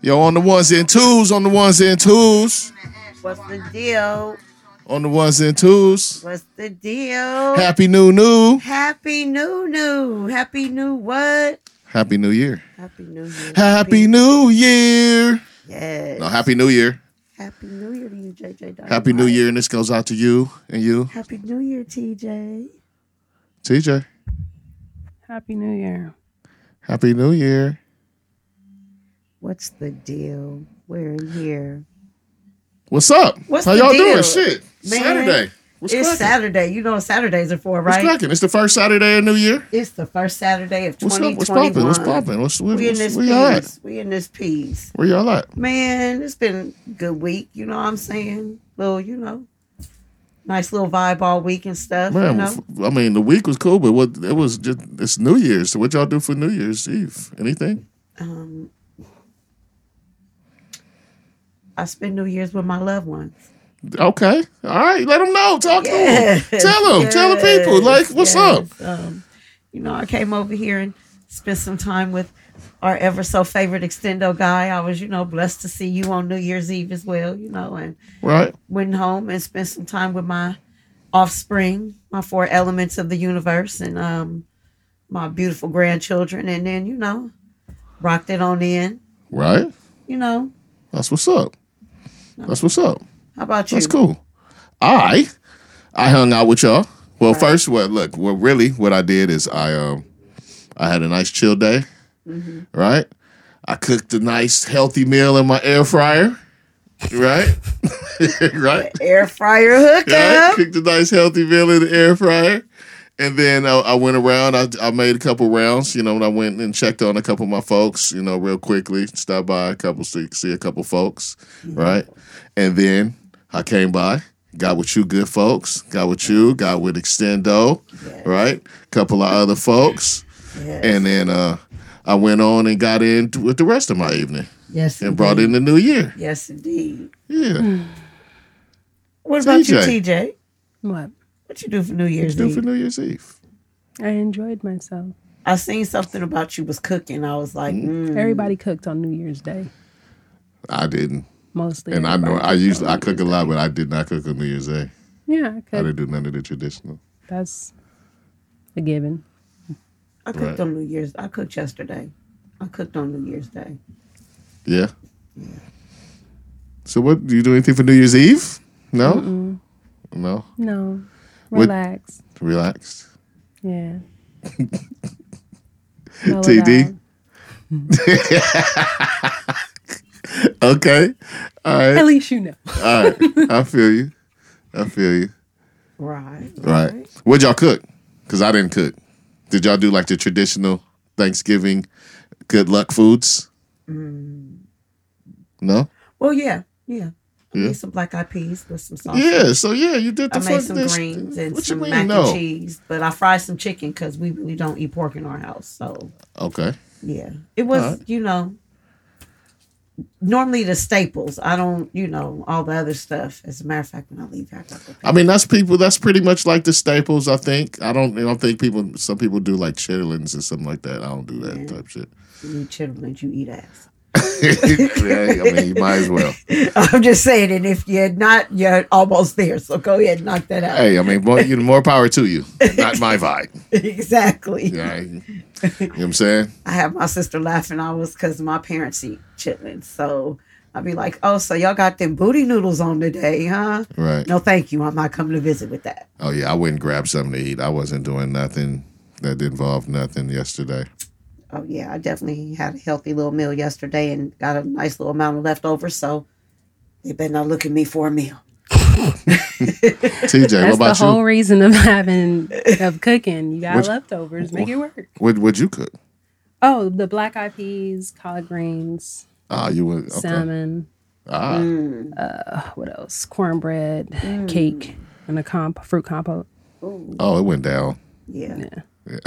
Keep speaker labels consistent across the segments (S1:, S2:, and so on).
S1: Yo, on the ones and twos, on the ones and twos,
S2: What's the deal?
S1: on the ones and twos.
S2: What's the deal?
S1: Happy New New.
S2: Happy New New. Happy New what?
S1: Happy New Year.
S2: Happy New Year.
S1: Happy New Year.
S2: Yes.
S1: No, Happy New Year.
S2: Happy New Year to you, JJ. Dynamite.
S1: Happy New Year, and this goes out to you and you,
S2: Happy New Year, TJ.
S1: TJ.
S3: Happy New Year.
S1: Happy New Year.
S2: What's the deal? We're in here.
S1: What's up?
S2: What's
S1: How
S2: the
S1: y'all
S2: deal?
S1: doing? Shit.
S2: Man,
S1: Saturday. What's
S2: it's
S1: cracking?
S2: Saturday. You know what Saturdays are for,
S1: What's
S2: right?
S1: cracking? It's the first Saturday of New Year.
S2: It's the first Saturday of
S1: What's up?
S2: 2021.
S1: What's popping? What's popping? What's where,
S2: We in this
S1: what's, where y'all at?
S2: piece. We in this piece.
S1: Where y'all at?
S2: Man, it's been a good week. You know what I'm saying? Little, you know, nice little vibe all week and stuff. you
S1: Man,
S2: know,
S1: I mean, the week was cool, but what it was just it's New Year's. So what y'all do for New Year's Eve? Anything?
S2: um, I spend New Year's with my loved ones.
S1: Okay, all right. Let them know. Talk
S2: Yes,
S1: to them. Tell them. Tell the people. Like,
S2: yes,
S1: what's up?
S2: yes. Um, you know, I came over here and spent some time with our ever so favorite extendo guy. I was, you know, blessed to see you on New Year's Eve as well. You know, and
S1: Right.
S2: went home and spent some time with my offspring, my four elements of the universe, and um, my beautiful grandchildren. And then, you know, rocked it on in.
S1: Right.
S2: You know,
S1: That's what's up. That's what's up.
S2: how about you?
S1: That's cool. I I hung out with y'all. Well, first, what look, well, really, what I did is I um I had a nice chill day,
S2: Mm-hmm.
S1: right? I cooked a nice healthy meal in my air fryer, right? right?
S2: Air fryer
S1: Right?
S2: hookup.
S1: Cooked a nice healthy meal in the air fryer. And then I, I went around. I, I made a couple rounds, you know, and I went and checked on a couple of my folks, you know, real quickly. Stopped by a couple, see, see a couple folks, right? And then I came by, got with you good folks, got with you, got with Extendo, right? Couple of other folks.
S2: Yes.
S1: And then uh, I went on and got in t- with the rest of my evening
S2: yes,
S1: and
S2: indeed.
S1: brought in the new year.
S2: Yes, indeed.
S1: Yeah.
S2: What about you,
S1: TJ?
S2: TJ?
S3: What?
S2: What you do for New Year's
S1: Do
S2: Eve?
S1: for New Year's Eve.
S3: I enjoyed myself.
S2: I seen something about you was cooking. I was like, mm.
S3: Everybody cooked on New Year's Day,
S1: I didn't.
S3: mostly.
S1: And I know
S3: everybody
S1: I
S3: cooked
S1: usually
S3: on
S1: I
S3: New
S1: cook a lot, but I did not cook on New Year's Day.
S3: Year's- Yeah, I
S1: I
S3: cooked.
S1: didn't do none of the traditional.
S3: That's a given.
S2: I cooked
S1: Right.
S2: on New Year's. I cooked yesterday. I cooked on New Year's Day.
S1: Yeah. So what do you do anything for New Year's Eve? No, no.
S3: No,
S1: What-
S3: relax.
S1: Relaxed.
S3: Yeah. Mellow
S1: TD?
S3: out.
S1: Okay. All right.
S3: At least you know.
S1: All right. I feel you. I feel you.
S2: Right.
S1: Right. What'd y'all cook? Because I didn't cook. Did y'all do like the traditional Thanksgiving good luck foods?
S2: Mm.
S1: No.
S2: Well, yeah, yeah. I
S1: Yeah.
S2: made some black eyed peas with some sauce.
S1: Yeah. So yeah, you did the
S2: I made
S1: fuck
S2: some
S1: this-
S2: greens and
S1: What you
S2: some
S1: mean,
S2: mac
S1: no?
S2: and cheese, but I fried some chicken because we really don't eat pork in our house. So
S1: Okay.
S2: yeah, it was
S1: Alright.
S2: you know normally the staples. I don't you know all the other stuff. As a matter of fact, when I leave, here, I got to
S1: I mean, that's people. That's pretty much like the staples. I think. I don't. I don't think people. Some people do like chitlins and something like that. I don't do that
S2: Yeah.
S1: type shit.
S2: you eat chitlins, you eat ass.
S1: Yeah, I mean, you might as well.
S2: I'm just saying, and if you're not, you're almost there. So go ahead, and knock that out.
S1: Hey, I mean, more, you know, more power to you. Not my vibe.
S2: exactly.
S1: You know, I- you know what I'm saying?
S2: I have my sister laughing. I was because my parents eat chitlins, so I'd be like, "Oh, so y'all got them booty noodles on today, huh?"
S1: Right.
S2: No, thank you. I'm not coming to visit with that.
S1: Oh yeah, I wouldn't grab something to eat. I wasn't doing nothing that involved nothing yesterday.
S2: Oh yeah, I definitely had a healthy little meal yesterday and got a nice little amount of leftovers. So they better not look at me for a meal.
S1: TJ,
S3: That's
S1: what
S3: the
S1: about you?
S3: whole reason of having of cooking. You got
S1: What's-
S3: leftovers. Make it work.
S1: What would you cook?
S3: Oh, the black eyed peas, collard greens,
S1: Ah, you would. Okay.
S3: salmon. uh,
S1: Ah,
S3: What else? Cornbread, cake, and a comp fruit compote.
S1: oh, it went down.
S2: Yeah,
S3: It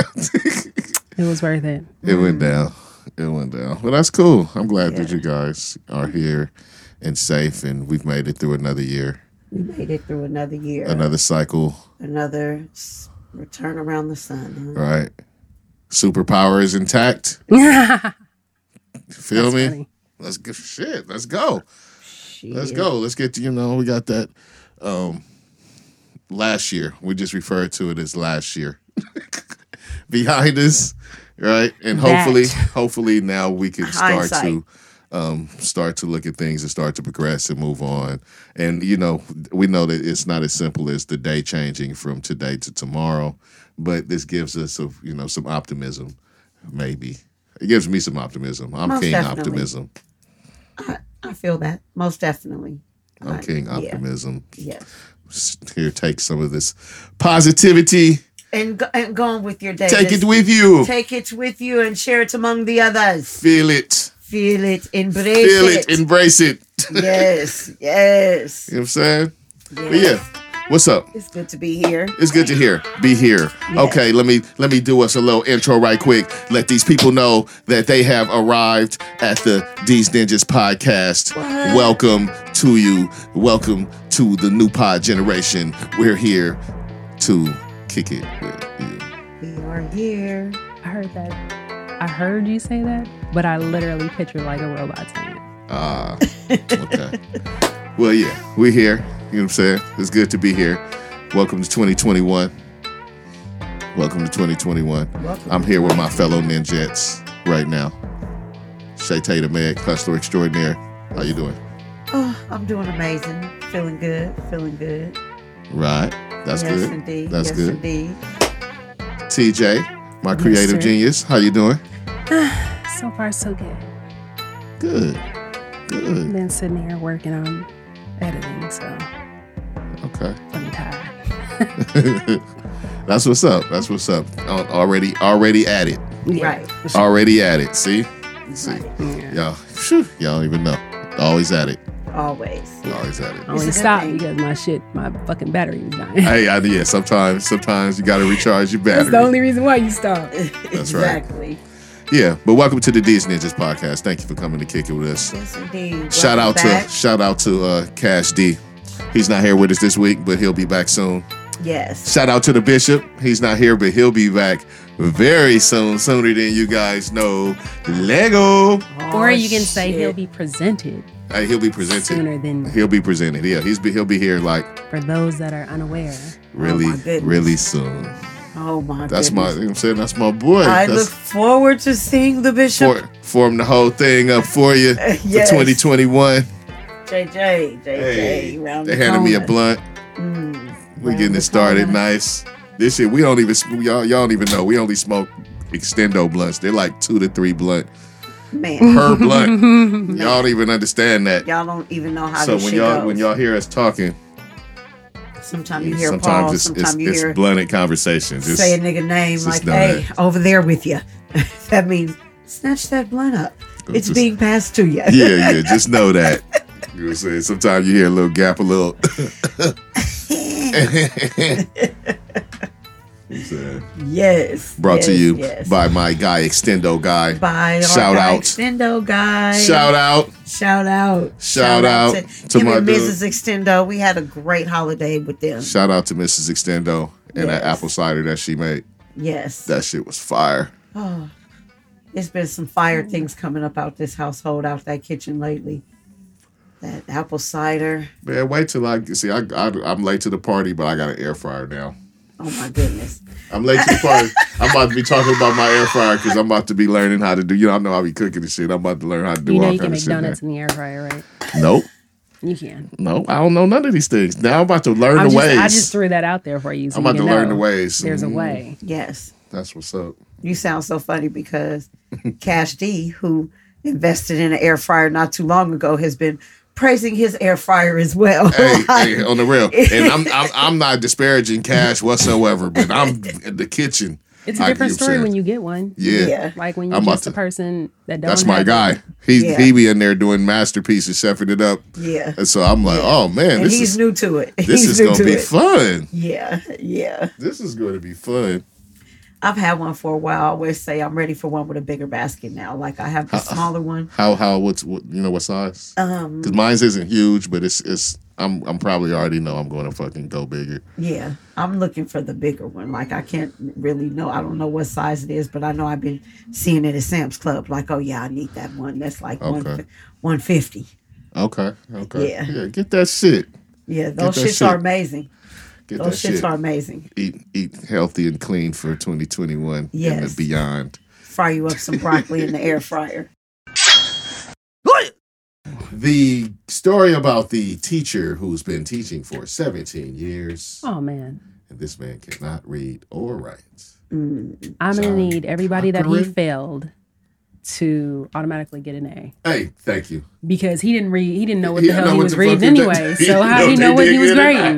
S3: was worth it.
S1: It
S3: Mm-hmm.
S1: went down. It went down. Well, that's cool. I'm glad that you guys are here and safe, and we've made it through another year,
S2: we made it through another year, another,
S1: another cycle,
S2: s- return around the sun. huh?
S1: right? Superpower is intact.
S3: That's
S1: Feel me?
S3: funny.
S1: Let's get shit. Let's go. Let's
S2: Shit.
S1: go. Let's get to you know we got that. Um, last year we just referred to it as last year behind us, right? And
S3: That.
S1: hopefully, hopefully now we can start
S2: Hindsight.
S1: to um, start to look at things and start to progress and move on. And you know we know that it's not as simple as the day changing from today to tomorrow, but this gives us a, you know some optimism, maybe. It gives me some optimism. I'm
S2: Most
S1: king
S2: definitely.
S1: optimism.
S2: I feel that most definitely.
S1: I'm king
S2: yeah.
S1: optimism.
S2: Yes.
S1: here take some of this positivity
S2: And go, and go on with your day.
S1: take
S2: Just
S1: it with you
S2: Take it with you and share it among the others.
S1: feel it
S2: Feel it, embrace
S1: feel
S2: it.
S1: it embrace it you
S2: yes, yes.
S1: know what i'm saying but yeah what's up
S2: It's good to be here.
S1: it's good to hear be here okay let me let me do us a little intro right quick let these people know that they have arrived at the these ninjas podcast welcome to you welcome to the new pod generation we're here to kick it with you
S2: We are here.
S3: I heard that. I heard you say that, but I literally pictured like a robot saying it.
S1: Ah, okay. well, yeah, we're here. You know what I'm saying? It's good to be here. Welcome to 2021. Welcome to 2021.
S2: Welcome.
S1: I'm here with my fellow ninjets right now. Shay Tatum, Egg, Hustler Extraordinaire. How you doing?
S2: Oh, I'm doing amazing. Feeling good. Feeling good.
S1: Right. That's
S2: yes,
S1: good.
S2: indeed.
S1: That's
S2: yes,
S1: good.
S2: indeed.
S1: TJ, my
S3: Yes,
S1: creative
S3: sir.
S1: genius. How you doing?
S3: So far, so good.
S1: Good.
S3: I've
S1: Good.
S3: been sitting here working on editing, so
S1: Okay.
S3: I'm tired.
S1: That's what's up. That's what's up. Al- Already, already at it.
S3: Yeah.
S2: Right.
S1: Already at it. See? See?
S2: Right.
S3: Yeah.
S1: Y'all, phew, y'all don't even know. Always at it.
S2: Always.
S1: Always at it.
S3: I
S2: It's a
S3: only
S2: good
S3: stopped
S2: thing.
S3: because my shit, my fucking battery was dying.
S1: Hey, I, yeah. Sometimes, sometimes you got to recharge your
S3: That's the
S1: battery.
S3: only reason why you stopped.
S1: That's right.
S2: exactly.
S1: Yeah, but welcome to the D's Ninjas podcast. Thank you for coming to kick it with us.
S2: Yes, indeed.
S1: shout out
S2: Welcome
S1: to
S2: back.
S1: shout out to uh, Cash D. He's not here with us this week, but he'll be back soon.
S2: Yes.
S1: Shout out to the Bishop. He's not here, but he'll be back very soon, sooner than you guys know. Lego.
S3: or
S2: Oh,
S3: you can say
S2: shit.
S3: he'll be presented
S1: Hey, he'll be presented.
S3: sooner than
S1: He'll be presented. Yeah, he's be, he'll be here like
S3: for those that are unaware.
S1: really,
S2: Oh, goodness.
S1: really soon.
S2: Oh my.
S1: That's my, you
S2: goodness.
S1: know what I'm saying? That's my boy.
S2: I
S1: That's
S2: look forward to seeing the bishop.
S1: for, form the whole thing up for you
S2: Yes.
S1: for 2021.
S2: JJ, JJ,
S1: Hey,
S2: round
S1: They
S2: the
S1: handed me a
S2: corner.
S1: blunt.
S2: Mm,
S1: We're
S3: Round
S1: getting
S3: the
S1: it started
S3: corner.
S1: nice. This shit, we don't even, sm- y'all, y'all don't even know. We only smoke extendo blunts. They're like two to three blunt
S2: man,
S1: per blunt. Y'all don't even understand that.
S2: y'all don't even know how
S1: So
S2: this
S1: when
S2: shit
S1: y'all
S2: goes.
S1: when y'all hear us talking,
S2: sometimes you hear
S1: sometimes
S2: Paul,
S1: it's it's,
S2: sometimes you
S1: it's
S2: hear
S1: blunted conversations. It's-
S2: say a nigga name
S1: just
S2: like,
S1: know
S2: "Hey,
S1: that.
S2: over there with you." that means snatch that blunt up. It's
S1: just-
S2: being passed to you.
S1: yeah, yeah. Just know that. You know what I'm saying? Sometimes you hear a little gap, a little. You know what I'm saying?
S2: Yes.
S1: Brought to
S2: yes,
S1: you
S2: yes.
S1: by my guy, Extendo Guy.
S2: by our
S1: Shout
S2: guy,
S1: out.
S2: Extendo guy.
S1: Shout out.
S2: Shout out.
S1: Shout out
S2: to,
S1: to
S2: him
S1: my
S2: and
S1: dude.
S2: Mrs. Extendo. We had a great holiday with them.
S1: Shout out to Mrs. Extendo and that
S2: Yes.
S1: apple cider that she made.
S2: Yes.
S1: That shit was fire.
S2: Oh, there's been some fire things coming up out this household, out that kitchen lately. That apple cider.
S1: Man, wait till I see. I, I I'm late to the party, but I got an air fryer now.
S2: Oh my goodness.
S1: I'm late to the party. I'm about to be talking about my air fryer because I'm about to be learning how to do. You know, I know I be cooking and shit. I'm about to learn how to do
S3: You know
S1: all
S3: you can
S1: kind of
S3: make
S1: shit. now.
S3: donuts in the air fryer, right?
S1: Nope,
S3: You can.
S1: no, I don't know none of these things. Now I'm about to learn
S3: I'm just,
S1: the ways.
S3: I just threw that out there for you. So
S1: I'm
S3: you
S1: about to
S3: can
S1: learn
S3: know
S1: the ways.
S3: There's a
S1: Mm,
S3: way.
S2: Yes.
S1: That's what's up.
S2: You sound so funny because Cash D, who invested in an air fryer not too long ago, has been praising his air fryer as well.
S1: hey, hey, on the real. And I'm, I'm I'm not disparaging cash whatsoever, but I'm in the kitchen.
S3: It's a different
S1: I- you know what I'm
S3: story
S1: saying?
S3: when you get one.
S1: Yeah.
S2: Yeah.
S3: Like when
S1: I'm
S3: you're
S1: about
S3: just a
S1: to-
S3: person that don't.
S1: That's my
S3: have-
S1: guy. He
S2: Yeah.
S1: he be in there doing masterpieces, chefing it up.
S2: Yeah.
S1: And so I'm like, oh man,
S2: And
S1: this
S2: he's
S1: is
S2: new to it.
S1: this
S2: he's
S1: is
S2: new
S1: gonna
S2: to
S1: be
S2: it.
S1: fun.
S2: Yeah. Yeah.
S1: This is gonna be fun.
S2: I've had one for a while. I always say I'm ready for one with a bigger basket now. Like I
S1: Uh-uh.
S2: have the smaller one.
S1: How how what's what you know what size?
S2: Um,
S1: Because mine's isn't huge, but it's it's I'm I'm probably already know I'm going to fucking go bigger.
S2: Yeah, I'm looking for the bigger one. Like I can't really know. I don't know what size it is, but I know I've been seeing it at Sam's Club. Like, oh yeah, I need that one. That's like
S1: Okay.
S2: one one fifty.
S1: Okay, okay,
S2: Yeah.
S1: Get that shit.
S2: Yeah, those
S1: that
S2: shits
S1: shit.
S2: are amazing.
S1: Get
S2: Those
S1: that
S2: shits
S1: shit.
S2: are amazing.
S1: Eat eat healthy and clean for 2021 and
S2: Yes.
S1: the beyond.
S2: Fry you up some broccoli in the air fryer.
S1: The story about the teacher who's been teaching for 17 years,
S4: Oh man,
S1: and this man cannot read or write.
S2: Mm.
S4: I'm
S1: Sorry.
S4: gonna need everybody that he
S1: Cochran?
S4: failed to automatically get an A
S1: Hey, thank you.
S4: because he didn't read. He didn't know what
S1: He
S4: the
S1: didn't know
S4: hell he
S1: what
S4: was
S1: the
S4: reading
S1: fuck he-
S4: anyway. so how do
S1: No,
S4: you know
S1: they
S4: what
S1: did
S4: he was
S1: good or not.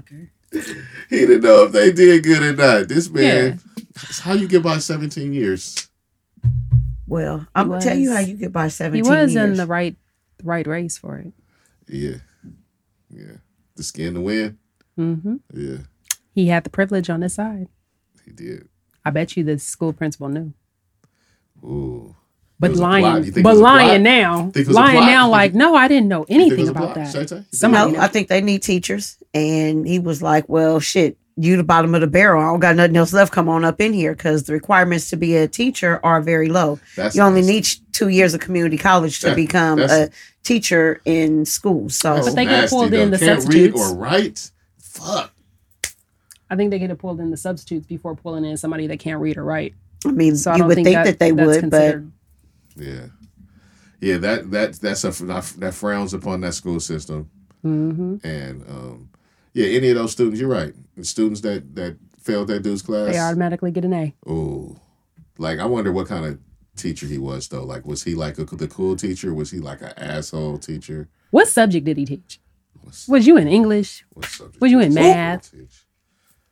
S4: grading? Fucker.
S1: He didn't know if they did good or not. This man, how you get by 17 years?
S2: Well, I'm gonna
S4: was-
S2: tell you how you get by
S4: He
S2: seventeen.
S4: was
S2: years.
S4: in the right right race for it.
S1: Yeah, yeah. The skin to win.
S4: hmm
S1: Yeah,
S4: He had the privilege on his side.
S1: he did.
S4: I bet you the school principal knew.
S1: Ooh. It
S4: But
S1: was a plot. You
S4: lying,
S1: think it
S4: but
S1: was a plot?
S4: lying now,
S1: Think it was a
S4: lying
S1: plot?
S4: now,
S1: You
S4: like
S1: think-
S4: no, I didn't know
S1: You think it
S4: anything
S1: was a plot,
S4: about that.
S1: Shay-Tay? You think
S4: Somebody-
S2: No, I think they need teachers. And he was like, well, shit, you the bottom of the barrel. I don't got nothing else left. Come on up in here because the requirements to be a teacher are very low.
S1: That's
S2: You only
S1: nice.
S2: need two years of community college to
S1: That-
S2: become
S1: that's-
S2: a teacher in school.
S1: That's
S4: But
S2: So
S4: they could've
S1: Oh, nasty,
S4: pulled
S1: though.
S4: in the
S1: Can't read
S4: substitutes.
S1: or write. Fuck.
S4: I think they could have pulled in the substitutes before pulling in somebody that can't read or write.
S2: I mean,
S4: So I
S2: you
S4: don't
S2: would
S4: think,
S2: think that, they
S4: that's
S2: would, but
S4: considered-
S1: Yeah, yeah. That that that's a that frowns upon that school system.
S4: Mhm.
S1: And um, yeah, any of those students, you're right. The students that that failed that dude's class.
S4: they automatically get an A.
S1: Oh, like I wonder what kind of teacher he was though. Like, was he like a, the cool teacher? Was he like an asshole teacher?
S4: What subject did he teach?
S1: What's,
S4: Was you in English?
S1: what subject?
S4: was you in
S1: did he
S4: math?
S1: teach?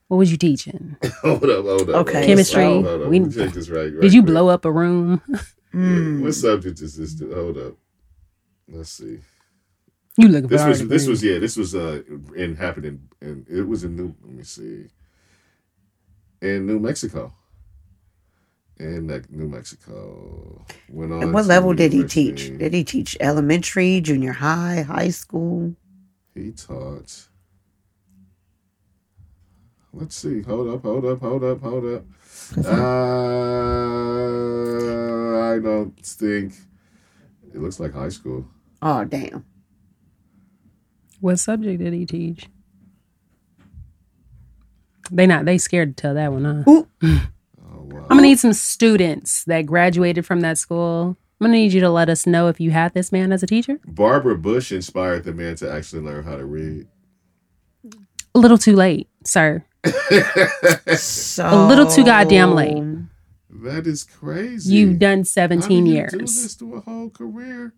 S4: What was you teaching?
S1: Hold up, hold up.
S2: Okay.
S1: hold up,
S4: Chemistry.
S1: Hold up, hold up.
S4: We-
S1: Let me check this right, right
S4: Did you
S1: quick.
S4: blow up a room?
S2: mm,
S1: What subject is this? dude? Hold up. Let's see.
S4: You looking for
S1: This was
S4: our
S1: this
S4: degree.
S1: was yeah. This was uh in happening and it was in New. Let me see. In New Mexico. In like, New Mexico. Went on
S2: at what
S1: to
S2: level did he teach?
S1: university.
S2: Did he teach elementary, junior high, high school?
S1: He taught. Let's see. Hold up, hold up, hold up, hold up. Uh, I don't think. It looks like high school.
S2: Oh, damn.
S4: What subject did he teach? They not they scared to tell that one, huh?
S1: Oh, wow.
S4: I'm gonna need some students that graduated from that school. I'm gonna need you to let us know if you had this man as a teacher.
S1: Barbara Bush inspired the man to actually learn how to read.
S4: A little too late, sir.
S2: So,
S4: A little too goddamn late.
S1: That is crazy.
S4: You've done
S1: How do
S4: 17
S1: you Do
S4: years.
S1: this to a whole career.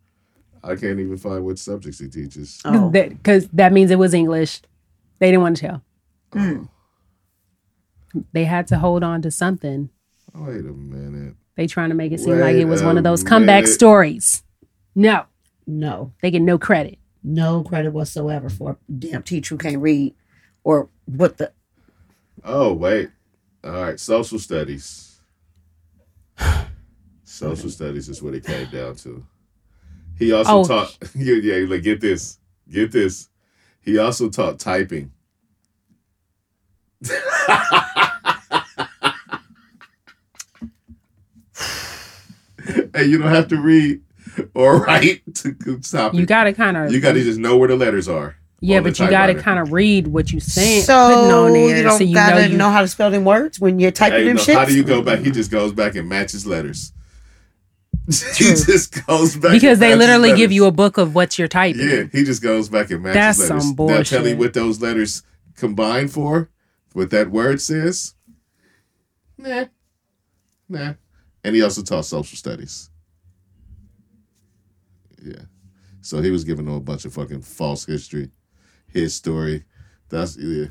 S1: I can't even find what subjects he teaches.
S2: Oh.
S4: Because that means it was English. They didn't want to tell.
S2: Mm.
S4: They had to hold on to something.
S1: Oh, wait a minute.
S4: They trying to make it seem like it was
S1: Wait
S4: one
S1: a
S4: of those comeback
S1: minute.
S4: stories. No,
S2: No.
S4: they get no credit.
S2: no credit whatsoever for a damn teacher who can't read or what the
S1: Oh wait. All right, social studies. Social studies is what it came down to. He also
S4: Oh.
S1: taught. Yeah, yeah. Like, get this, get this. He also taught typing. and you don't have to read or write to stop
S4: You
S1: it.
S4: got to kind of
S1: you got to just know where the letters are.
S4: yeah,
S1: on the
S4: but you got to
S1: typewriter.
S4: kind of read what you saying. putting
S2: so
S4: on there,
S2: you don't
S4: so you
S2: gotta
S4: know
S2: know,
S4: you
S2: how to spell them words when you're typing
S1: Hey,
S2: them
S1: no,
S2: shit.
S1: how do you go back? He just goes back and matches letters. he just goes back
S4: because they literally give you a book of what you're typing.
S1: yeah. He just goes back and matches
S4: That's
S1: letters.
S4: some
S1: Now tell me
S4: bullshit.
S1: what those letters combine for. What that word says. Nah, nah. And he also taught social studies. Yeah, so he was giving them a bunch of fucking false history, his story. That's yeah.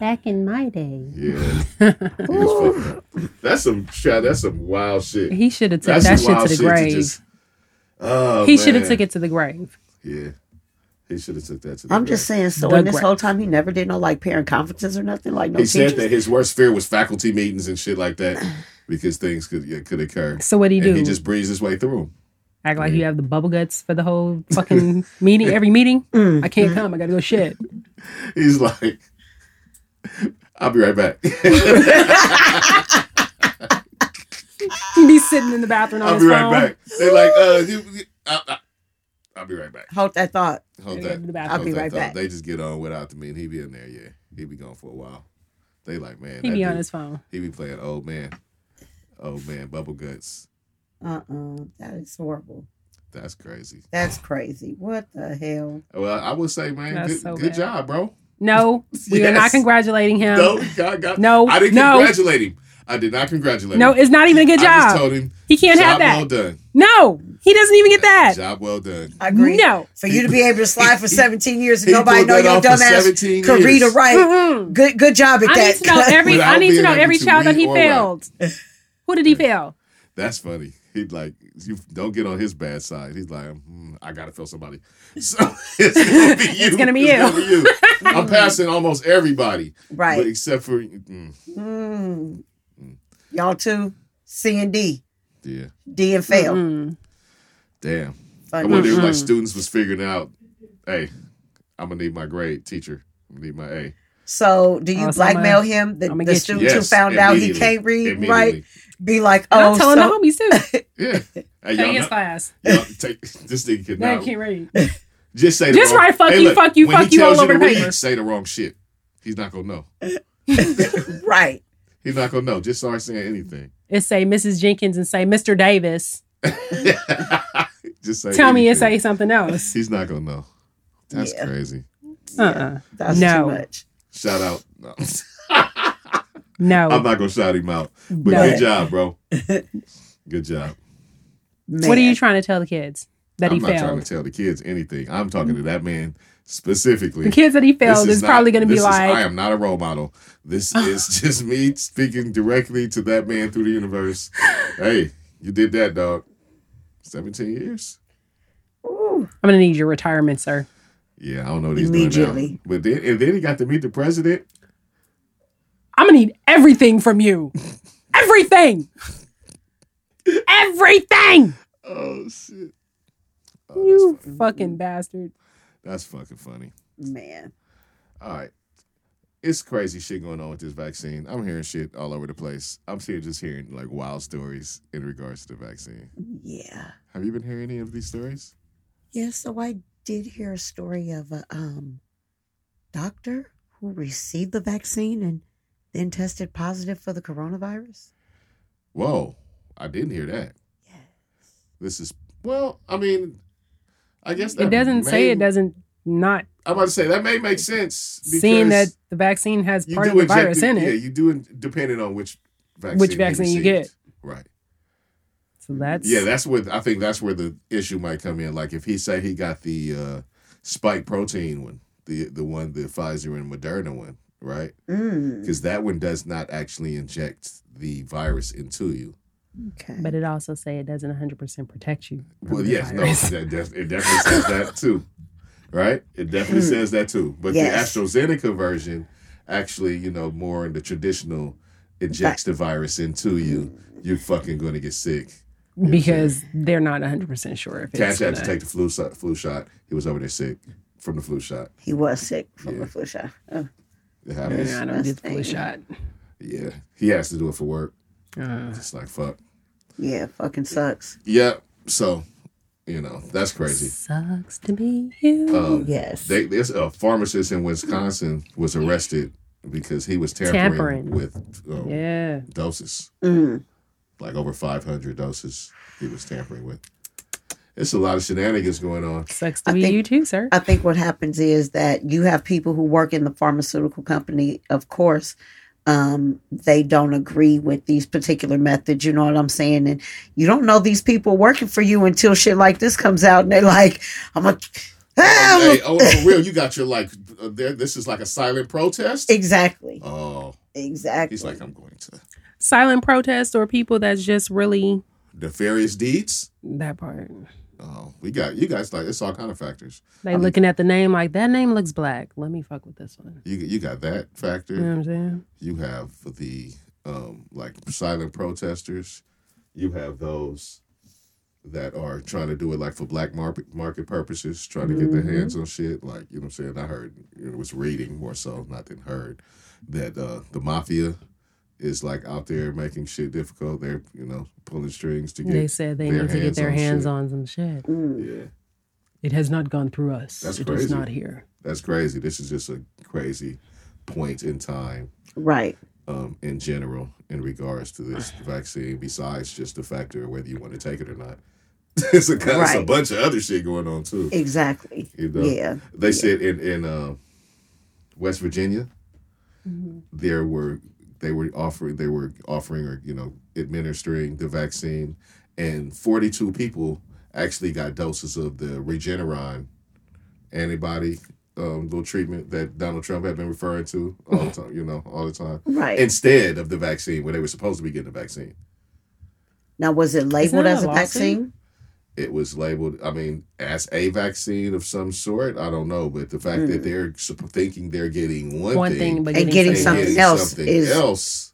S4: Back in my day,
S1: yeah. He was fucking up. that's some shit. That's some wild shit.
S4: he should have took that
S1: That's some
S4: shit to
S1: wild
S4: the
S1: to
S4: grave.
S1: just- oh,
S4: he should have
S1: man.
S4: took it to the grave.
S1: Yeah, he should have took that to. The
S2: I'm
S1: grave.
S2: just saying. So
S4: The
S2: in this
S4: gra-
S2: whole time, he never did no like parent conferences or nothing. Like no
S1: He
S2: teachers.
S1: said that his worst fear was faculty meetings and shit like that because things could yeah, could occur.
S4: So what do you
S1: and
S4: do?
S1: he just breezed his way through 'em.
S4: Act like you have the bubble guts for the whole fucking meeting, every meeting.
S2: Mm. Mm-hmm.
S4: I can't come. I gotta go shit.
S1: He's like, I'll be right back.
S4: He'd be sitting in the bathroom on
S1: I'll
S4: his
S1: be
S4: phone.
S1: right back. They're like, uh, you, you- I, I, I'll be right back.
S2: Hold that thought.
S1: Hold
S4: Yeah,
S1: that.
S4: go to the bathroom.
S2: I'll
S1: hold
S2: be
S1: that
S2: right
S1: thought.
S2: back.
S1: "Oh, They just get on without me, and he be in there. Yeah, he be gone for a while. They like, man,
S4: He'd
S1: that
S4: be on
S1: dude-
S4: his phone.
S1: he be playing old man, old man, bubble guts.
S2: Uh uh That is horrible.
S1: That's crazy.
S2: That's crazy. What the hell?
S1: Well, I would say, man,
S4: That's
S1: good,
S4: so
S1: good
S4: bad.
S1: job, bro.
S4: No, we are not
S1: Yes.
S4: congratulating him.
S1: No, God, God.
S4: No,
S1: I didn't
S4: no.
S1: congratulate him. I did not congratulate
S4: No,
S1: him.
S4: it's not even a good
S1: I just
S4: job.
S1: told him
S4: He can't
S1: job
S4: have that.
S1: well done.
S4: No, he doesn't even get that.
S1: Job well done.
S2: I agree.
S4: No.
S2: For you to be able to slide for 17 years and
S1: He
S2: nobody
S1: pulled
S2: know
S1: that
S2: your
S1: off for
S2: dumbass
S1: 17
S2: could read or
S1: years.
S2: write.
S4: Mm-mm.
S2: Good good job at
S4: I
S2: that.
S4: need to know every. I
S1: Without
S4: need to
S1: being
S4: know
S1: able
S4: every
S1: to
S4: child that
S1: read
S4: he
S1: or write.
S4: failed. Who did he
S2: Mm-hmm.
S4: fail?
S1: That's funny. He'd like, you don't get on his bad side. He's like, mm, I gotta feel somebody. So it's gonna be you.
S4: It's gonna
S1: gonna
S4: be
S1: be you. I'm passing almost everybody, but
S2: right.
S1: except for mm,
S2: Mm. Y'all too. C and D.
S1: yeah.
S2: D and fail.
S4: Mm.
S1: Damn. I
S2: Fuck.
S1: wonder if like
S4: Mm-mm.
S1: students was figuring out, hey, I'm gonna need my grade, teacher. I'm gonna need my A.
S2: So do you
S4: Oh, so I'ma-
S2: blackmail him? The,
S4: I'ma
S2: the
S4: get you.
S2: student who
S1: Yes,
S2: found out he
S1: immediately.
S2: can't read right?
S1: Immediately.
S2: Be like,
S4: And
S2: oh,
S4: I'm telling
S2: so,
S4: the homies too.
S1: Yeah. Hey,
S4: Take
S1: y'all,
S4: his
S1: not,
S4: class.
S1: y'all take this nigga could
S4: Now
S1: not
S4: you can't read.
S1: just say the
S4: Just
S1: wrong-
S4: write fuck
S1: Hey,
S4: you,
S1: look,
S4: fuck you,
S1: when he
S4: fuck you
S1: tells
S4: all over
S1: to
S4: the
S1: read,
S4: paper.
S1: Say the wrong shit. He's not gonna know.
S2: right.
S1: He's not gonna know. Just start saying anything.
S4: It say Mrs. Jenkins and say Mr. Davis.
S1: just say
S4: Tell me it say
S1: anything.
S4: something else.
S1: He's not gonna know. That's
S2: Yeah.
S1: crazy.
S4: Uh-uh.
S2: That's
S4: No.
S2: too much.
S1: Shout out. No.
S4: No.
S1: I'm not gonna shout him out. But
S4: No.
S1: good job, bro. Good job.
S4: What are
S2: Man.
S4: you trying to tell the kids that
S1: I'm
S4: he
S1: not trying
S4: failed?
S1: to tell the kids anything. I'm talking to that man specifically.
S4: The kids that he
S1: This
S4: failed is,
S1: not-
S4: probably going to
S1: this
S4: be
S1: is- I
S4: like,
S1: am not a role model. This is just me speaking directly to that man through the universe. Hey, you did that, dog. 17 years?
S2: Ooh.
S4: I'm going to need your retirement, sir.
S1: Yeah, I don't know what he's doing now.
S2: Immediately.
S1: But then, and then he got to meet the president.
S4: I'm going to need everything from you. everything. Everything.
S1: Oh, shit. Oh,
S4: You fucking bastard.
S1: That's fucking funny.
S2: Man.
S1: All right. It's crazy shit going on with this vaccine. I'm hearing shit all over the place. I'm still just hearing like wild stories in regards to the vaccine.
S2: Yeah.
S1: Have you been hearing any of these stories?
S2: Yeah, so I did hear a story of a um doctor who received the vaccine and then tested positive for the coronavirus.
S1: Whoa, I didn't hear that.
S2: Yeah.
S1: This is well. I mean, I guess that
S4: It doesn't
S1: may-
S4: say it doesn't not
S1: I'm about to say that may make sense.
S4: seeing that
S1: because
S4: the vaccine has
S1: you
S4: part of
S1: do
S4: the
S1: inject
S4: virus
S1: it-
S4: in
S1: Yeah,
S4: it.
S1: you do, in- depending on which vaccine,
S4: Which
S1: he
S4: vaccine you
S1: received. Right.
S4: So that's
S1: Yeah, that's where I think that's where the issue might come in. Like if he say he got the uh, spike protein one, the the one the Pfizer and Moderna one, right?
S2: Mm.
S1: Because that one does not actually inject the virus into you.
S2: Okay.
S4: but it also say it doesn't 100% protect you. from
S1: Well,
S4: the
S1: yes, no,
S4: virus.
S1: that def- it definitely says that too, right? It definitely
S4: Hmm.
S1: says that too. But
S2: Yes.
S1: the AstraZeneca version, actually, you know, more in the traditional, injects the virus into you. You're fucking going to get sick.
S4: because they're not 100% sure if
S1: Cash
S4: it's
S1: had to
S4: gonna-
S1: take the flu shot. Flu shot. He was over there sick from the flu shot.
S2: he was sick from
S1: Yeah.
S2: the flu shot. Oh,
S1: It
S4: they're
S1: happens.
S4: not gonna get the flu shot.
S1: Yeah, he has to do it for work.
S4: Uh,
S1: It's like fuck.
S2: yeah, fucking sucks.
S1: Yep. So, you know, that's crazy.
S4: sucks to be you.
S1: Um,
S2: Yes.
S1: They, there's a pharmacist in Wisconsin was arrested because he was tampering,
S4: Tampering.
S1: with um,
S4: yeah.
S1: doses,
S2: Mm.
S1: like over 500 doses. He was tampering with. It's a lot of shenanigans going on.
S4: Sucks to
S2: I
S4: be
S2: think-
S4: you too, sir.
S2: I think what happens is that you have people who work in the pharmaceutical company, of course, um, they don't agree with these particular methods. You know what I'm saying? And you don't know these people working for you until shit like this comes out, and they're like, "I'm a."
S1: Hey, oh, for real, you got your like. Uh, there, this is like a silent protest.
S2: Exactly.
S1: Oh,
S2: Exactly.
S1: he's like, I'm going to
S4: Silent protest or people that's just really
S1: nefarious deeds.
S4: that part.
S1: Oh, we got you guys like it's all kind of factors.
S4: They looking at the name like that name looks black. Let me fuck with this one.
S1: You you got that factor.
S4: You know what I'm saying?
S1: you have the um like silent protesters you have those that are trying to do it like for black market market purposes, trying to get their hands on shit. Like you know, what I'm saying I heard you know, was reading more so, not than heard that uh, the mafia is like out there making shit difficult. They're you know pulling strings to get.
S4: They said they
S1: their
S4: need to get
S1: hands
S4: their
S1: on
S4: hands
S1: shit.
S4: on some shit.
S2: Mm.
S1: yeah,
S4: It has not gone through us.
S1: That's
S4: It is
S1: crazy.
S4: not here.
S1: that's crazy. This is just a crazy point in time
S2: Right.
S1: um, in general in regards to this vaccine, besides just the factor of whether you want to take it or not. it's a, kind it's a
S2: Right.
S1: bunch of other shit going on too.
S2: Exactly.
S1: You know?
S2: Yeah.
S1: They said in in uh, West Virginia,
S2: Mm-hmm.
S1: there were they were offering they were offering or you know administering the vaccine, and forty two people actually got doses of the Regeneron antibody um, little treatment that Donald Trump had been referring to all the time. You know, all the time
S2: Right.
S1: instead of the vaccine where they were supposed to be getting the vaccine.
S2: now, was it labeled
S4: that
S2: as
S4: a
S2: a
S4: lawsuit?
S2: vaccine?
S1: It was labeled, I mean, as a vaccine of some sort. I don't know, but the fact that they're sup- thinking they're getting one,
S4: One
S1: thing,
S4: thing, but
S2: And
S4: getting,
S1: and
S2: getting
S4: something.
S2: something
S1: getting
S2: else
S1: something
S2: is-
S1: else.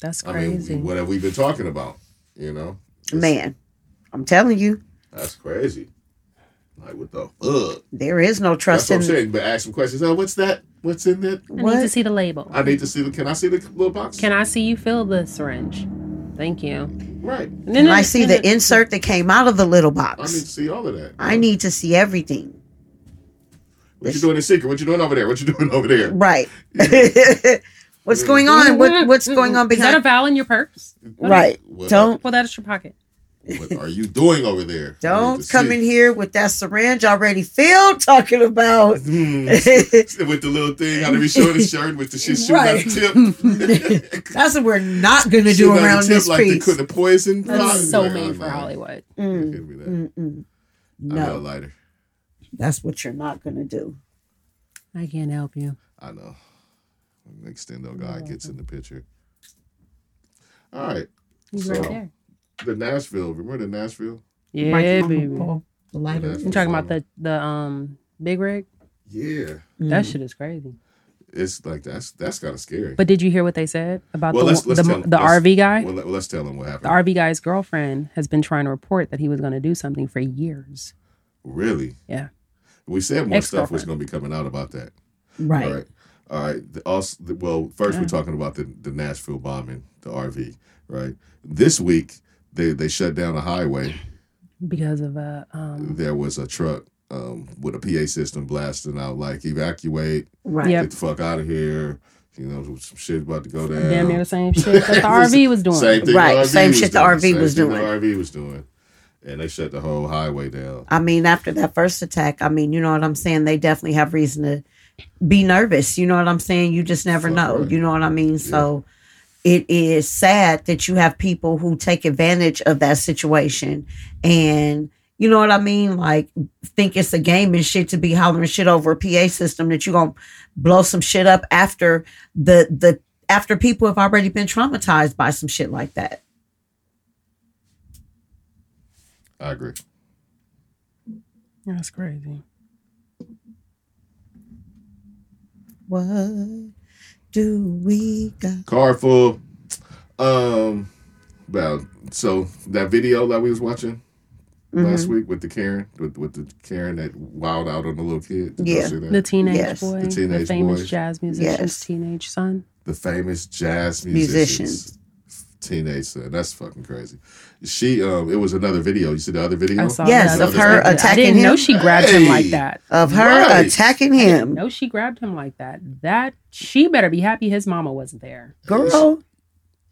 S4: That's
S1: I
S4: crazy.
S1: mean, what have we been talking about? You know, It's-
S2: Man, I'm telling you,
S1: that's crazy. Like what the fuck?
S2: there is no
S1: That's
S2: trust
S1: what I'm
S2: in
S1: saying. But ask some questions. Oh, what's that? What's in it?
S4: I
S2: what?
S4: need to see the label.
S1: I need to see the. Can I see the little box?
S4: Can I see you fill the syringe? Thank you.
S1: Right.
S4: And
S2: Can I see the insert that came out of the little
S1: I need to
S2: box?
S1: see all of that.
S2: I need to see everything.
S1: What you doing in secret? What you doing over there? What you doing over there?
S2: Right. what's going on? What, what's going on
S4: Is that a
S2: behind?
S4: vial in your purse?
S2: Right.
S1: What-
S2: Don't
S4: Pull that out of your pocket.
S1: What are you doing over there? I need
S2: don't
S1: to
S2: come
S1: see.
S2: in here with that syringe already filled. Talking about.
S1: Hmm.
S2: That's
S1: with the little thing out of his short shirt with the shit shooting
S2: Right.
S1: out the tip.
S2: what we're not going to
S1: Shooting
S2: do
S1: out the
S2: around
S1: tip
S2: this
S1: like
S2: piece.
S1: They could the poison. oh,
S4: That's
S1: Nah,
S4: so
S1: nah,
S4: made for
S1: nah.
S4: Hollywood.
S1: It
S2: Mm,
S1: could be that.
S2: mm, mm.
S1: I know a
S2: No,
S1: lighter.
S2: that's what you're not going to do.
S4: I can't help you.
S1: I know. When the Extendo guy gets in the picture. All right.
S4: He's
S1: So-
S4: right there.
S1: The Nashville. Remember the Nashville?
S4: Yeah, baby. You
S2: Oh, the lighter.
S1: That's-
S4: talking about the the um big rig?
S1: Yeah.
S2: Mm,
S4: That
S1: Hmm.
S4: shit is crazy.
S1: It's like that's that's kind of scary.
S4: But did you hear what they said about
S1: Well,
S4: the
S1: let's-
S4: one-
S1: let's
S4: the,
S1: tell-
S4: the
S1: let's-
S4: RV guy?
S1: well, let, us tell him what
S4: the
S1: happened.
S4: RV guy's girlfriend has been trying to report that he was going to do something for years.
S1: really?
S4: Yeah.
S1: We said more stuff was
S4: Ex-girlfriend.
S1: going to be coming out about that.
S2: Right.
S1: All right. All right. The- also, the- well, first we're
S4: Yeah.
S1: talking about the, the Nashville bombing, the RV, right? This week, they, they shut down a highway.
S4: because of a um
S1: There was a truck um, with a PA system blasting out, like, evacuate,
S2: Right.
S4: Yep.
S1: get the fuck out of here. You know, some shit about to go down.
S4: damn near the same shit that the RV was doing.
S1: Same thing
S2: Right,
S1: the RV
S2: same
S1: was
S2: shit the
S1: doing.
S2: RV
S1: Same
S2: was
S1: thing
S2: doing.
S1: The RV was doing. And they shut the whole highway down.
S2: I mean, after that first attack, I mean, you know what I'm saying? They definitely have reason to be nervous. You know what I'm saying? You just never
S1: Fuck
S2: know.
S1: right.
S2: You know what I mean? So it is sad that you have people who take advantage of that situation and you know what I mean? Like think it's a game and shit to be hollering shit over a PA system that you're gonna blow some shit up after the the after people have already been traumatized by some shit like that.
S1: I agree.
S4: That's crazy.
S2: What do we got?
S1: Car full. Um, well, so that video that we was watching,
S2: Mm-hmm.
S1: last week with the Karen, with, with the Karen that wowed out on the little kid. Did y'all
S2: Yeah.
S1: see that?
S4: The teenage
S2: Yes.
S4: boy,
S1: The
S4: the,
S1: teenage
S4: famous
S1: boy.
S4: jazz musician's
S2: Yes.
S4: teenage son.
S1: The famous jazz musicians.
S2: Musicians.
S1: Teenage son. That's fucking crazy. She, um, it was another video. You see the other video?
S4: I saw
S2: Yes,
S4: that.
S1: of her
S4: I didn't- I
S2: attacking
S4: didn't know
S2: him.
S4: she grabbed him
S1: Hey!
S4: like that.
S2: of her
S1: Right.
S2: attacking
S4: I didn't
S2: him.
S4: know she grabbed him like that. That she better be happy his mama wasn't there.
S2: Girl,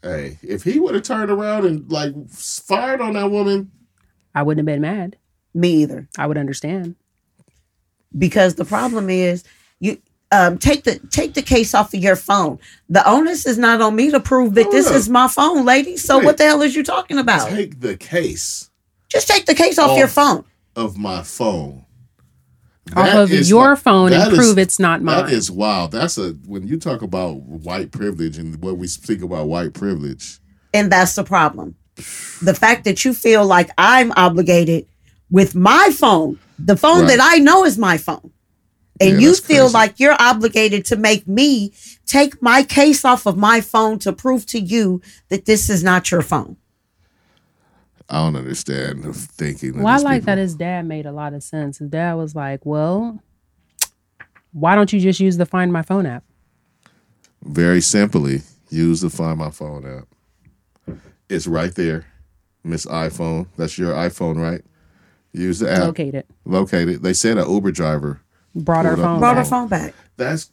S1: Hey, if he would have turned around and like fired on that woman,
S4: I wouldn't have been mad.
S2: me either.
S4: I would understand.
S2: Because the problem is you um, take the take the case off of your phone. The onus is not on me to prove that this
S1: Yeah.
S2: is my phone, lady. So
S1: Right.
S2: what the hell is you talking about?
S1: take the case
S2: Just take the case off
S1: Off.
S2: your phone.
S1: of my phone.
S4: Off
S1: That
S4: of
S1: is
S4: your
S1: like-
S4: phone
S1: that
S4: and
S1: is-
S4: prove it's not mine.
S1: That is wild. That's a when you talk about white privilege and what we speak about white privilege.
S2: And that's the problem. The fact that you feel like I'm obligated with my phone, the phone
S1: Right.
S2: that I know is my phone. And
S1: Yeah,
S2: you
S1: that's
S2: feel
S1: crazy.
S2: like you're obligated to make me take my case off of my phone to prove to you that this is not your phone.
S1: I don't understand the thinking. of
S4: Well, I
S1: these
S4: like
S1: people.
S4: that his dad made a lot of sense. His dad was like, well, why don't you just use the Find My Phone app?
S1: Very simply, use the Find My Phone app. It's right there, Miss iPhone. That's your iPhone, right? Use the app.
S4: Locate it.
S1: Locate it. They said an Uber driver.
S4: Brought her
S1: Pulled up.
S4: phone.
S2: Brought her
S4: back.
S2: phone back.
S1: That's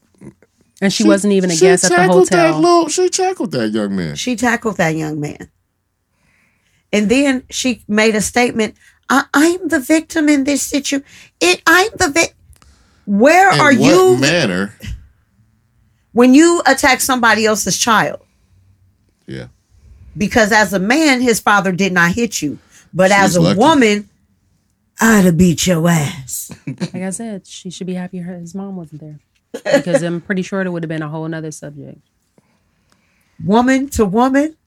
S4: And she, wasn't even a
S1: she
S4: guest at the
S1: tackled That
S4: hotel.
S1: little, she tackled that young man.
S2: She tackled that young man. And then she made a statement I, I'm the victim in this situation. I'm the victim. Where
S1: In
S2: are
S1: what
S2: you
S1: manner?
S2: when you attack somebody else's child?
S1: Yeah.
S2: Because as a man, his father did not hit you. But
S1: She's
S2: as a
S1: lucky.
S2: woman, I'd have beat your ass.
S4: like I said, she should be happy her, his mom wasn't there. Because I'm pretty sure it would have been a whole nother subject.
S2: Woman to woman,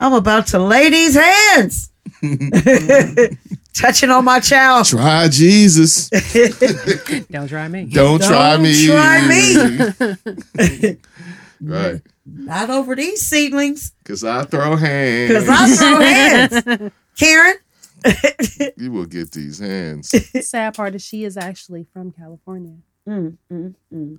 S2: I'm about to lay these hands. Touching on my child.
S1: Try Jesus.
S4: Don't try me.
S1: Don't, try me.
S2: try
S1: right.
S2: Not over these seedlings.
S1: Because I throw hands.
S2: Because I throw hands. Karen,
S1: you will get these hands.
S4: sad part is she is actually from California.
S2: Mm, mm, mm.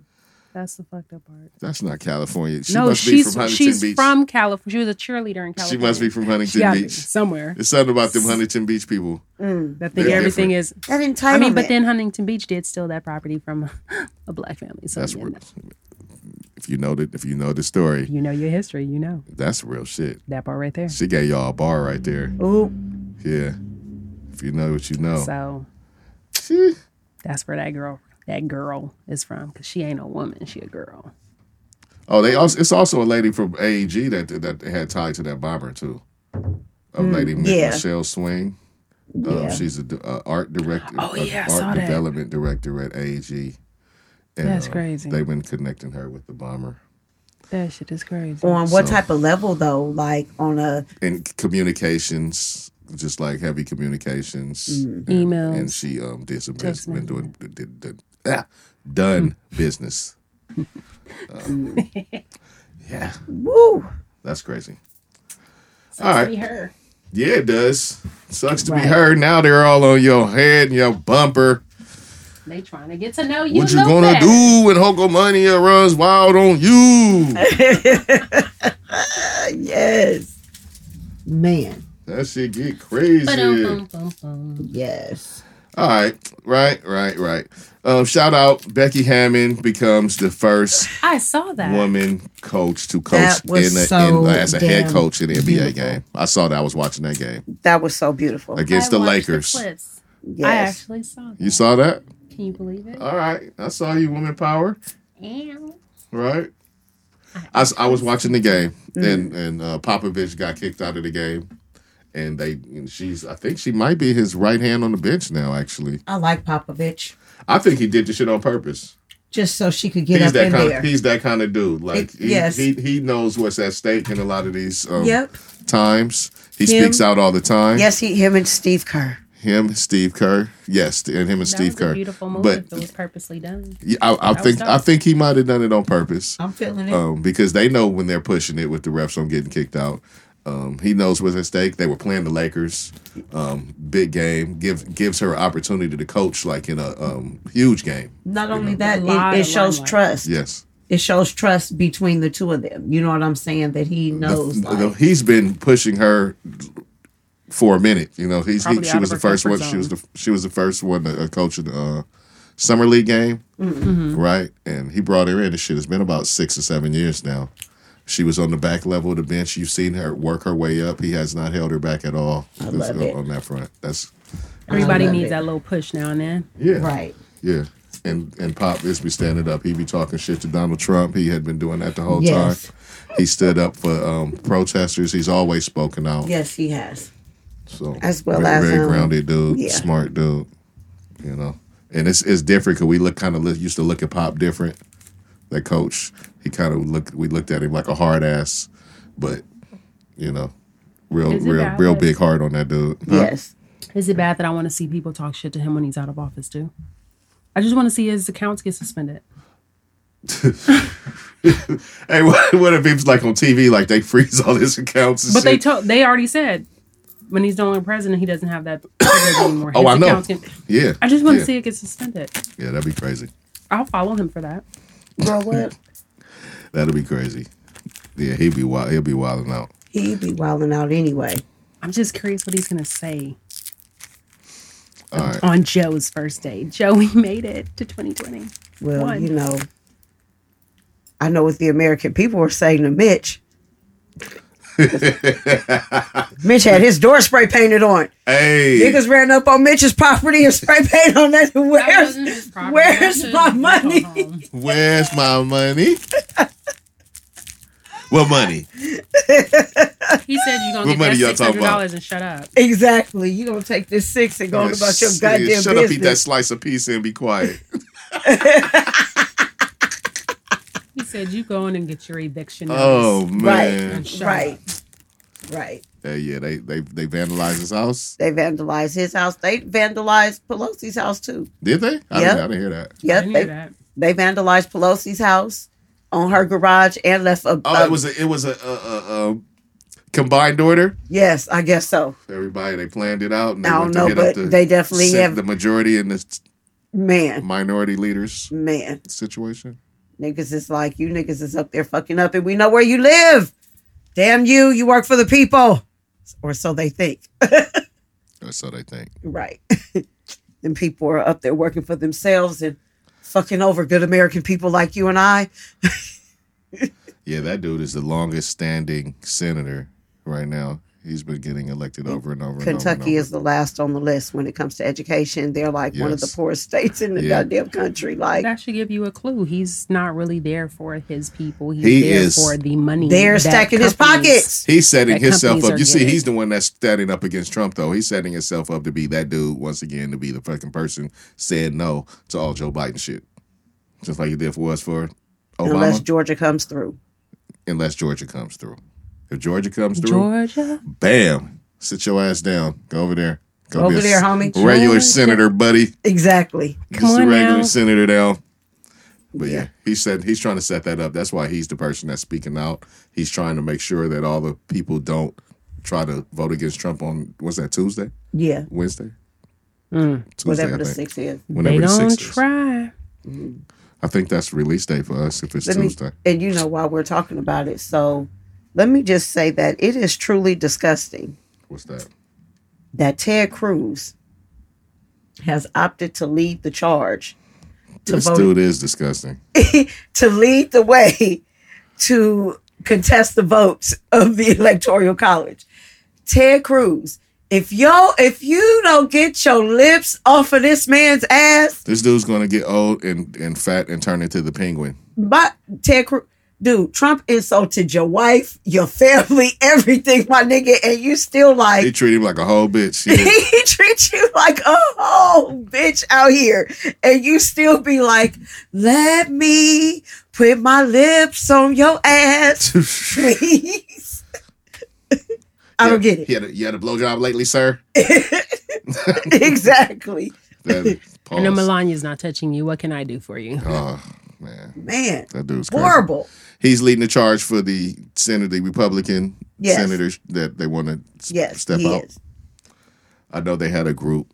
S4: That's the fucked up part.
S1: That's not California. She
S4: no,
S1: must be
S4: she's
S1: from Huntington
S4: she's
S1: Beach.
S4: from California. She was a cheerleader in
S1: she
S4: California.
S1: must be from
S4: She
S1: Huntington
S4: gotta be
S1: Beach.
S4: somewhere.
S1: It's something about them Huntington Beach people.
S4: I think
S1: They're
S4: everything is.
S2: that entitlement.
S4: I mean, but then Huntington Beach did steal that property from a black family. So
S1: That's
S4: yeah,
S1: real. If you know the if you know the story,
S4: you know your history. You know
S1: that's real shit.
S4: that part right there.
S1: She gave y'all a bar right there.
S2: Ooh,
S1: Yeah. If you know what you know.
S4: So
S1: She-
S4: that's where that girl, that girl is from, because she ain't a woman. She a girl.
S1: Oh, they also it's also a lady from AEG that that had tied to that bomber too. A
S4: Mm,
S1: lady Mi-
S2: yeah.
S1: Michelle Swing. Um,
S2: Yeah.
S1: She's an uh, art director,
S4: Oh,
S1: a
S4: yeah, I
S1: art
S4: saw that.
S1: development director at AEG. And,
S4: That's
S1: um,
S4: crazy.
S1: They've been connecting her with the bomber
S4: That shit is crazy.
S2: on what
S1: So-
S2: type of level though? Like on a
S1: and communications, just like heavy communications,
S4: Mm.
S1: and,
S4: Emails.
S1: and she um did some business,
S4: Text
S1: been doing did, did, did- ah, done
S4: Hmm.
S1: business. Um, yeah,
S2: woo.
S1: that's crazy. all right.
S4: her.
S1: Yeah, it does. Sucks to be
S2: Right.
S1: her. Now they're all on your head and your bumper.
S4: They trying to get to know you.
S1: what you gonna do when Hokomania runs wild on you?
S2: Yes. Man.
S1: that shit get crazy.
S2: Yes.
S1: All right, right, right, right. Um, shout out Becky Hammond becomes the first
S4: I saw that.
S1: woman coach to coach
S2: That
S1: in, a,
S2: was
S1: in
S2: so
S1: as a head
S2: damn
S1: coach in the NBA
S2: beautiful.
S1: game. I saw that. I was watching that game
S2: That was so beautiful.
S1: against
S4: I
S1: the
S4: watched
S1: Lakers.
S4: clips. I
S2: yes.
S4: actually saw that.
S1: you saw Uh, that?
S4: Can you believe it?
S1: All right, I saw you, woman power.
S4: And
S1: right? I, s- I was watching the game,
S2: Mm-hmm.
S1: and and uh, Popovich got kicked out of the game, and they and she's I think she might be his right hand on the bench now. Actually,
S2: I like Popovich.
S1: I think he did the shit on purpose.
S2: Just so she could get
S1: he's
S2: up
S1: that
S2: in
S1: kind
S2: there.
S1: of he's that kind of dude. Like
S2: It-
S1: he,
S2: yes.
S1: he he knows what's at stake in a lot of these um,
S2: Yep.
S1: times. He
S2: Him.
S1: speaks out all the time.
S2: Yes, he him and Steve Kerr.
S1: Him, Steve Kerr. Yes, and him and
S4: that
S1: Steve
S4: was
S1: Kerr.
S4: a beautiful move.
S1: But
S4: if it was purposely done.
S1: yeah, I, I
S4: was
S1: think
S4: dope.
S1: I think he might have done it on purpose.
S2: I'm feeling it.
S1: um, because they know when they're pushing it with the refs on getting kicked out. Um, he knows what's at stake. They were playing the Lakers, um, big game. gives gives her opportunity to coach like in a um, huge game.
S2: Not only that,
S4: A lot
S2: it, it
S4: of
S2: shows
S4: limelight.
S2: trust.
S1: Yes,
S2: It shows trust between the two of them. You know what I'm saying? That he
S1: The-
S2: knows.
S1: the-
S2: like,
S1: he's been pushing her for a minute. You know, he's he,
S4: Probably
S1: she
S4: out
S1: was
S4: of
S1: the
S4: her
S1: first one.
S4: comfort
S1: She was the she was the first one to uh, coach in the uh, summer league game, right? And he brought her in. And shit, it's been about six or seven years now. She was on the back level of the bench. You've seen her work her way up. He has not held her back at all
S2: love
S1: on,
S2: it.
S1: on that front. That's
S4: Everybody
S2: love
S4: needs
S2: it.
S4: that little push now and then.
S1: yeah,
S2: right.
S1: yeah. And and Pop is be standing up. He be talking shit to Donald Trump. He had been doing that the whole
S2: Yes.
S1: time. He stood up for um, protesters. He's always spoken out.
S2: Yes, he has.
S1: So
S2: As well
S1: very,
S2: as,
S1: very
S2: um,
S1: grounded dude,
S2: yeah.
S1: smart dude. You know, and it's it's different because we look kind of li- used to look at Pop different. That coach, he kind of looked. We looked at him like a hard ass, but you know, real,
S4: Is it
S1: real,
S4: bad
S1: real
S4: that-
S1: big heart on that dude. Huh?
S2: Yes.
S4: Is it bad that I want to see people talk shit to him when he's out of office too? I just want to see his accounts get suspended.
S1: Hey, what, what if it's like on TV, like they freeze all his accounts? And
S4: But they
S1: shit?
S4: told they already said when he's no longer president, he doesn't have that privilege anymore.
S1: Oh,
S4: His
S1: I know.
S4: accounts can-
S1: Yeah,
S4: I just want
S1: Yeah.
S4: to see it get suspended.
S1: yeah, that'd be crazy.
S4: I'll follow him for that.
S2: Bro, what?
S1: That'd be crazy. Yeah, he'd be wild. He'll be wilding out.
S2: He'd be wilding out anyway.
S4: I'm just curious what he's gonna say
S1: All right.
S4: on Joe's first day. Joey made it to 2020.
S2: Well,
S4: One.
S2: you know, I know what the American people were saying to Mitch. Mitch had his door spray painted on.
S1: Hey,
S2: Niggas ran up on Mitch's property and spray paint on that. Where's where's my money?
S1: where's my money? what money?
S4: He said you're
S1: What
S4: gonna
S1: money y'all
S4: get that
S1: talking
S4: six hundred
S1: about?
S4: dollars and shut up.
S2: Exactly. You gonna take this six and go on about your
S1: Yeah,
S2: goddamn
S1: shut
S2: business.
S1: up, eat that slice of pizza, and be quiet.
S4: He said you go in and get your eviction.
S1: oh
S4: notice."
S1: man,
S4: Shut up.
S2: right. Right.
S1: Yeah, yeah, they they they vandalized his house.
S2: They vandalized his house. They vandalized Pelosi's house too.
S1: Did they? I,
S2: Yeah.
S1: didn't, I didn't hear that.
S4: I
S2: Yep.
S4: didn't
S2: They,
S4: hear that.
S2: they vandalized Pelosi's house on her garage and left a.
S1: Oh, it was a it was a, a, a, a combined order.
S2: yes, I guess so.
S1: Everybody they planned it out. And they
S2: I don't
S1: went to
S2: know,
S1: hit up
S2: but
S1: the-
S2: they definitely
S1: sit-
S2: have
S1: the majority and the
S2: man,
S1: minority leaders
S2: man.
S1: situation.
S2: Niggas is like you niggas is up there fucking up, and we know where you live. Damn you! You work for the people, or so they think.
S1: Or so they think.
S2: Right. and people are up there working for themselves and fucking over good American people like you and I.
S1: Yeah, that dude is the longest standing senator right now. He's been getting elected over and over. and over
S2: Kentucky
S1: and
S2: is the last on the list when it comes to education. They're like one of the
S1: Yes.
S2: poorest states in the
S1: Yeah.
S2: goddamn country. Like
S4: That should give you a clue. He's not really there for his people. He's
S1: He
S4: there
S1: is-
S4: for the money.
S2: they're
S4: that
S2: stacking his
S4: companies-
S2: pockets.
S1: He's setting
S4: that
S1: himself
S4: companies
S1: up.
S4: are
S1: You see,
S4: getting.
S1: he's the one that's standing up against Trump, though. He's setting himself up to be that dude once again, to be the fucking person said no to all Joe Biden shit, just like he did for us for Obama.
S2: Unless
S1: Unless,
S2: Georgia comes through.
S1: Georgia comes through, if Georgia comes through,
S4: Georgia.
S1: bam, sit your ass down, go over there, go
S2: Over
S1: be a
S2: there,
S1: s-
S2: homie.
S1: regular
S4: Georgia.
S1: senator, buddy,
S2: Exactly.
S1: just a
S4: on
S1: regular
S4: now.
S1: senator down. But yeah.
S2: Yeah.
S1: he said he's trying to set that up. That's why he's the person that's speaking out. He's trying to make sure that all the people don't try to vote against Trump on what's that Tuesday,
S2: Yeah.
S1: Wednesday,
S4: Mm.
S1: Tuesday,
S2: Hmm. Whatever
S1: I
S2: the
S1: think.
S2: six is.
S1: Whenever
S4: they
S1: the
S4: don't
S1: sixth is.
S4: try.
S1: I think that's release day for us if it's
S2: Let me-
S1: Tuesday.
S2: and you know why we're talking about it. So let me just say that it is truly disgusting
S1: what's that?
S2: that Ted Cruz has opted to lead the charge to
S1: This
S2: vote
S1: dude is disgusting.
S2: to lead the way to contest the votes of the electoral college. Ted Cruz, if yo if you don't get your lips off of this man's ass,
S1: This dude's gonna get old and, and fat and turn into the penguin.
S2: my Ted Cruz dude, Trump insulted your wife, your family, everything, my nigga, and you still like
S1: They treat him like a whole bitch. Yeah.
S2: he treats you like a whole bitch out here, and you still be like, "Let me put my lips on your ass, please." I don't get it.
S1: You had a, you had a blowjob lately, sir.
S2: exactly,
S1: That,
S4: I know
S1: pause.
S4: Melania's not touching you. What can I do for you?
S1: Oh man,
S2: man.
S1: that dude's crazy.
S2: Horrible.
S1: He's leading the charge for the Senate, the Republican
S2: Yes.
S1: senators that they want to
S2: Yes,
S1: step
S2: he
S1: out.
S2: is.
S1: I know they had a group.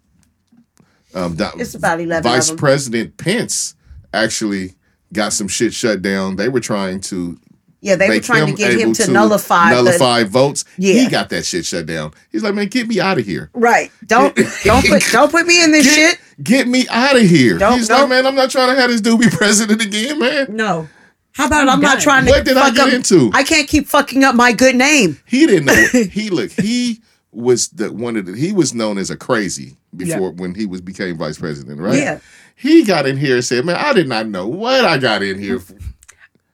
S1: Um, Do-
S2: It's about 11 of
S1: Vice
S2: them.
S1: President Pence actually got some shit shut down. They were trying to
S2: Yeah, they were
S1: make
S2: trying to get him
S1: able
S2: to, nullify. the-
S1: nullify votes.
S2: Yeah.
S1: He got that shit shut down. He's like, man, get me out of here.
S2: right. Don't don't put don't put me in this
S1: Get,
S2: shit.
S1: get me out of here.
S2: Don't-
S1: He's
S2: don't-
S1: like, man, I'm not trying to have this dude be president again, man.
S2: No. How about I'm not
S4: done.
S2: trying to
S1: What did I
S2: fuck
S1: get
S2: up-
S1: into?
S2: I can't keep fucking up my good name.
S1: He didn't know. he look. He was the one of the. He was known as a crazy before when he was became vice president, right?
S2: Yeah.
S1: He got in here and said, "Man, I did not know what I got in here. For.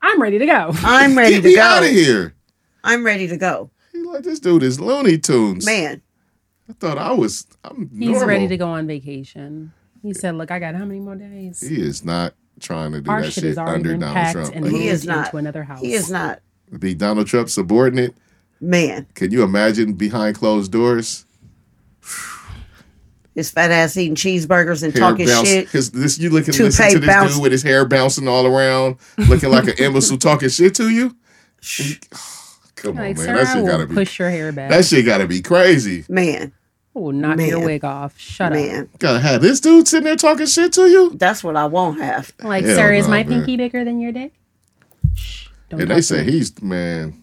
S4: I'm ready to go.
S2: I'm ready
S1: Get
S2: to
S1: me
S2: go.
S1: out of here."
S2: I'm ready to go.
S1: He like this dude is Looney Tunes.
S2: Man,
S1: I thought I was. I'm
S4: He's
S1: normal.
S4: ready to go on vacation. He said, "Look, I got how many more days?
S1: He is not trying to do
S4: Our
S1: that
S4: shit
S1: shit
S4: has already
S1: under
S4: been
S1: Donald
S4: packed
S1: Trump.
S4: and
S1: Like,
S2: He
S4: moved
S2: is not.
S4: into another house.
S2: he is not.
S1: be Donald Trump subordinate.
S2: Man,
S1: Can you imagine behind closed doors?
S2: his fat ass eating cheeseburgers and
S1: Hair
S2: talking
S1: bounce.
S2: shit.
S1: His, this, you looking
S2: Toupee
S1: listen to this
S2: bounce.
S1: dude with his hair bouncing all around, looking like an imbecile talking shit to you. Come
S4: Like,
S1: on,
S4: sir,
S1: man. That
S4: I
S1: shit
S4: will
S1: gotta be
S4: push your hair back.
S1: that shit gotta be crazy.
S2: Man,
S4: I will knock your
S2: Man.
S4: wig off. Shut
S2: man,
S1: Gotta have this dude sitting there talking shit to you.
S2: that's what I won't have.
S4: up. Like,
S1: Hell
S4: sir, is
S1: no,
S4: my
S1: man.
S4: pinky bigger than your dick? Shh, don't
S1: And
S4: talk
S1: they
S4: to
S1: say
S4: me.
S1: he's man.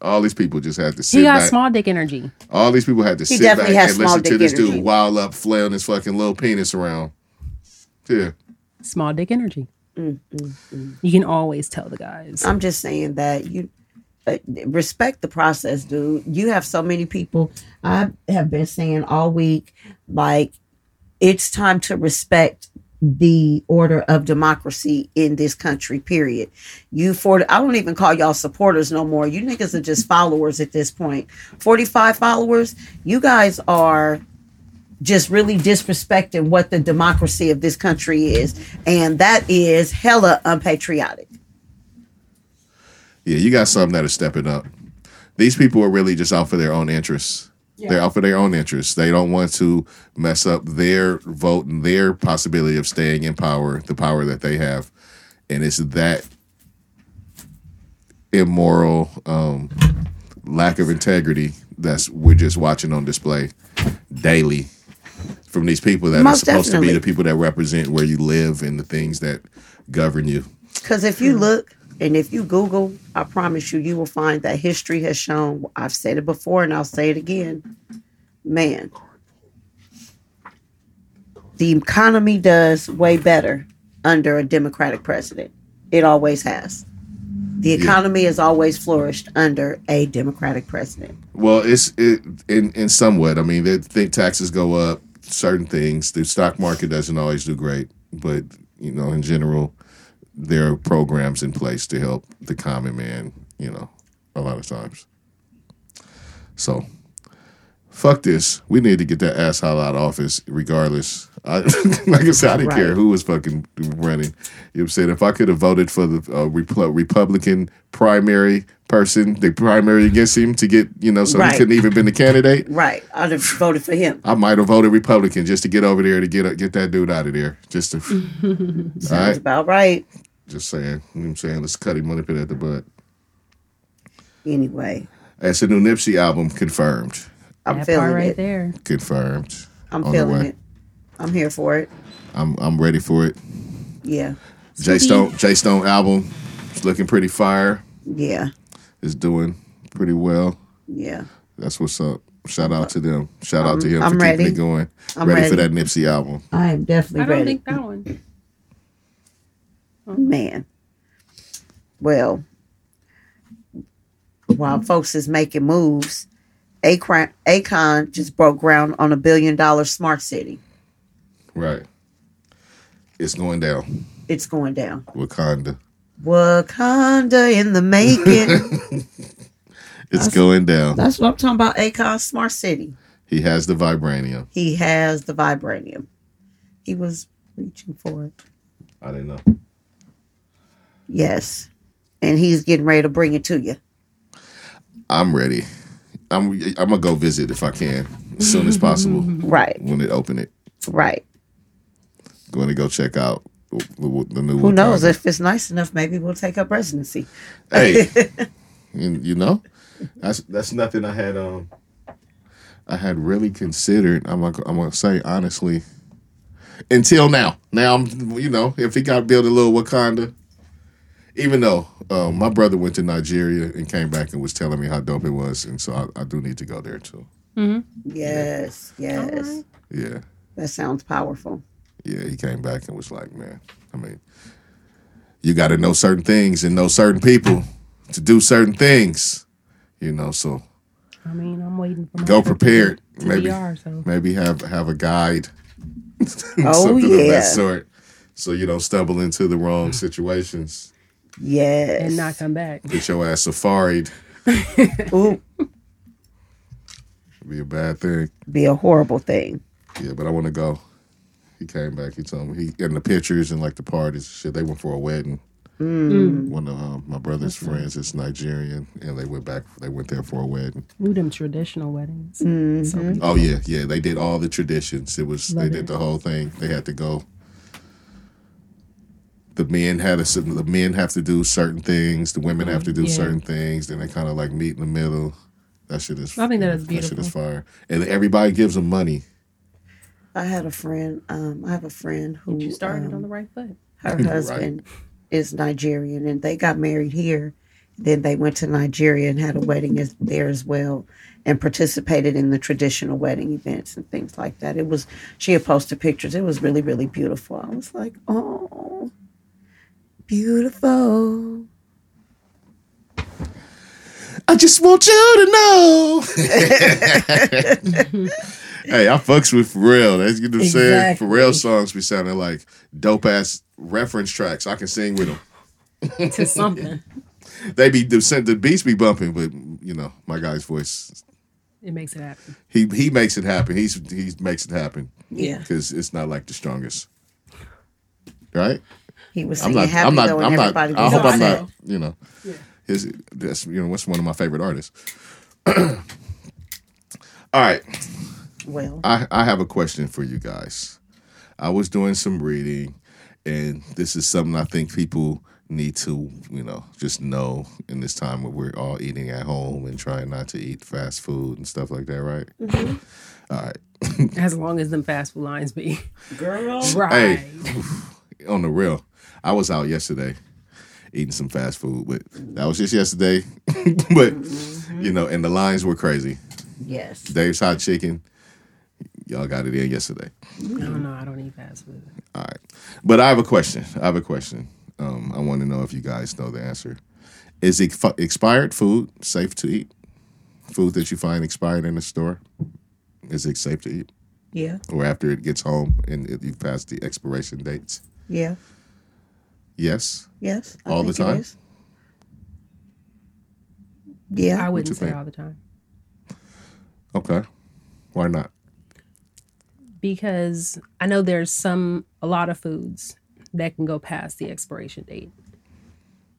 S1: All these people just have to sit
S4: he got
S1: back.
S4: small dick energy.
S1: All these people had to
S2: He
S1: sit back
S2: definitely has
S1: and
S2: small
S1: listen to
S2: dick
S1: this
S2: energy.
S1: dude wild up, flailing his fucking little penis around. Yeah,
S4: Small dick energy.
S2: Mm, mm, mm.
S4: You can always tell the guys.
S2: I'm just saying that you uh, respect the process, dude. You have so many people. I have been saying all week, like, it's time to respect the order of democracy in this country, period. You for I don't even call y'all supporters no more. You niggas are just followers at this point. 45 followers, you guys are just really disrespecting what the democracy of this country is. And that is hella unpatriotic.
S1: yeah. You got some that are stepping up. These people are really just out for their own interests. They're out for their own interests. They don't want to mess up their vote and their possibility of staying in power, the power that they have, and it's that immoral um, lack of integrity that's we're just watching on display daily from these people that are
S2: Most
S1: supposed to
S2: definitely.
S1: be the people that represent where you live and the things that govern you.
S2: Because if
S1: Hmm.
S2: you look and if you Google, I promise you, you will find that history has shown. I've said it before and I'll say it again. Man, the economy does way better under a Democratic president. It always has. The economy has always flourished under a Democratic president.
S1: Well, it's it in in somewhat. I mean, they think taxes go up, certain things. The stock market doesn't always do great, but you know, in general, there are programs in place to help the common man. You know, a lot of times. So, fuck this. We need to get that asshole out of office, regardless. I, like I said, I didn't
S2: Right.
S1: care who was fucking running. You know what I'm saying? If I could have voted for the uh, Repl- Republican primary person, the primary against him to get, you know, so
S2: Right.
S1: he couldn't even been the candidate,
S2: Right. I'd have voted for him.
S1: I might have voted Republican just to get over there to get uh, get that dude out of there. Just
S2: Mm.
S1: to, all
S2: That's
S1: right,
S2: about right.
S1: just saying. You know what I'm saying? Let's cut him up at the butt.
S2: Anyway,
S1: That's a new Nipsey album confirmed.
S2: I'm
S4: that
S2: feeling
S4: part right
S2: it.
S4: there.
S1: Confirmed.
S2: I'm
S1: On the
S2: feeling
S1: way.
S2: it. I'm here for it.
S1: I'm I'm ready for it.
S2: Yeah.
S1: J Stone J Stone album is looking pretty fire.
S2: Yeah.
S1: Is doing pretty well.
S2: Yeah.
S1: That's what's up. Shout out to them. Shout out to him
S2: I'm
S1: for
S2: ready.
S1: keeping it going.
S2: I'm
S1: ready, for that
S2: ready.
S1: Nipsey album.
S2: I am definitely
S4: I
S2: ready.
S4: don't think that one.
S2: Man. Well, while folks is making moves, Akron, Akon just broke ground on a billion dollar smart city.
S1: Right. It's going down.
S2: It's going down.
S1: Wakanda.
S2: Wakanda in the making.
S1: It's going down.
S2: That's what I'm talking about. Akon smart city.
S1: He has the vibranium.
S2: He has the vibranium. He was reaching for it.
S1: I didn't know.
S2: Yes. And he's getting ready to bring it to you.
S1: I'm ready. I'm I'm gonna go visit if I can as soon as possible
S2: Right.
S1: when it open it.
S2: Right.
S1: Going to go check out the, the, the new.
S2: Who knows?
S1: Wakanda.
S2: If it's nice enough, maybe we'll take up residency.
S1: hey, you, you know, that's that's nothing I had um I had really considered. I'm like I'm gonna say honestly, until now. Now I'm you know if he got to build a little Wakanda. Even though uh, my brother went to Nigeria and came back and was telling me how dope it was, and so I, I do need to go there too.
S2: Yes. Yes.
S1: Yeah,
S2: That sounds powerful.
S1: yeah. He came back and was like, "Man, I mean, you got to know certain things and know certain people to do certain things, you know." So
S4: I mean, I'm waiting for my
S1: go
S4: trip
S1: prepared.
S4: To
S1: maybe
S4: DR, so.
S1: maybe have have a guide.
S2: Oh,
S1: something of
S2: yeah.
S1: that sort. So you don't stumble into the wrong situations.
S2: Yes.
S4: and not come back.
S1: Get your ass safaried.
S2: Ooh,
S1: It'd be a bad thing.
S2: be a horrible thing.
S1: Yeah, but I want to go. He came back. He told me he and the pictures and like the parties and shit. They went for a wedding.
S2: Mm.
S1: One of um, my brother's friends is Nigerian, and they went back. They went there for a wedding.
S4: Ooh, them traditional weddings.
S2: Mm.
S4: So beautiful.
S1: Oh yeah, yeah. They did all the traditions. It was they
S4: Love
S1: did
S4: it.
S1: the whole thing. They had to go. the men had a certain- the men have to do certain things, the women have to do
S4: Yeah.
S1: certain things, then they kind of like meet in the middle. That shit is.
S4: I think that is
S1: That shit
S4: beautiful.
S1: is fire, and everybody gives them money.
S2: I had a friend. Um, I have a friend who
S4: You started
S2: um,
S4: on the right foot.
S2: her
S1: Right.
S2: husband is Nigerian, and they got married here. Then they went to Nigeria and had a wedding as, there as well, and participated in the traditional wedding events and things like that. It was she had posted pictures. It was really really beautiful. I was like, oh, beautiful.
S1: I just want you to know. hey, I fucks with Pharrell. That's you know what I'm saying.
S4: Exactly.
S1: Pharrell songs be sounding like dope ass reference tracks. I can sing with them.
S4: to something.
S1: They be the, the beats be bumping, but you know my guy's voice.
S4: It makes it happen.
S1: He he makes it happen. He's he makes it happen
S2: Yeah,
S1: because it's not like the strongest, right?
S2: he was
S1: I'm
S2: singing
S1: not.
S2: happy
S1: I'm not.
S2: though,
S1: I'm
S2: and
S1: not.
S2: everybody
S1: I
S2: was
S1: hope I'm
S2: upset.
S1: not. You know, his that's you know what's one of my favorite artists. All right,
S2: Well,
S1: I I have a question for you guys. I was doing some reading, and this is something I think people need to you know just know in this time where we're all eating at home and trying not to eat fast food and stuff like that, right? All right.
S4: As long as them fast food lines be
S2: girl,
S4: right.
S1: Hey, on the real, I was out yesterday eating some fast food, but that was just yesterday. but you know, and the lines were crazy.
S2: yes,
S1: Dave's hot chicken, y'all got it in yesterday.
S4: I don't know. I don't eat fast food.
S1: All right, but I have a question. I have a question. Um, I want to know if you guys know the answer. Is ex- expired food safe to eat? Food that you find expired in the store, is it safe to eat?
S2: yeah,
S1: Or after it gets home and it, you've passed the expiration dates?
S2: yeah,
S1: Yes.
S2: yes, I
S1: All the
S2: think it
S1: time?
S2: is. Yeah,
S4: I
S1: you
S4: wouldn't say
S1: think?
S4: all the time
S1: Okay. Why not?
S4: because I know there's some a lot of foods that can go past the expiration date.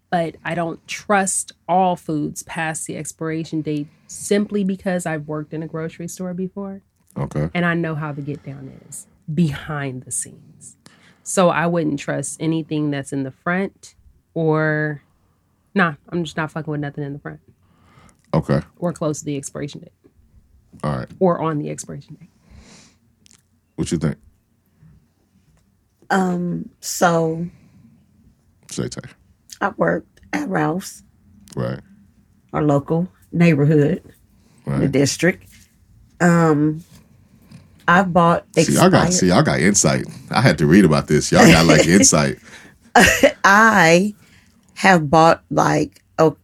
S4: But I don't trust all foods past the expiration date simply because I've worked in a grocery store before.
S1: Okay.
S4: and I know how the get down is behind the scenes. So I wouldn't trust anything that's in the front or nah, I'm just not fucking with nothing in the front
S1: Okay.
S4: or close to the expiration date
S1: All right.
S4: or on the expiration date.
S1: What you think?
S2: um, so
S1: Say Tay.
S2: I worked at Ralph's,
S1: Right.
S2: our local neighborhood, the
S1: Right.
S2: district. Um, I bought
S1: See, y'all got
S2: expired.
S1: see, y'all got insight. I had to read about this. Y'all got like insight.
S2: I have bought like oh,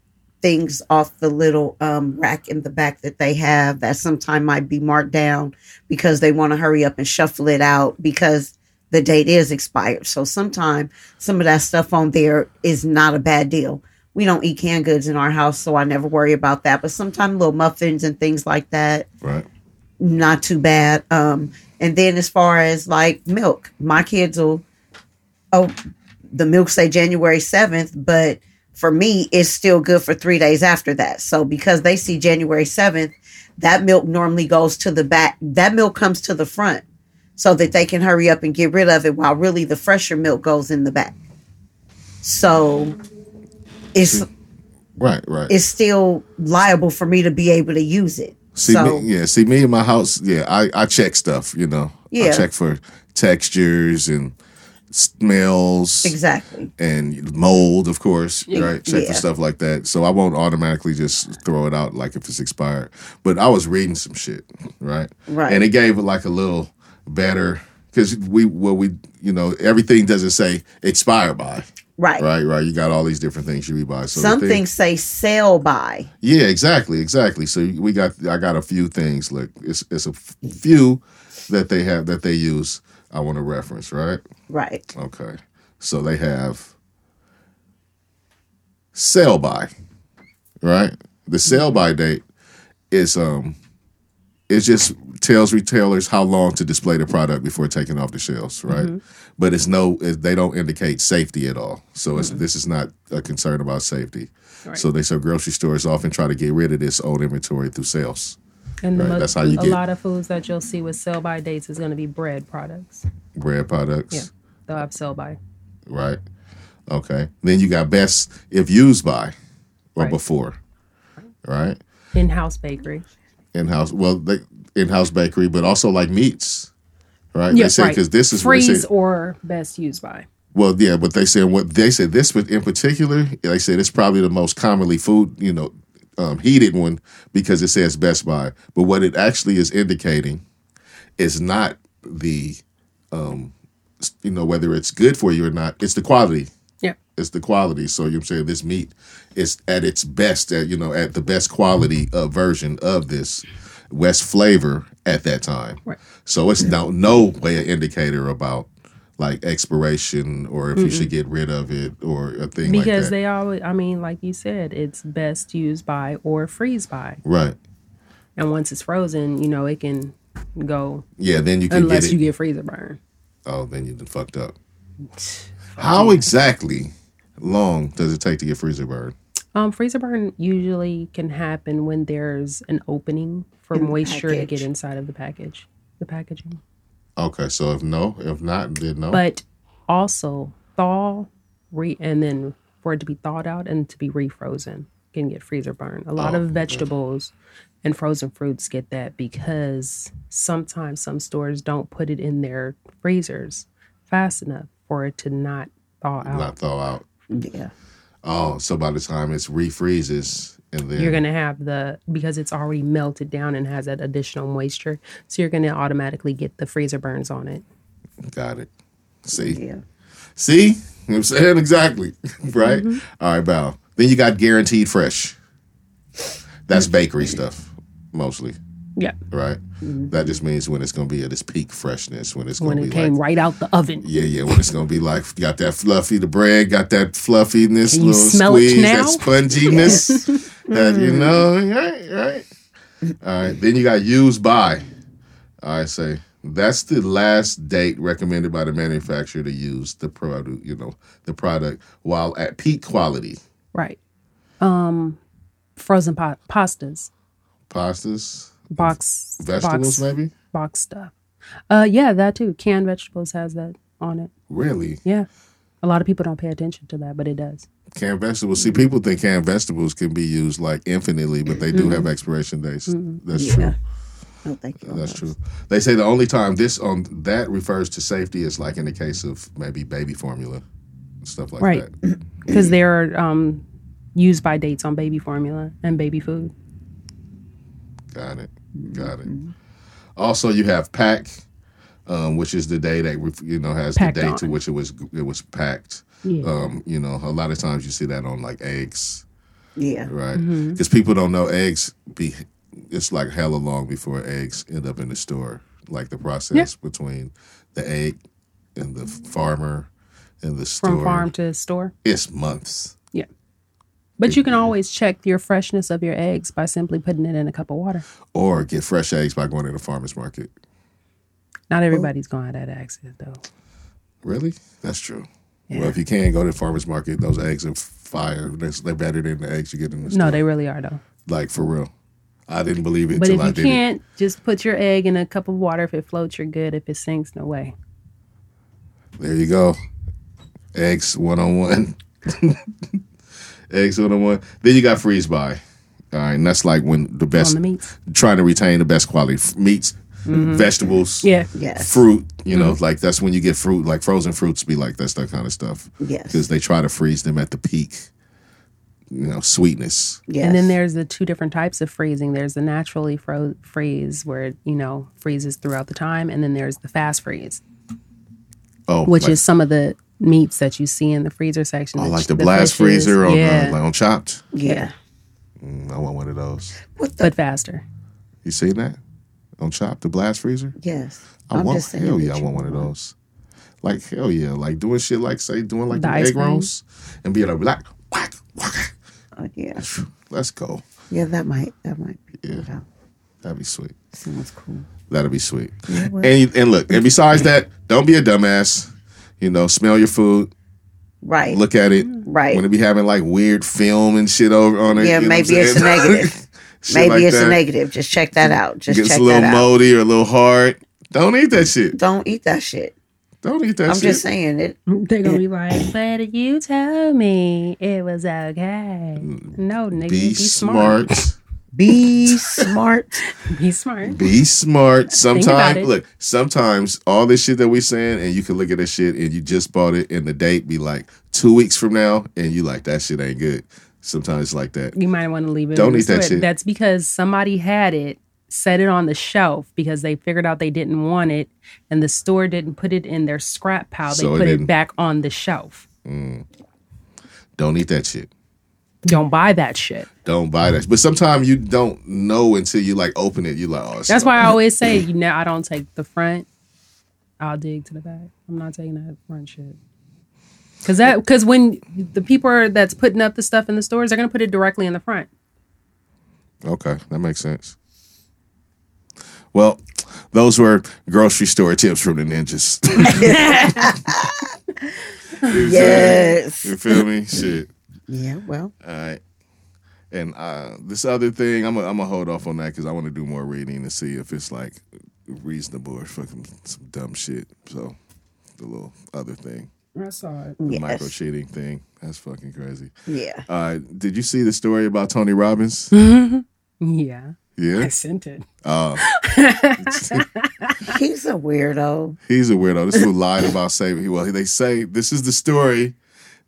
S2: things off the little um, rack in the back that they have that sometime might be marked down because they want to hurry up and shuffle it out because the date is expired. So sometime some of that stuff on there is not a bad deal. We don't eat canned goods in our house, so I never worry about that. But sometimes little muffins and things like that
S1: Right.
S2: not too bad. Um, and then as far as like milk, my kids will, oh, the milk say January 7th, but for me, it's still good for three days after that. So because they see January 7th, that milk normally goes to the back, that milk comes to the front so that they can hurry up and get rid of it while really the fresher milk goes in the back. So it's,
S1: Right. Right.
S2: it's still liable for me to be able to use it.
S1: see me
S2: so,
S1: yeah, see me in my house, yeah, I, I check stuff, you know. I
S2: Yeah.
S1: check for textures and smells
S2: exactly.
S1: and mold, of course, right? Check for
S2: yeah.
S1: stuff like that. So I won't automatically just throw it out like if it's expired. But I was reading some shit, right?
S2: Right.
S1: And it gave it like a little better because we well we you know everything doesn't say expire by,
S2: Right.
S1: right? Right. You got all these different things you read by. So the
S2: Some
S1: thing-
S2: things say sell by.
S1: yeah, exactly, exactly. So we got I got a few things. Look, it's it's a f- few that they have that they use. I want to reference, right?
S2: Right.
S1: Okay. So they have sell by, right? The sell by date is um it just tells retailers how long to display the product before taking off the shelves, right? But it's no it, they don't indicate safety at all. So it's, this is not a concern about safety. So they so grocery stores often try to get rid of this old inventory through sales.
S4: And the
S1: Right,
S4: mo-
S1: that's how you
S4: a
S1: get-
S4: lot of foods that you'll see with sell by dates is going to be bread products.
S1: Bread products,
S4: They'll have sell by.
S1: right? Okay. Then you got best if used by or
S4: Right.
S1: before, right?
S4: in house bakery.
S1: In house, well, they, in house bakery, but also like meats, right?
S4: Yeah,
S1: they say
S4: right.
S1: because this is where they
S4: Freeze
S1: say,
S4: or best used by.
S1: well, yeah, but they said what they said this but in particular, they said it's probably the most commonly food, you know, um, heated one because it says Best Buy, but what it actually is indicating is not the, um, s- you know, whether it's good for you or not. It's the quality.
S4: Yeah.
S1: It's the quality. So you're saying this meat is at its best, at, you know, at the best quality uh, version of this West flavor at that time.
S4: Right.
S1: So it's no no way an indicator about like expiration or if you should get rid of it or a thing like
S4: Because
S1: that.
S4: they always, I mean, like you said, it's best used by or freeze by.
S1: right.
S4: And once it's frozen, you know, it can go
S1: Yeah. Then you can
S4: unless
S1: get it.
S4: you get freezer burn.
S1: oh, then you done fucked up. How exactly long does it take to get freezer burn?
S4: Um, freezer burn usually can happen when there's an opening for
S2: In the
S4: moisture to get
S2: package.
S4: inside of the package, the packaging.
S1: Okay, so if no, if not, then no.
S4: But also thaw, re, and then for it to be thawed out and to be refrozen can get freezer burn. A lot
S1: Oh,
S4: of vegetables and frozen fruits get that because sometimes some stores don't put it in their freezers fast enough for it to not thaw out.
S1: not thaw out.
S2: Yeah.
S1: Oh, so by the time it's refreezes and then
S4: you're going to have the because it's already melted down and has that additional moisture so you're going to automatically get the freezer burns on it
S1: got it. See,
S2: Yeah.
S1: see, you know what I'm saying exactly, right?
S4: Mm-hmm.
S1: All right, Bow. Then you got guaranteed fresh. That's
S4: Mm-hmm.
S1: bakery stuff mostly,
S4: yeah
S1: right? That just means when it's going to be at its peak freshness, when it's going
S4: Mm-hmm. when
S1: to be
S4: it came
S1: like.
S4: right out the oven
S1: Yeah, yeah. When it's gonna be like got that fluffy, the bread got that fluffiness,
S4: Can you
S1: little
S4: smell it
S1: squeeze,
S4: now? Mm.
S1: that sponginess, that you know, right, right. All right. Then you got used by. I say that's the last date recommended by the manufacturer to use the product, you know, the product while at peak quality.
S4: right um frozen pa- pastas
S1: Pastas,
S4: box
S1: vegetables,
S4: box,
S1: maybe.
S4: box stuff uh yeah that too canned vegetables has that on it
S1: Really,
S4: yeah a lot of people don't pay attention to that but it does
S1: canned vegetables. See, people think canned vegetables can be used like infinitely, but they do have expiration dates. That's true.
S2: No, thank you.
S1: That's true. They say the only time this on that refers to safety is like in the case of maybe baby formula, stuff like
S4: Right.
S1: that. Mm.
S4: because there are um used by dates on baby formula and baby food
S1: Got it. Got it. Also, you have pack, um, which is the day that ref- you know has
S4: Packed
S1: the date
S4: on.
S1: to which it was it was packed.
S4: Yeah.
S1: Um, you know, a lot of times you see that on like eggs,
S2: Yeah.
S1: right?
S4: Mm-hmm.
S1: Because people don't know eggs be it's like hella long before eggs end up in the store. Like the process between the egg and the farmer and the store.
S4: from farm to store
S1: it's months.
S4: Yeah. But you can always check your freshness of your eggs by simply putting it in a cup of water.
S1: Or get fresh eggs by going to the farmer's market.
S4: Not everybody's going to have that access though.
S1: Really? That's true. Well, if you can go to the farmer's market, those eggs are fire. They're, they're better than the eggs you get in the store.
S4: No, they really are though.
S1: like for real. I didn't believe it
S4: But
S1: till
S4: if
S1: I
S4: you
S1: did it.
S4: can't, just put your egg in a cup of water. If it floats, you're good. If it sinks, no way.
S1: There you go. Eggs one on one. Eggs one on one. Then you got freeze by. All right, and that's like when the
S4: On
S1: best
S4: the meats. Mm-hmm.
S1: trying to retain the best quality f- meats, vegetables,
S4: Yeah.
S2: Yes.
S1: fruit. You know,
S4: Mm-hmm.
S1: like that's when you get fruit, like frozen fruits, be like that's that kind of stuff.
S2: Yes.
S1: because they try to freeze them at the peak, you know, sweetness.
S2: Yes.
S4: And then there's the two different types of freezing. There's the naturally fro- freeze where it, you know, freezes throughout the time. And then there's the fast freeze,
S1: Oh,
S4: which
S1: like,
S4: is some of the meats that you see in the freezer section.
S1: oh,
S4: that
S1: like
S4: sh-
S1: the, blast
S4: fishes.
S1: freezer on
S4: yeah,
S1: uh, like on Chopped.
S2: Yeah.
S1: Mm, I want one of those.
S2: What the?
S4: but faster.
S1: You seen that on Chopped? The blast freezer.
S2: yes.
S1: I want hell
S2: that
S1: yeah, I
S2: you
S1: want one of those. Like hell yeah, like doing shit like say doing like
S4: The
S1: the
S4: ice
S1: egg
S4: cream?
S1: rolls and being like whack whack whack.
S2: Oh, yeah.
S1: Let's go.
S2: Yeah. That might. That might. Be, yeah.
S1: That'd be sweet.
S2: Sounds cool.
S1: That'd be sweet.
S2: it would.
S1: And and look, and besides that, don't be a dumbass. You know, smell your food,
S2: Right.
S1: look at it.
S2: right.
S1: When it be having like weird film and shit over on it. you
S2: Yeah,
S1: know what
S2: maybe
S1: I'm
S2: it's a
S1: saying?
S2: negative.
S1: Shit
S2: Maybe
S1: like
S2: it's
S1: that.
S2: a negative. Just check that out. Just
S1: Gets
S2: check
S1: a little
S2: that out.
S1: moldy or a little hard. Don't eat that shit.
S2: Don't eat that shit.
S1: Don't eat that
S2: I'm
S1: shit.
S2: just saying it.
S3: They're gonna be like,
S4: But you told me it was okay. No, nigga,
S1: be,
S4: be,
S1: smart.
S4: smart.
S2: Be smart.
S4: Be smart.
S1: Be smart.
S4: about
S1: Sometimes
S4: it.
S1: look, sometimes all this shit that we saying, and you can look at this shit and you just bought it and the date be like two weeks from now, and you like that shit ain't good. Sometimes it's like that.
S4: You might want to leave it.
S1: Don't
S4: in
S1: eat that
S4: the
S1: shit.
S4: That's because somebody had it, set it on the shelf because they figured out they didn't want it, and the store didn't put it in their scrap pile. They
S1: So it
S4: put
S1: didn't-
S4: it back on the shelf.
S1: Don't eat that shit.
S4: Don't buy that shit.
S1: Don't buy that. But sometimes you don't know until you like open it. You like, oh, it's
S4: That's why I always say, you know, I don't take the front. I'll dig to the back. I'm not taking that front shit. Cause that, cause when the people are, that's putting up the stuff in the stores, they're gonna put it directly in the front.
S1: Okay, that makes sense. Well, those were grocery store tips from the ninjas.
S2: Yes.
S1: you feel me? Shit.
S2: Yeah. Well,
S1: All right. And uh, this other thing, I'm gonna I'm gonna hold off on that because I want to do more reading to see if it's like reasonable or fucking some dumb shit. So the little other thing,
S3: I saw it.
S1: the
S2: Yes.
S1: micro cheating thing, that's fucking crazy.
S2: yeah.
S1: Uh, did you see the story about Tony Robbins?
S2: Mm-hmm.
S4: Yeah.
S1: yeah.
S3: I sent it.
S1: Uh,
S2: He's a weirdo.
S1: He's a weirdo. This fool lied about saving. Well, they say this is the story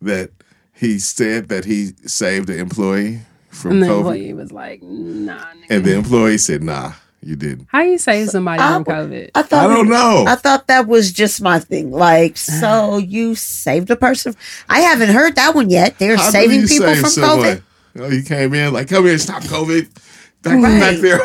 S1: that he said that he saved an employee from
S4: And the
S1: COVID,
S4: employee was like, Nah. Nigga.
S1: and the employee said, "Nah, you didn't."
S4: How you save somebody
S2: I-
S4: from COVID?
S2: I
S1: I
S2: thought.
S1: don't know.
S2: I thought that was just my thing. Like,
S4: Uh.
S2: so you saved a person. I haven't heard that one yet. They're
S1: How do
S2: saving
S1: you
S2: people
S1: save
S2: from
S1: someone?
S2: COVID.
S1: Oh, he came in like, "Come here, stop COVID." Back,
S2: Right.
S1: back there.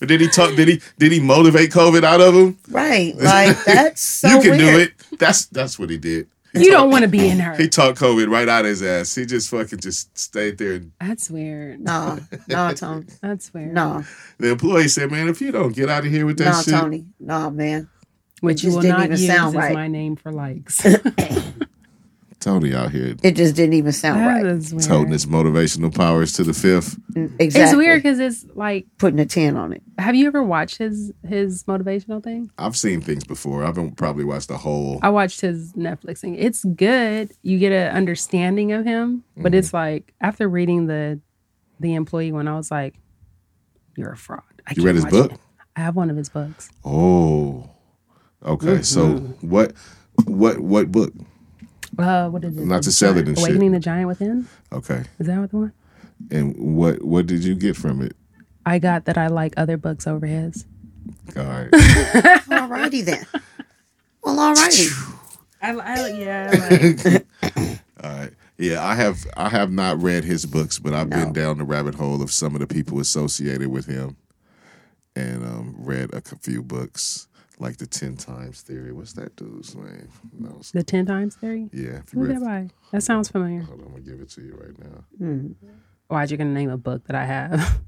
S1: But did he talk? Did he did he motivate COVID out of him?
S2: Right. Like that's so
S1: you can
S2: weird.
S1: do it. That's that's what he did.
S4: you don't want to be in her.
S1: He talked COVID right out of his ass. He just fucking just stayed there and
S4: That's weird.
S2: No, no, Tony.
S4: That's weird.
S2: No,
S1: The employee said, "Man, if you don't get out of here with that
S2: no,
S1: shit,
S2: Tony. No, man. It
S4: Which you
S2: just
S4: will
S2: didn't
S4: not
S2: even
S4: use
S2: sound
S4: as
S2: right.
S4: my name for likes.
S1: Tony out here
S2: It just didn't even sound
S4: that
S2: right.
S4: is weird.
S1: It's holding its motivational powers to the fifth.
S2: Exactly.
S4: Uh, It's weird because it's like,
S2: Putting a ten on it.
S4: have you ever watched his his motivational thing?
S1: I've seen things before. I've been probably watched the whole.
S4: I watched his Netflix thing. It's good. You get an understanding of him, but
S1: Mm-hmm.
S4: it's like after reading the the employee one, I was like, "You're a fraud." I
S1: You read his
S4: can't watch
S1: book?
S4: it. I have one of his books.
S1: Oh, okay. So what, what, what book?
S4: Uh, what is it?
S1: Not to sell it and shit.
S4: Awakening the Giant Within.
S1: Okay,
S4: Is that what the one?
S1: and what, what did you get from it?
S4: I got that I like other books over his.
S1: All right,
S2: Alrighty then. Well, alrighty.
S4: I, yeah.
S1: all right. Yeah, I have I have not read his books, but I've been
S2: No.
S1: down the rabbit hole of some of the people associated with him, and um, read a c- few books like the Ten Times Theory. What's that dude's name? That was-
S4: the Ten Times Theory.
S1: yeah, if you
S4: Who
S1: read,
S4: did I buy? That sounds familiar.
S1: hold on, I'm gonna give it to you right now.
S4: Why'd you gonna name a book that I have?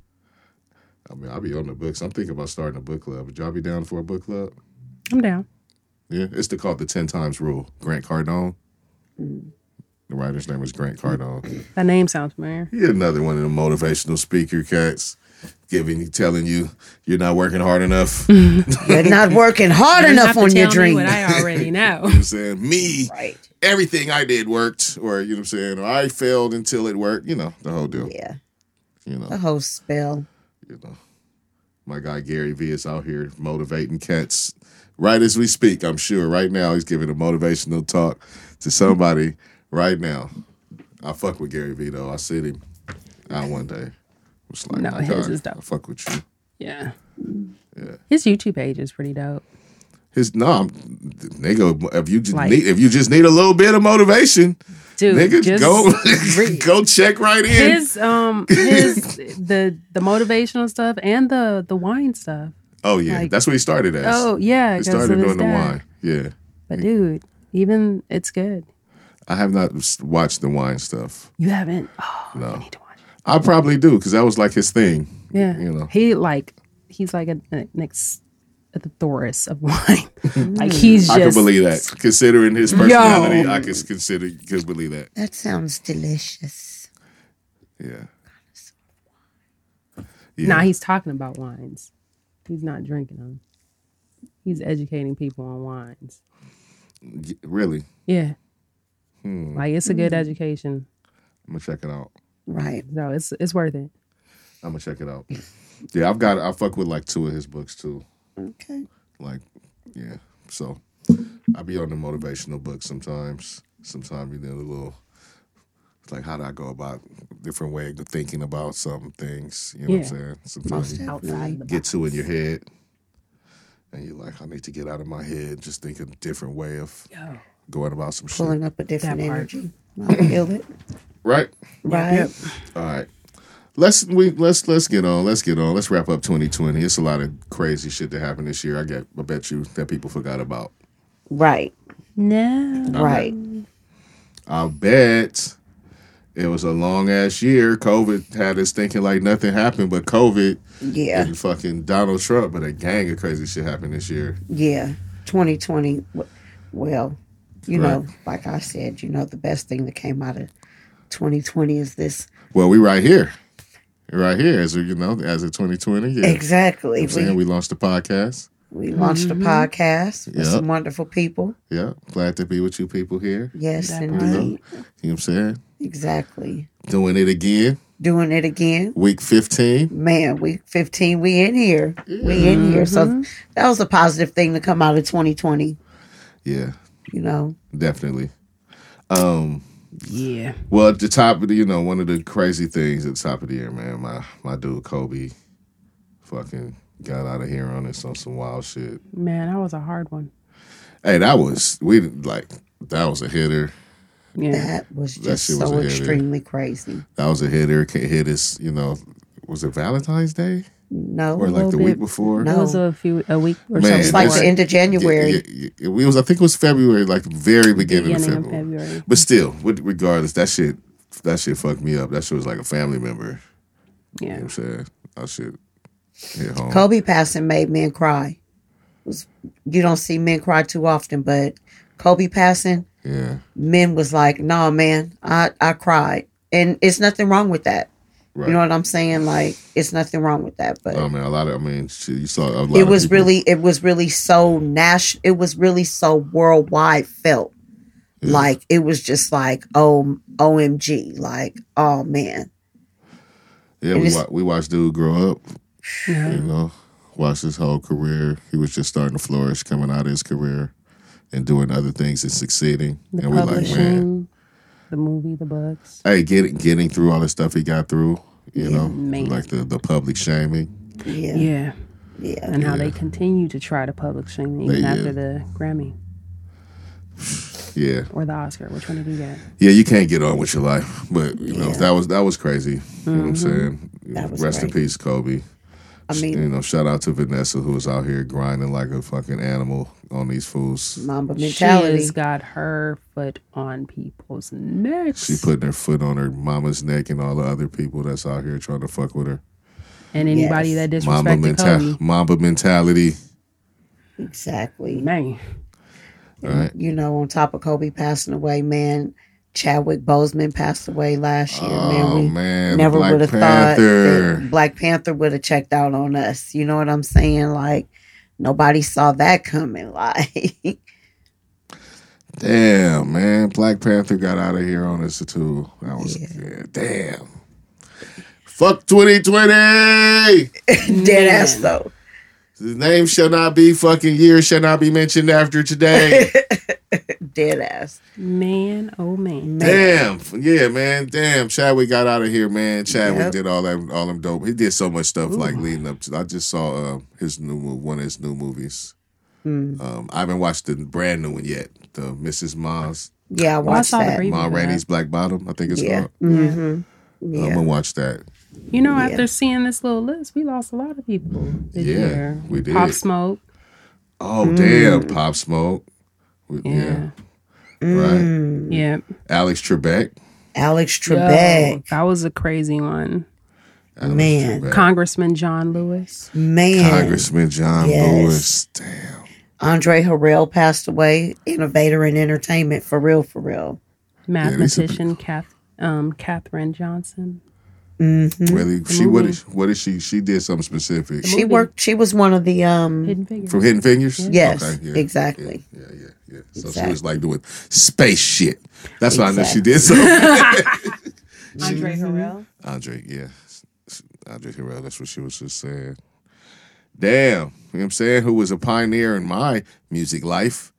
S1: I mean, I'll be on the books. I'm thinking about starting a book club. Would y'all be down for a book club?
S4: I'm down.
S1: Yeah, it's the, called the Ten Times Rule. Grant Cardone. The writer's name was Grant Cardone.
S4: That name sounds familiar.
S1: He another one of the motivational speaker cats, giving you, telling you you're not working hard enough. you know
S2: You're not working hard
S4: You don't
S2: enough
S4: have to
S2: on your
S4: tell me
S2: dream.
S4: What I already know.
S1: what I'm saying me,
S2: right.
S1: everything I did worked, or you know what I'm saying, or I failed until it worked. You know the whole deal.
S2: Yeah.
S1: You know,
S2: The whole spell.
S1: you know. My guy Gary Vee is out here motivating cats right as we speak, I'm sure. Right now, he's giving a motivational talk to somebody right now. I fuck with Gary Vee, though. I see him out one day. It's like,
S4: No,
S1: my
S4: his
S1: God,
S4: is dope.
S1: I fuck with you.
S4: Yeah. His YouTube page is pretty dope.
S1: His no, I'm, nigga. If you just
S4: Like-
S1: need, if you just need a little bit of motivation,
S4: Dude,
S1: nigga,
S4: just
S1: go
S4: read.
S1: go check right in.
S4: His um his the the motivational stuff and the the wine stuff.
S1: oh yeah,
S4: like-
S1: that's what he started as.
S4: Oh yeah,
S1: he
S4: 'cause
S1: started
S4: of his
S1: doing the
S4: dad.
S1: wine. Yeah,
S4: But dude, even it's good.
S1: I have not s- watched the wine stuff.
S4: You haven't. Oh, you need to watch. it.
S1: I probably do because that was like his thing.
S4: Yeah,
S1: You know.
S4: he like he's like an an ex the Thoris of wine. like he's just
S1: I can believe that. Considering his personality,
S4: Yo.
S1: I can consider could believe that.
S2: That sounds delicious.
S1: Yeah. Yeah.
S4: Nah, he's talking about wines. He's not drinking them. He's educating people on wines.
S1: Y- Really?
S4: Yeah,
S1: Hmm.
S4: like it's a good education.
S1: I'm gonna check it out.
S2: Right.
S4: No, it's it's worth it.
S1: I'm gonna check it out. Yeah, I've got. I fuck with like two of his books too.
S2: Okay.
S1: Like, yeah. So I be on the motivational books sometimes. Sometimes you know the little. It's like how do I go about different way of thinking about some things? You know what I'm saying? Sometimes you
S2: Outside the
S1: get
S2: box.
S1: to in your head, and you're like, I need to get out of my head. Just think a different way of
S4: Yo,
S1: going about some shit.
S2: pulling up a different
S4: That part.
S2: energy. I feel it.
S1: Right.
S2: Right.
S1: All right. Let's we let's let's get on. Let's get on. Let's wrap up 2020. It's a lot of crazy shit that happened this year. I get I bet you that people forgot about.
S2: Right.
S4: no,
S1: Uh-huh.
S2: Right.
S1: I bet it was a long ass year. COVID had us thinking like nothing happened, but COVID
S2: Yeah.
S1: and fucking Donald Trump, but a gang of crazy shit happened this year.
S2: Yeah. 2020. w- Well, you
S1: Right.
S2: know, like I said, you know, the best thing that came out of 2020 is this.
S1: Well, we right here. Right here, as a, you know, as of 2020. Yeah.
S2: Exactly.
S1: I'm saying
S2: we,
S1: we launched the podcast.
S2: we launched
S4: Mm-hmm.
S2: a podcast with
S1: Yeah.
S2: some wonderful people.
S1: Yeah. Glad to be with you people here.
S2: Yes,
S4: That part.
S2: indeed.
S1: You know what I'm saying?
S2: Exactly.
S1: Doing it again.
S2: Doing it again.
S1: Week 15.
S2: Man, week 15, we in here. We in here.
S4: Mm-hmm.
S2: So that was a positive thing to come out of 2020,
S1: Yeah,
S2: you know.
S1: definitely. Um,
S4: yeah,
S1: well, at the top of the, you know, one of the crazy things at the top of the year, man, my my dude Kobe fucking got out of here on us on some wild shit.
S4: man, that was a hard one.
S1: Hey, that was we didn't like that was a hitter.
S4: Yeah,
S2: That was
S1: That
S2: just
S1: shit was
S2: so
S1: a hit, yeah.
S2: extremely crazy.
S1: That was a hitter. Can't hit us, you know. Was it Valentine's Day
S2: No.
S1: or like
S4: little
S1: the week
S4: bit.
S1: before?
S2: No.
S4: it was a few a week or
S1: Man,
S2: It's
S4: something.
S2: like
S1: that's-
S2: the end of January.
S1: Yeah, yeah, yeah. it was. I think it was February, like the very beginning,
S4: beginning
S1: of
S4: of
S1: February.
S4: February.
S1: But still, with- regardless, that shit, that shit fucked me up. That shit was like a family member. You
S4: Yeah,
S1: know what I'm saying? I should hit home.
S2: Kobe passing made men cry. It was- you don't see men cry too often, but Kobe passing,
S1: Yeah,
S2: men was like, "Nah, man, I I cried," and it's nothing wrong with that.
S1: right.
S2: You know what I'm saying? Like, it's nothing wrong with that. But
S1: I mean, a lot of. I mean, shit, you saw a lot.
S2: it
S1: of
S2: was
S1: people-
S2: really, it was really so national. It was really so worldwide felt. Like it was just like, oh, OMG! Like, oh man,
S1: Yeah,
S2: it
S1: we,
S2: is-
S1: wa- we watched dude grow up.
S4: yeah.
S1: You know, watched his whole career. He was just starting to flourish, coming out of his career, and doing other things and succeeding.
S4: the
S1: and man,
S4: publishing, the movie, the books.
S1: hey, getting getting through all the stuff he got through. You know,
S4: man.
S1: like the the public shaming.
S2: yeah, yeah,
S4: Yeah, and how they continue to try to public shame even
S1: They- yeah.
S4: after the Grammy
S1: Yeah,
S4: or the Oscar. Which one did you get?
S1: yeah, you can't get on with your life. But you know, that was that was crazy. You know what I'm saying?
S2: Mm-hmm. That was
S1: Rest in
S2: crazy.
S1: peace, Kobe.
S2: I mean,
S1: you know, shout out to Vanessa who was out here grinding like a fucking animal on these fools.
S2: Mamba
S4: She
S2: mentality.
S4: has got her foot on people's necks,
S1: She putting her foot on her mama's neck and all the other people that's out here trying to fuck with her.
S4: and anybody
S2: Yes.
S4: that
S1: Mamba
S4: disrespected
S1: mentality.
S4: Kobe,
S1: Mamba mentality.
S2: Exactly.
S4: man,
S1: Right.
S2: you know, on top of Kobe passing away, man, Chadwick Boseman passed away last year. man,
S1: Oh
S2: we
S1: man,
S2: never would
S1: Black
S2: have thought
S1: Panther.
S2: that Black Panther would have checked out on us. You know what I'm saying? Like nobody saw that coming. Like
S1: Damn, man. Black Panther got out of here on us too. That was
S2: Yeah.
S1: yeah, damn. Fuck 2020.
S2: dead ass though.
S1: The name shall not be fucking year shall not be mentioned after today.
S2: Dead ass.
S4: man, oh man,
S1: Damn, yeah, man, damn. Chadwick got out of here, man. Chadwick
S2: Yep.
S1: did all that, all them dope. He did so much stuff like leading up to. I just saw uh, his new mo- one of his new movies.
S2: mm,
S1: Um, I haven't watched the brand new one yet. The Mrs. Ma's
S2: Yeah, I
S4: I
S2: watched
S4: saw the
S2: that.
S4: preview
S1: Ma
S4: for that.
S1: Rainey's Black Bottom. I think it's
S2: Yeah.
S1: called. Uh,
S2: Mm-hmm.
S1: I'm
S2: Yeah.
S1: gonna watch that.
S4: You know, after seeing this little list, we lost a lot of people. This
S1: Yeah,
S4: year.
S1: we did.
S4: Pop Smoke.
S1: Oh
S2: Mm.
S1: damn, Pop Smoke. We-
S4: Yeah.
S1: Yeah,
S2: Mm.
S1: right.
S4: Yeah.
S1: Alex Trebek.
S2: Alex
S4: Yo,
S2: Trebek.
S4: that was a crazy one.
S1: Alex
S2: Man.
S1: Trebek.
S4: Congressman John Lewis.
S2: Man.
S1: Congressman John
S2: Yes.
S1: Lewis. Damn.
S2: Andre Harrell passed away, innovator in entertainment, for real, for real.
S1: these are
S4: Mathematician Kath, um, Catherine Johnson.
S2: Mm-hmm.
S1: Really, she what is what is she? She did something specific
S2: She worked. She was one of the um.
S4: Hidden Figures.
S1: from Hidden Fingers.
S2: Yes,
S1: yeah,
S2: exactly.
S1: Yeah, yeah, yeah. yeah. So she was
S2: Exactly.
S1: like doing space shit. That's why I know she did something.
S5: Andre Harrell.
S1: Andre, yeah. Andre Harrell, that's what she was just saying. Damn. You know what I'm saying? Who was a pioneer in my music life.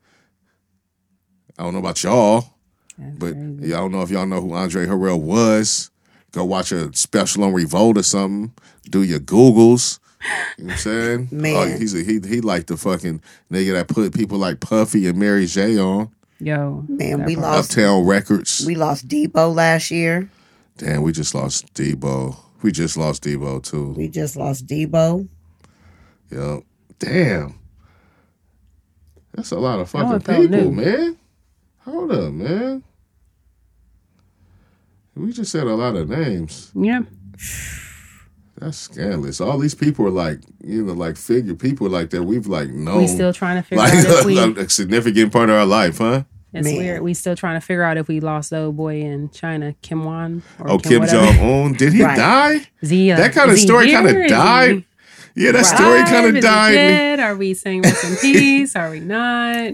S1: I don't know about y'all, but y'all don't know if y'all know who Andre Harrell was. Go watch a special on Revolt or something. Do your Googles. You know what I'm saying?
S2: Man.
S1: Oh, he's a, he he like the fucking nigga that put people like Puffy and Mary J on.
S3: Yo.
S2: Man,
S3: that
S2: we
S3: part.
S2: lost.
S1: Uptown Records.
S2: We lost Debo last year.
S1: Damn, we just lost Debo. We just lost Debo too.
S2: We just lost Debo.
S1: Yep. Damn. That's a lot of fucking
S3: it felt
S1: people,
S3: new.
S1: man. Hold up, man. We just said a lot of names.
S3: Yeah.
S1: That's scandalous. All these people are like, you know, like figure people like that we've like known.
S4: We still trying to figure
S1: Oh. like
S4: out if we.
S1: a, a significant part of our life, huh?
S4: it's
S2: Man.
S4: weird. We still trying to figure out if we lost the old boy in China, Kim Wan. Or
S1: Oh, Kim
S4: whatever.
S1: Jong Un. Did he
S2: Right.
S1: die?
S4: Is he, uh,
S1: That kind of
S4: is he
S1: story
S4: here?
S1: kind
S4: Is
S1: of
S4: he
S1: died. Yeah, that story
S4: alive?
S1: kind
S4: Is
S1: of
S4: he
S1: died.
S4: dead? Are we saying rest in peace? Are we not?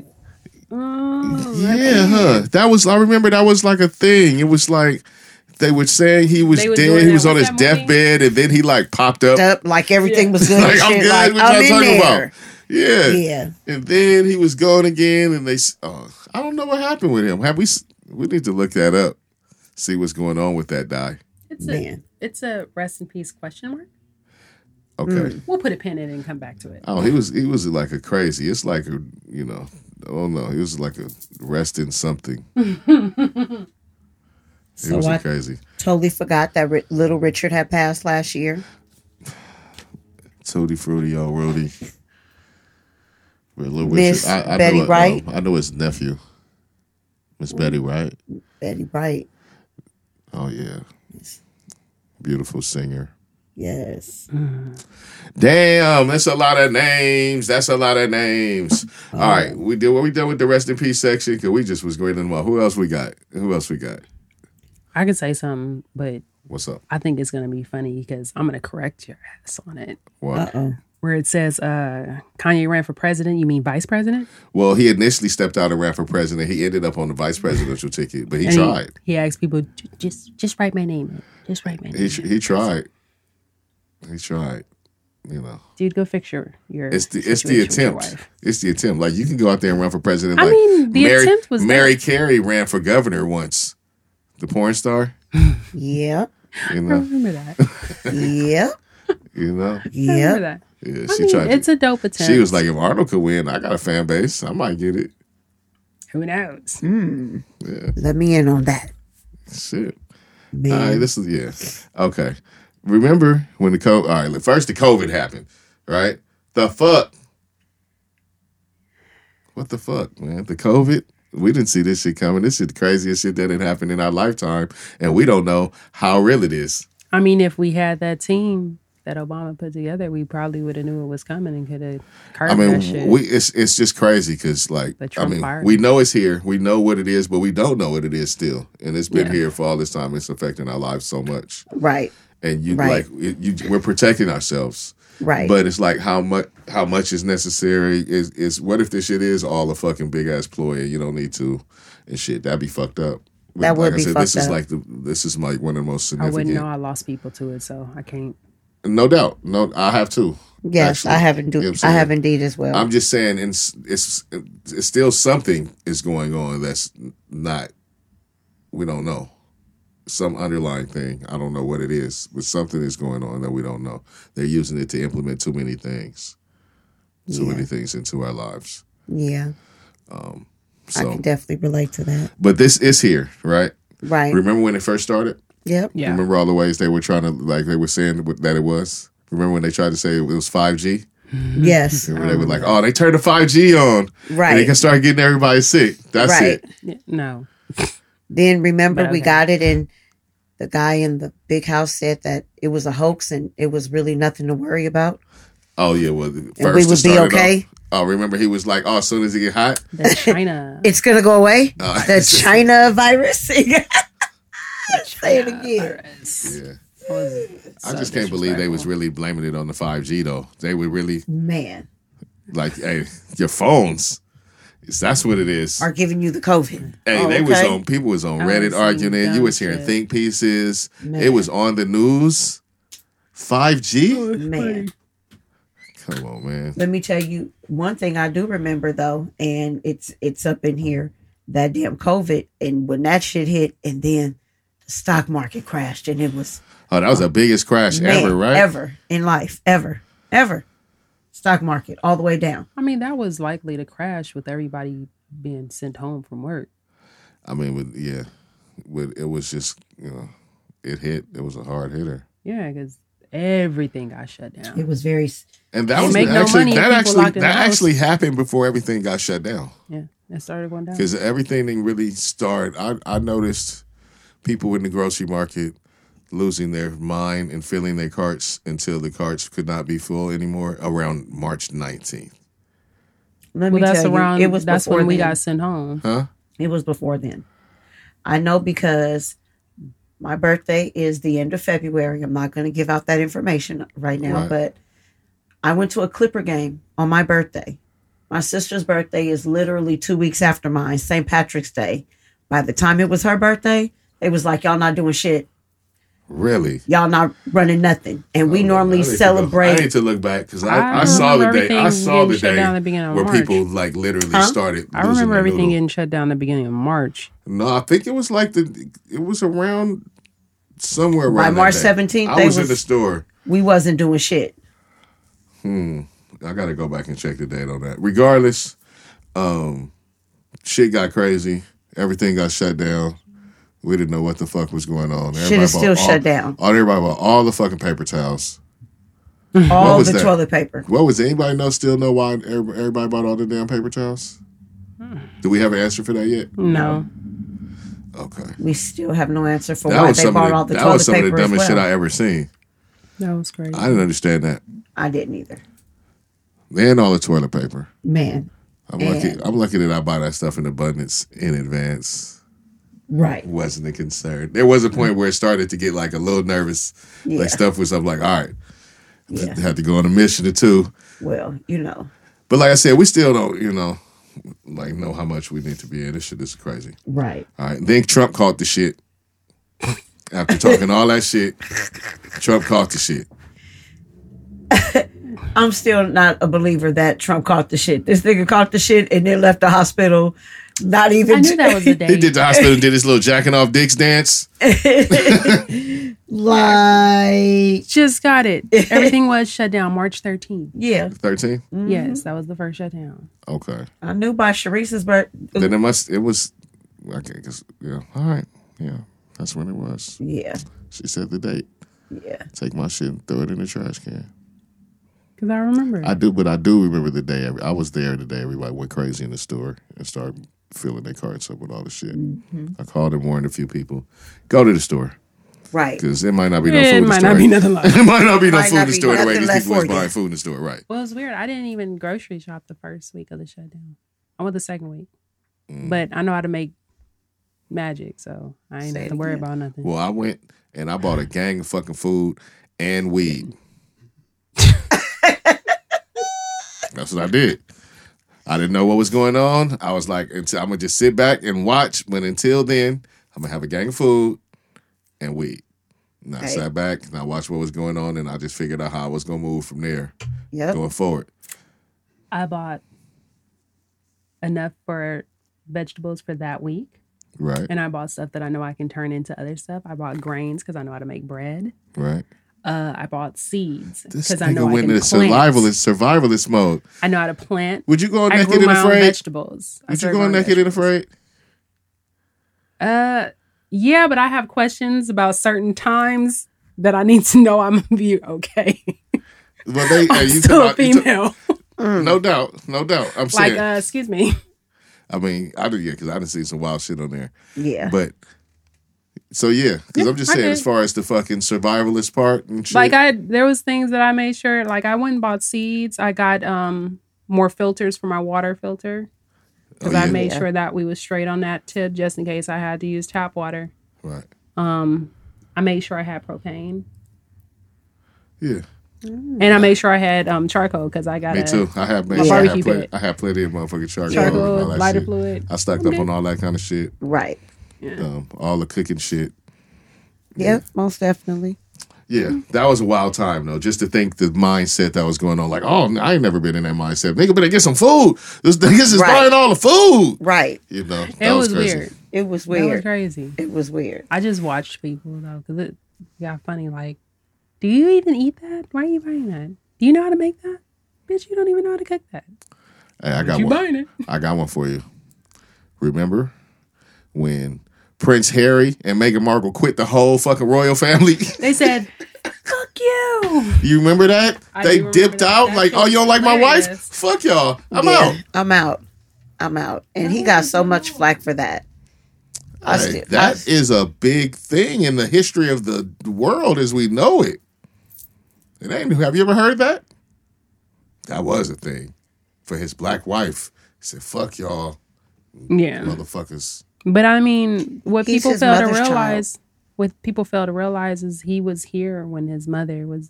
S4: Oh,
S1: Yeah, huh? That was I remember that was like a thing. It was like they were saying he was
S4: They were doing
S1: dead, he
S4: that-
S1: was on
S4: what's
S1: his
S4: that movie?
S1: deathbed, and then he like popped up.
S2: Up like everything was good.
S1: Like
S2: and
S1: I'm
S2: shit,
S1: good.
S2: like,
S1: what y'all
S2: I'm in
S1: talking
S2: there.
S1: about? Yeah.
S2: Yeah.
S1: And then he was gone again, and they. s- Oh, I don't know what happened with him. Have we? s- We need to look that up. See what's going on with that guy.
S4: It's a,
S2: Man.
S4: it's a rest in peace question mark.
S1: Okay.
S2: Mm.
S4: We'll put a pin in it and come back to it.
S1: Oh, he was. He was like a crazy. It's like a. You know. Oh no, he was like a rest in something. It
S2: So
S1: was
S2: I-
S1: crazy.
S2: Totally forgot that Ri- little Richard had passed last year.
S1: Tootie Fruity Old Rudy. With Little
S2: Miss
S1: Richard. I, I
S2: Betty
S1: know it,
S2: Wright.
S1: um, I know his nephew. Miss Betty Wright.
S2: Betty Bright.
S1: Oh yeah. Beautiful singer.
S2: Yes.
S1: Damn, that's a lot of names. That's a lot of names.
S2: Uh-huh.
S1: All right, we did what we done with the rest in peace section because we just was great in Who else we got? Who else we got?
S4: I could say something, but
S1: What's up?
S4: I think it's gonna be funny because I'm gonna correct your ass on it.
S1: What?
S2: Oh.
S4: Where it says uh, Kanye ran for president, you mean vice president?
S1: Well, he initially stepped out and ran for president. He ended up on the vice presidential ticket, but he
S4: And
S1: tried.
S4: He, he asked people, "J- just just write my name. in. Just write my name.
S1: He
S4: in."
S1: he tried. He tried. You know.
S4: Dude, go fix your your.
S1: It's the it's the
S4: situation with your
S1: attempt.
S4: wife.
S1: It's the attempt. Like you can go out there and run for president.
S4: I
S1: like
S4: mean, the
S1: Mary,
S4: attempt was
S1: Mary Carey ran for governor once, the porn star.
S2: Yep.
S1: You
S4: I
S1: know,
S4: remember that. I
S2: Yep.
S1: you know.
S2: Yep.
S4: remember that.
S1: Yeah,
S4: I
S1: she
S4: mean,
S1: tried.
S4: it's
S1: to,
S4: a dope attempt.
S1: she was like, if Arnold could win, I got a fan base. I might get it.
S4: who knows?
S2: Mm. Let me in on that.
S1: Shit.
S2: Man.
S1: All right, this is yeah. Okay. Remember when the COVID? All right, look, first the COVID happened, right? The fuck. What the fuck, man? The COVID. We didn't see this shit coming. This is the craziest shit that had happened in our lifetime, and we don't know how real it is.
S4: I mean, if we had that team that Obama put together, we probably would have knew it was coming and could have
S1: I
S4: carved that shit.
S1: mean, we it's it's just crazy because like
S4: But
S1: I
S4: Trump
S1: mean,
S4: fired
S1: we
S4: him.
S1: know it's here, we know what it is, but we don't know what it is still, and it's been
S4: Yeah.
S1: here for all this time. It's affecting our lives so much,
S2: Right.
S1: and you
S2: Right.
S1: like it, you, we're protecting ourselves.
S2: Right.
S1: But it's like how much how much is necessary is is what if this shit is all a fucking big ass ploy and you don't need to and shit that'd be fucked up.
S2: That
S1: Like
S2: would
S1: I
S2: be
S1: said, This
S2: fucked
S1: is
S2: up.
S1: like the this is like one of the most
S4: I wouldn't
S1: significant.
S4: know. I lost people to it, so I can't.
S1: No doubt, no, I have too.
S2: yes, I
S1: actually,
S2: have indeed.
S1: you know what I'm
S2: I
S1: saying?
S2: have indeed as well.
S1: I'm just saying, and it's, it's it's still something is going on that's not. We don't know some underlying thing. I don't know what it is, but something is going on that we don't know. They're using it to implement too many things, too many things into our lives.
S2: yeah. I
S1: So,
S2: can definitely relate to that.
S1: but this is here, right?
S2: Right.
S1: Remember when it first started?
S2: yep.
S4: Yeah.
S1: Remember all the ways they were trying to like they were saying what- that it was. Remember when they tried to say it was five G?
S2: Yes.
S1: Remember they were like, "Oh, they turned the five G on, mm-hmm, and they
S2: Um, Right.
S1: can start getting everybody sick." That's
S2: Right.
S1: it.
S4: Yeah, No,
S2: Then remember
S4: But
S2: we
S4: okay.
S2: got it and the guy in the big house said that it was a hoax and it was really nothing to worry about.
S1: Oh yeah, well, the
S2: And
S1: first
S2: we
S1: to
S2: would be
S1: start it
S2: okay.
S1: off- Oh, remember he was like, "Oh, as soon as it get hot,
S4: the China.
S2: It's gonna go away.
S1: Uh,
S2: the China virus. Say it again.
S4: virus.
S1: yeah." I just can't believe they was really blaming it on the 5G though. They were really
S2: Man,
S1: like, hey, your phones. It's- That's what it is.
S2: are giving you the COVID.
S1: Hey,
S2: Oh,
S1: they was
S2: okay.
S1: on people was on
S4: I
S1: Reddit
S4: was
S1: arguing it. You
S4: dumb
S1: was hearing
S4: shit.
S1: think pieces. It
S2: Man.
S1: was on the news. 5G?
S2: Man.
S1: Come on, man.
S2: Let me tell you one thing I do remember though, and it's it's up in here that damn COVID, and when that shit hit, and then the stock market crashed, and it was
S1: Oh, that was the biggest crash
S2: man,
S1: ever, right?
S2: Ever in life, ever, ever, stock market all the way down.
S4: I mean, that was likely to crash with everybody being sent home from work.
S1: I mean, with, yeah, with, it was just you know, it hit. It was a hard hitter,
S4: Yeah, because everything got shut
S2: It
S4: down.
S2: was very s-
S1: and that
S4: They
S1: was
S4: make no
S1: actually
S4: money if
S1: that
S4: people
S1: actually
S4: locked in
S1: that
S4: the house.
S1: actually happened before everything got shut down
S4: Yeah, it started going down.
S1: because everything didn't really start. I I noticed people in the grocery market losing their mind and filling their carts until the carts could not be full anymore around March 19th.
S2: Let
S4: Well,
S2: me
S4: that's
S2: tell
S4: around.
S2: you, it was
S4: that's
S2: before
S4: when we
S2: then.
S4: got sent home.
S1: Huh?
S2: It was before then. I know because my birthday is the end of February. I'm not going to give out that information right now,
S1: Right.
S2: but I went to a Clipper game on my birthday. My sister's birthday is literally two weeks after mine, St. Patrick's Day. By the time it was her birthday, it was like, y'all not doing shit.
S1: Really?
S2: Y'all not running nothing. And we
S1: Oh,
S2: normally
S1: I need to go- I need
S2: celebrate.
S1: to look back because I, I,
S4: I
S1: saw the
S4: remember
S1: day. I
S4: everything
S1: saw the
S4: getting shut
S1: day
S4: down at the beginning of
S1: where
S4: March.
S1: people like literally
S2: Huh?
S1: started.
S4: I
S1: losing
S4: remember
S1: their
S4: everything
S1: noodle.
S4: getting shut down the beginning of March.
S1: No, I think it was like the. It was around somewhere around
S2: By
S1: that
S2: March
S1: day.
S2: 17th,
S1: I
S2: they
S1: was, in
S2: was-
S1: the store.
S2: We wasn't doing shit.
S1: I gotta go back and check the date on that. Regardless, um, shit got crazy. Everything got shut down. We didn't know what the fuck was going on.
S2: Shit is
S1: bought
S2: still
S1: all-
S2: shut down.
S1: All, everybody bought all the fucking paper towels.
S2: All
S1: was
S2: the
S1: that?
S2: toilet paper.
S1: What was anybody know still know why everybody everybody bought all the damn paper towels? Do we have an answer for that yet?
S4: No,
S1: Okay.
S2: We still have no answer for
S1: That
S2: why
S1: was
S2: they
S1: some
S2: bought all
S1: of the,
S2: the
S1: that was some
S2: toilet
S1: of the
S2: paper as
S1: dumbest shit I
S2: well.
S1: ever seen.
S4: that was crazy.
S1: I didn't understand that.
S2: I didn't either.
S1: And all the toilet paper.
S2: Man,
S1: I'm lucky.
S2: And-
S1: I'm lucky that I buy that stuff in abundance in advance.
S2: right.
S1: wasn't a concern. There was a point where it started to get like a little nervous.
S2: Mm-hmm. Yeah.
S1: Like stuff was I'm like, all right,
S2: Yeah.
S1: had to go on a mission or two.
S2: Well, you know,
S1: But like I said, we still don't, you know, like know how much we need to be in. This shit is crazy.
S2: right.
S1: All right. Then Trump caught the shit. After talking all that shit, Trump caught the shit.
S2: I'm still not a believer that Trump caught the shit. This nigga caught the shit and then left the hospital. Not even.
S4: I knew that was the day.
S1: He did the hospital and did his little jacking off dicks dance.
S2: like.
S4: Just got it. Everything was shut down March 13th.
S2: Yeah,
S1: 13?
S2: Mm-hmm.
S4: Yes, that was the first shutdown.
S1: Okay.
S2: I knew by Sharice's birth.
S1: Then it must, it was, okay, because, yeah. All right. Yeah. That's when it was.
S2: Yeah,
S1: She said the date.
S2: yeah.
S1: Take my shit and throw it in the trash can.
S4: Because I remember.
S1: I do, but I do remember the day. every- I was there the day everybody went crazy in the store and started filling their carts up with all the shit.
S4: Mm-hmm.
S1: I called and warned a few people, go to the store
S2: Right.
S1: because it might not be no
S4: it
S1: food in the
S4: might
S1: store.
S4: not be nothing like
S1: it might not be no
S2: Might
S1: food
S2: not
S1: in the
S2: be
S1: store the way
S2: nothing
S1: these
S2: left
S1: people was
S2: for you.
S1: buying food in the store, right?
S4: Well, it's weird. I didn't even grocery shop the first week of the shutdown. I went the second week,
S1: Mm.
S4: but I know how to make magic, so I ain't
S2: Say
S4: have
S2: it
S4: to worry
S2: again.
S4: about nothing.
S1: Well, I went and I bought a gang of fucking food and weed. That's what I did. I didn't know what was going on. I was like, until, I'm gonna just sit back and watch. But until then, I'm gonna have a gang of food and weed. And I
S2: Right.
S1: sat back and I watched what was going on, and I just figured out how I was gonna move from there
S2: Yep.
S1: going forward.
S4: I bought enough for vegetables for that week,
S1: Right,
S4: and I bought stuff that I know I can turn into other stuff. I bought grains because I know how to make bread.
S1: right.
S4: Uh, I bought seeds
S1: This
S4: because I know
S1: nigga
S4: I
S1: went
S4: can
S1: into
S4: plant.
S1: survivalist survivalist mode.
S4: I know how to plant.
S1: Would you go
S4: I
S1: naked
S4: grew
S1: and
S4: my own
S1: afraid?
S4: vegetables. I
S1: Would you
S4: serve
S1: go
S4: my own
S1: naked and
S4: vegetables.
S1: afraid?
S4: Uh, yeah, but I have questions about certain times that I need to know I'm gonna be okay.
S1: Well, they,
S4: I'm
S1: hey, you
S4: still a
S1: talk- you talk-
S4: female.
S1: No doubt, no doubt. I'm
S4: Hmm. like,
S1: saying.
S4: uh, excuse me.
S1: I mean, I did yeah, because I didn't see some wild shit on there.
S2: Yeah.
S1: But so yeah, because I'm just
S4: I
S1: saying,
S4: did.
S1: as far as the fucking survivalist part and shit,
S4: Like, I there was things that I made sure. Like, I went and bought seeds. I got um more filters for my water filter because
S1: Oh,
S4: I
S1: yeah.
S4: made
S2: Yeah.
S4: sure that we was straight on that tip just in case I had to use tap water.
S1: right.
S4: Um, I made sure I had propane,
S1: Yeah,
S4: and I made sure I had um, charcoal because I got
S1: me
S4: a
S1: too. I have made
S4: My
S1: sure I have,
S4: barbecue
S1: plenty,
S4: pit.
S1: I have plenty of motherfucking charcoal,
S4: charcoal
S1: and all that
S4: lighter
S1: shit.
S4: fluid.
S1: I stocked up on all that kind of shit,
S2: Right.
S1: um, all the cooking shit.
S2: Yep, most definitely.
S1: Yeah,
S4: Mm-hmm.
S1: that was a wild time though. Just to think the mindset that was going on, like, oh, I ain't never been in that mindset. Nigga, better get some food. This niggas is
S2: Right.
S1: buying all the food.
S2: Right.
S1: You know, that
S4: It was,
S1: crazy.
S4: weird.
S2: It was
S4: That was
S2: weird.
S4: crazy.
S2: it was weird.
S4: I just watched people though because it got funny. Like, do you even eat that? Why are you buying that? Do you know how to make that? Bitch, you don't even know how to cook that.
S1: Hey, I got
S4: You
S1: one.
S4: buying it?
S1: I got one for you. Remember when Prince Harry and Meghan Markle quit the whole fucking royal family?
S4: They said, "Fuck you."
S1: you remember that?
S4: I
S1: they
S4: do remember
S1: dipped
S4: that.
S1: out
S4: That
S1: like,
S4: shit
S1: oh, you don't
S4: was
S1: like my wife?
S4: hilarious.
S1: Fuck y'all. I'm
S2: Yeah,
S1: out.
S2: I'm out. I'm out. And he got so much flack for that. I
S1: Hey,
S2: still- I-
S1: that is a big thing in the history of the world as we know it. It ain't. Have you ever heard that? That was a thing for his black wife. He said, "Fuck y'all,
S4: Yeah,
S1: motherfuckers."
S4: but I mean, what
S2: He's
S4: people
S2: his
S4: fail to
S2: mother's child.
S4: realize, what people fail to realize, is he was here when his mother was,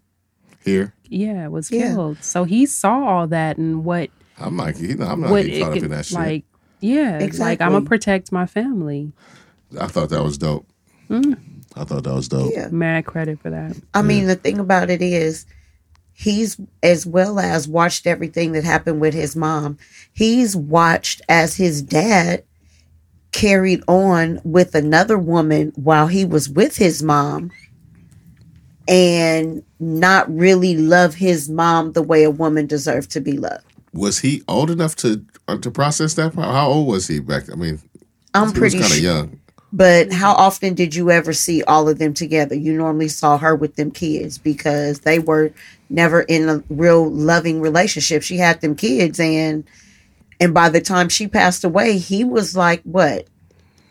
S1: Here,
S4: yeah, was
S2: Yeah.
S4: killed. So he saw all that and what
S1: I'm not. You know, I'm not
S4: what
S1: getting caught
S4: it
S1: up in that shit.
S4: like. Yeah, like I'm
S2: Exactly.
S4: gonna protect my family.
S1: I thought that was dope.
S4: Mm.
S1: I thought that was dope.
S2: Yeah.
S4: Mad credit for that.
S2: I mean, the thing about it is, he's as well as watched everything that happened with his mom. He's watched as his dad carried on with another woman while he was with his mom and not really love his mom the way a woman deserved to be loved.
S1: Was he old enough to uh, to process that? part? How old was he back? I mean,
S2: I'm
S1: he was
S2: pretty
S1: kind of
S2: sure.
S1: young. Mm-hmm.
S2: But how often did you ever see all of them together? You normally saw her with them kids because they were never in a real loving relationship. She had them kids and and by the time she passed away, he was like what?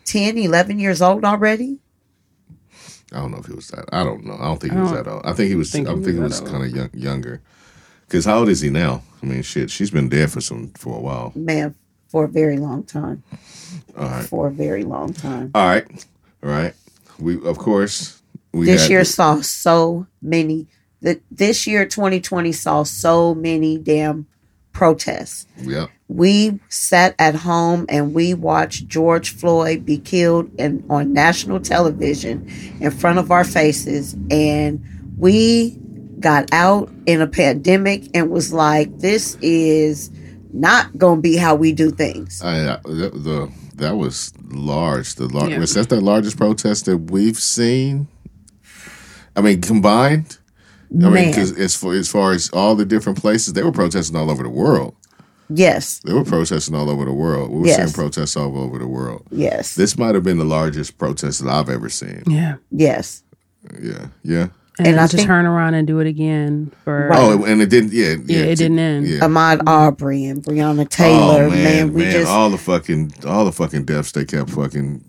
S2: 10, 11 years old already?
S1: I don't know if he was that. I don't know. I don't think
S4: I
S1: he was
S4: don't
S1: that old. I think he was.
S4: think
S1: I
S4: he was
S1: think he
S4: that
S1: was
S4: old.
S1: kind of young, younger. Because how old is he now? I mean, shit, she's been dead for some for a while.
S2: Man, for a very long time.
S1: All right,
S2: For a very long time.
S1: all right, all right. We of course we
S2: this
S1: had-
S2: year saw so many the, this year 2020 saw so many damn protests.
S1: Yeah,
S2: we sat at home and we watched George Floyd be killed and on national television in front of our faces and we got out in a pandemic and was like this is not going to be how we do things.
S1: I, I, the, the that was large. The lar-
S4: Yeah.
S1: was that the largest protest that we've seen. I mean, combined. I mean,
S2: Man.
S1: 'cause as far, as far as all the different places, they were protesting all over the world.
S2: Yes.
S1: They were protesting all over the world. We were
S2: Yes.
S1: seeing protests all over the world.
S2: Yes.
S1: This might have been the largest protest that I've ever seen.
S4: Yeah.
S2: yes.
S1: Yeah, yeah.
S2: And
S4: And, then
S2: I
S4: to
S2: think-
S4: turn around and do it again for
S1: Oh, and it didn't. Yeah, yeah.
S4: it didn't end.
S1: Yeah.
S2: Ahmad Aubrey and Breonna Taylor,
S1: oh man,
S2: man, we
S1: man,
S2: just
S1: all the fucking, all the fucking deaths they kept fucking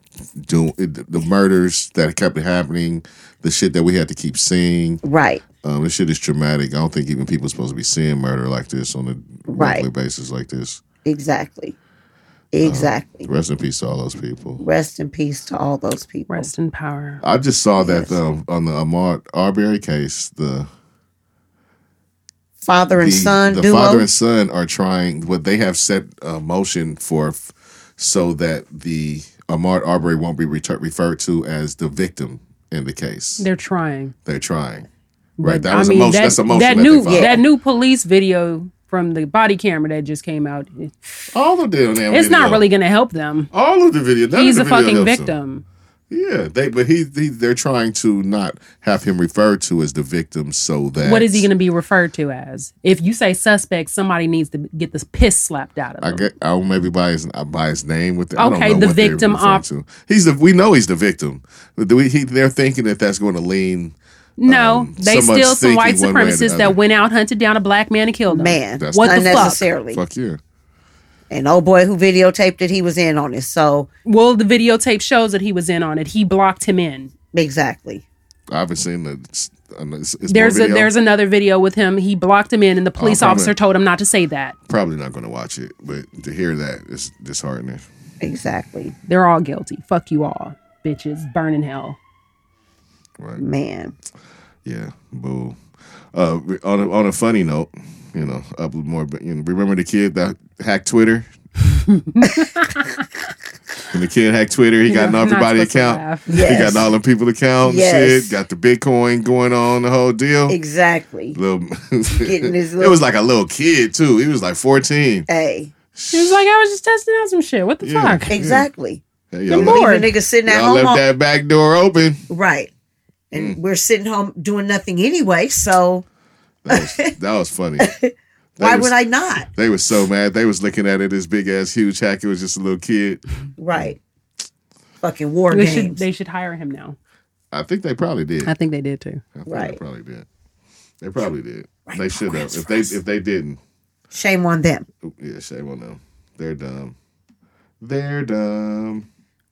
S1: doing, the the murders that kept happening, the shit that we had to keep seeing.
S2: right.
S1: Um, this shit is traumatic. I don't think even people are supposed to be seeing murder like this on a
S2: Right.
S1: regular basis like this.
S2: Exactly.
S1: Oh.
S2: Exactly.
S1: Rest in peace to all those people.
S2: Rest in peace to all those people.
S4: rest in power.
S1: I just saw that um, on the Ahmad Arbery case, the
S2: Father and
S1: the,
S2: son
S1: the
S2: duo.
S1: father and son are trying what they have set a motion for f- so that the Ahmad Arbery won't be retur referred to as the victim in the case. They're,
S4: They're trying.
S1: trying. Right.
S4: But,
S1: That was a motion. that's a motion that, they
S4: new
S1: filed.
S4: that new police video from the body camera that just came out. It's
S1: All of them. damn video.
S4: not really going to help them.
S1: all of the video. none of
S4: He's
S1: the
S4: a
S1: video
S4: fucking
S1: helps them.
S4: victim.
S1: Yeah, they but he, he they're trying to not have him referred to as the victim so that
S4: What is he going to be referred to as? If you say suspect, somebody needs to get this piss slapped out of
S1: I
S4: them.
S1: get I don't maybe by his by his name with the, I don't
S4: Um, Okay,
S1: know
S4: the
S1: what they're
S4: victim
S1: referring
S4: op-
S1: to. He's the we know he's the victim. But we, he, they're thinking that that's going to lean
S4: no,
S1: um,
S4: they
S1: someone's
S4: still some white
S1: thinking one way or the
S4: supremacists
S1: other.
S4: that went out hunted down a black man and killed him.
S2: man
S1: That's-
S4: What the fuck?
S2: unnecessarily
S1: fuck you.
S2: and oh boy who videotaped it he was in on it so
S4: Well, the videotape shows that he was in on it. He blocked him in.
S2: exactly
S1: I haven't seen the. It's, uh, it's more
S4: There's a
S1: video.
S4: there's another video with him. He blocked him in, and the police
S1: probably.
S4: officer told him not to say that.
S1: probably not going to watch it, but to hear that is disheartening.
S2: exactly
S4: They're all guilty. Fuck you all, bitches. Burn in hell.
S1: right.
S2: Man,
S1: Yeah, boo. Uh, re- on a, on a funny note, you know, up more. But you know, remember the kid that hacked Twitter. when the kid hacked Twitter, he got an
S4: I'm not
S1: everybody
S4: supposed to
S1: account.
S4: laugh.
S1: He got
S2: Yes.
S1: an all the people account.
S2: Yes.
S1: Shit, got the Bitcoin going on the whole deal.
S2: exactly.
S1: Little,
S2: Getting his
S1: it
S2: little-
S1: was like a little kid too. He was like fourteen.
S2: Hey,
S4: She was like, I was just testing out some shit. What the
S1: Yeah.
S4: fuck?
S2: exactly.
S1: Hey,
S2: You
S1: y'all,
S2: leave
S1: left,
S2: a nigga sitting at
S1: Hmm. y'all
S2: home,
S1: left
S2: on-
S1: that Hmm. back door open.
S2: right? And we're sitting home doing nothing anyway. So
S1: That was, that was funny.
S2: why
S1: They was-
S2: would I not?
S1: They were so mad. They was looking at it as big ass huge hack. It was just a little kid.
S2: Right. Fucking war
S4: They should,
S2: games.
S4: they should hire him now.
S1: I think they probably did.
S4: I think they did too.
S1: I think They
S2: Right.
S1: probably did. They probably did.
S2: Right,
S1: they should have.
S2: programs
S1: If
S2: for
S1: they
S2: us.
S1: if they didn't,
S2: Shame on them.
S1: oop, yeah, shame on them. They're dumb. They're dumb.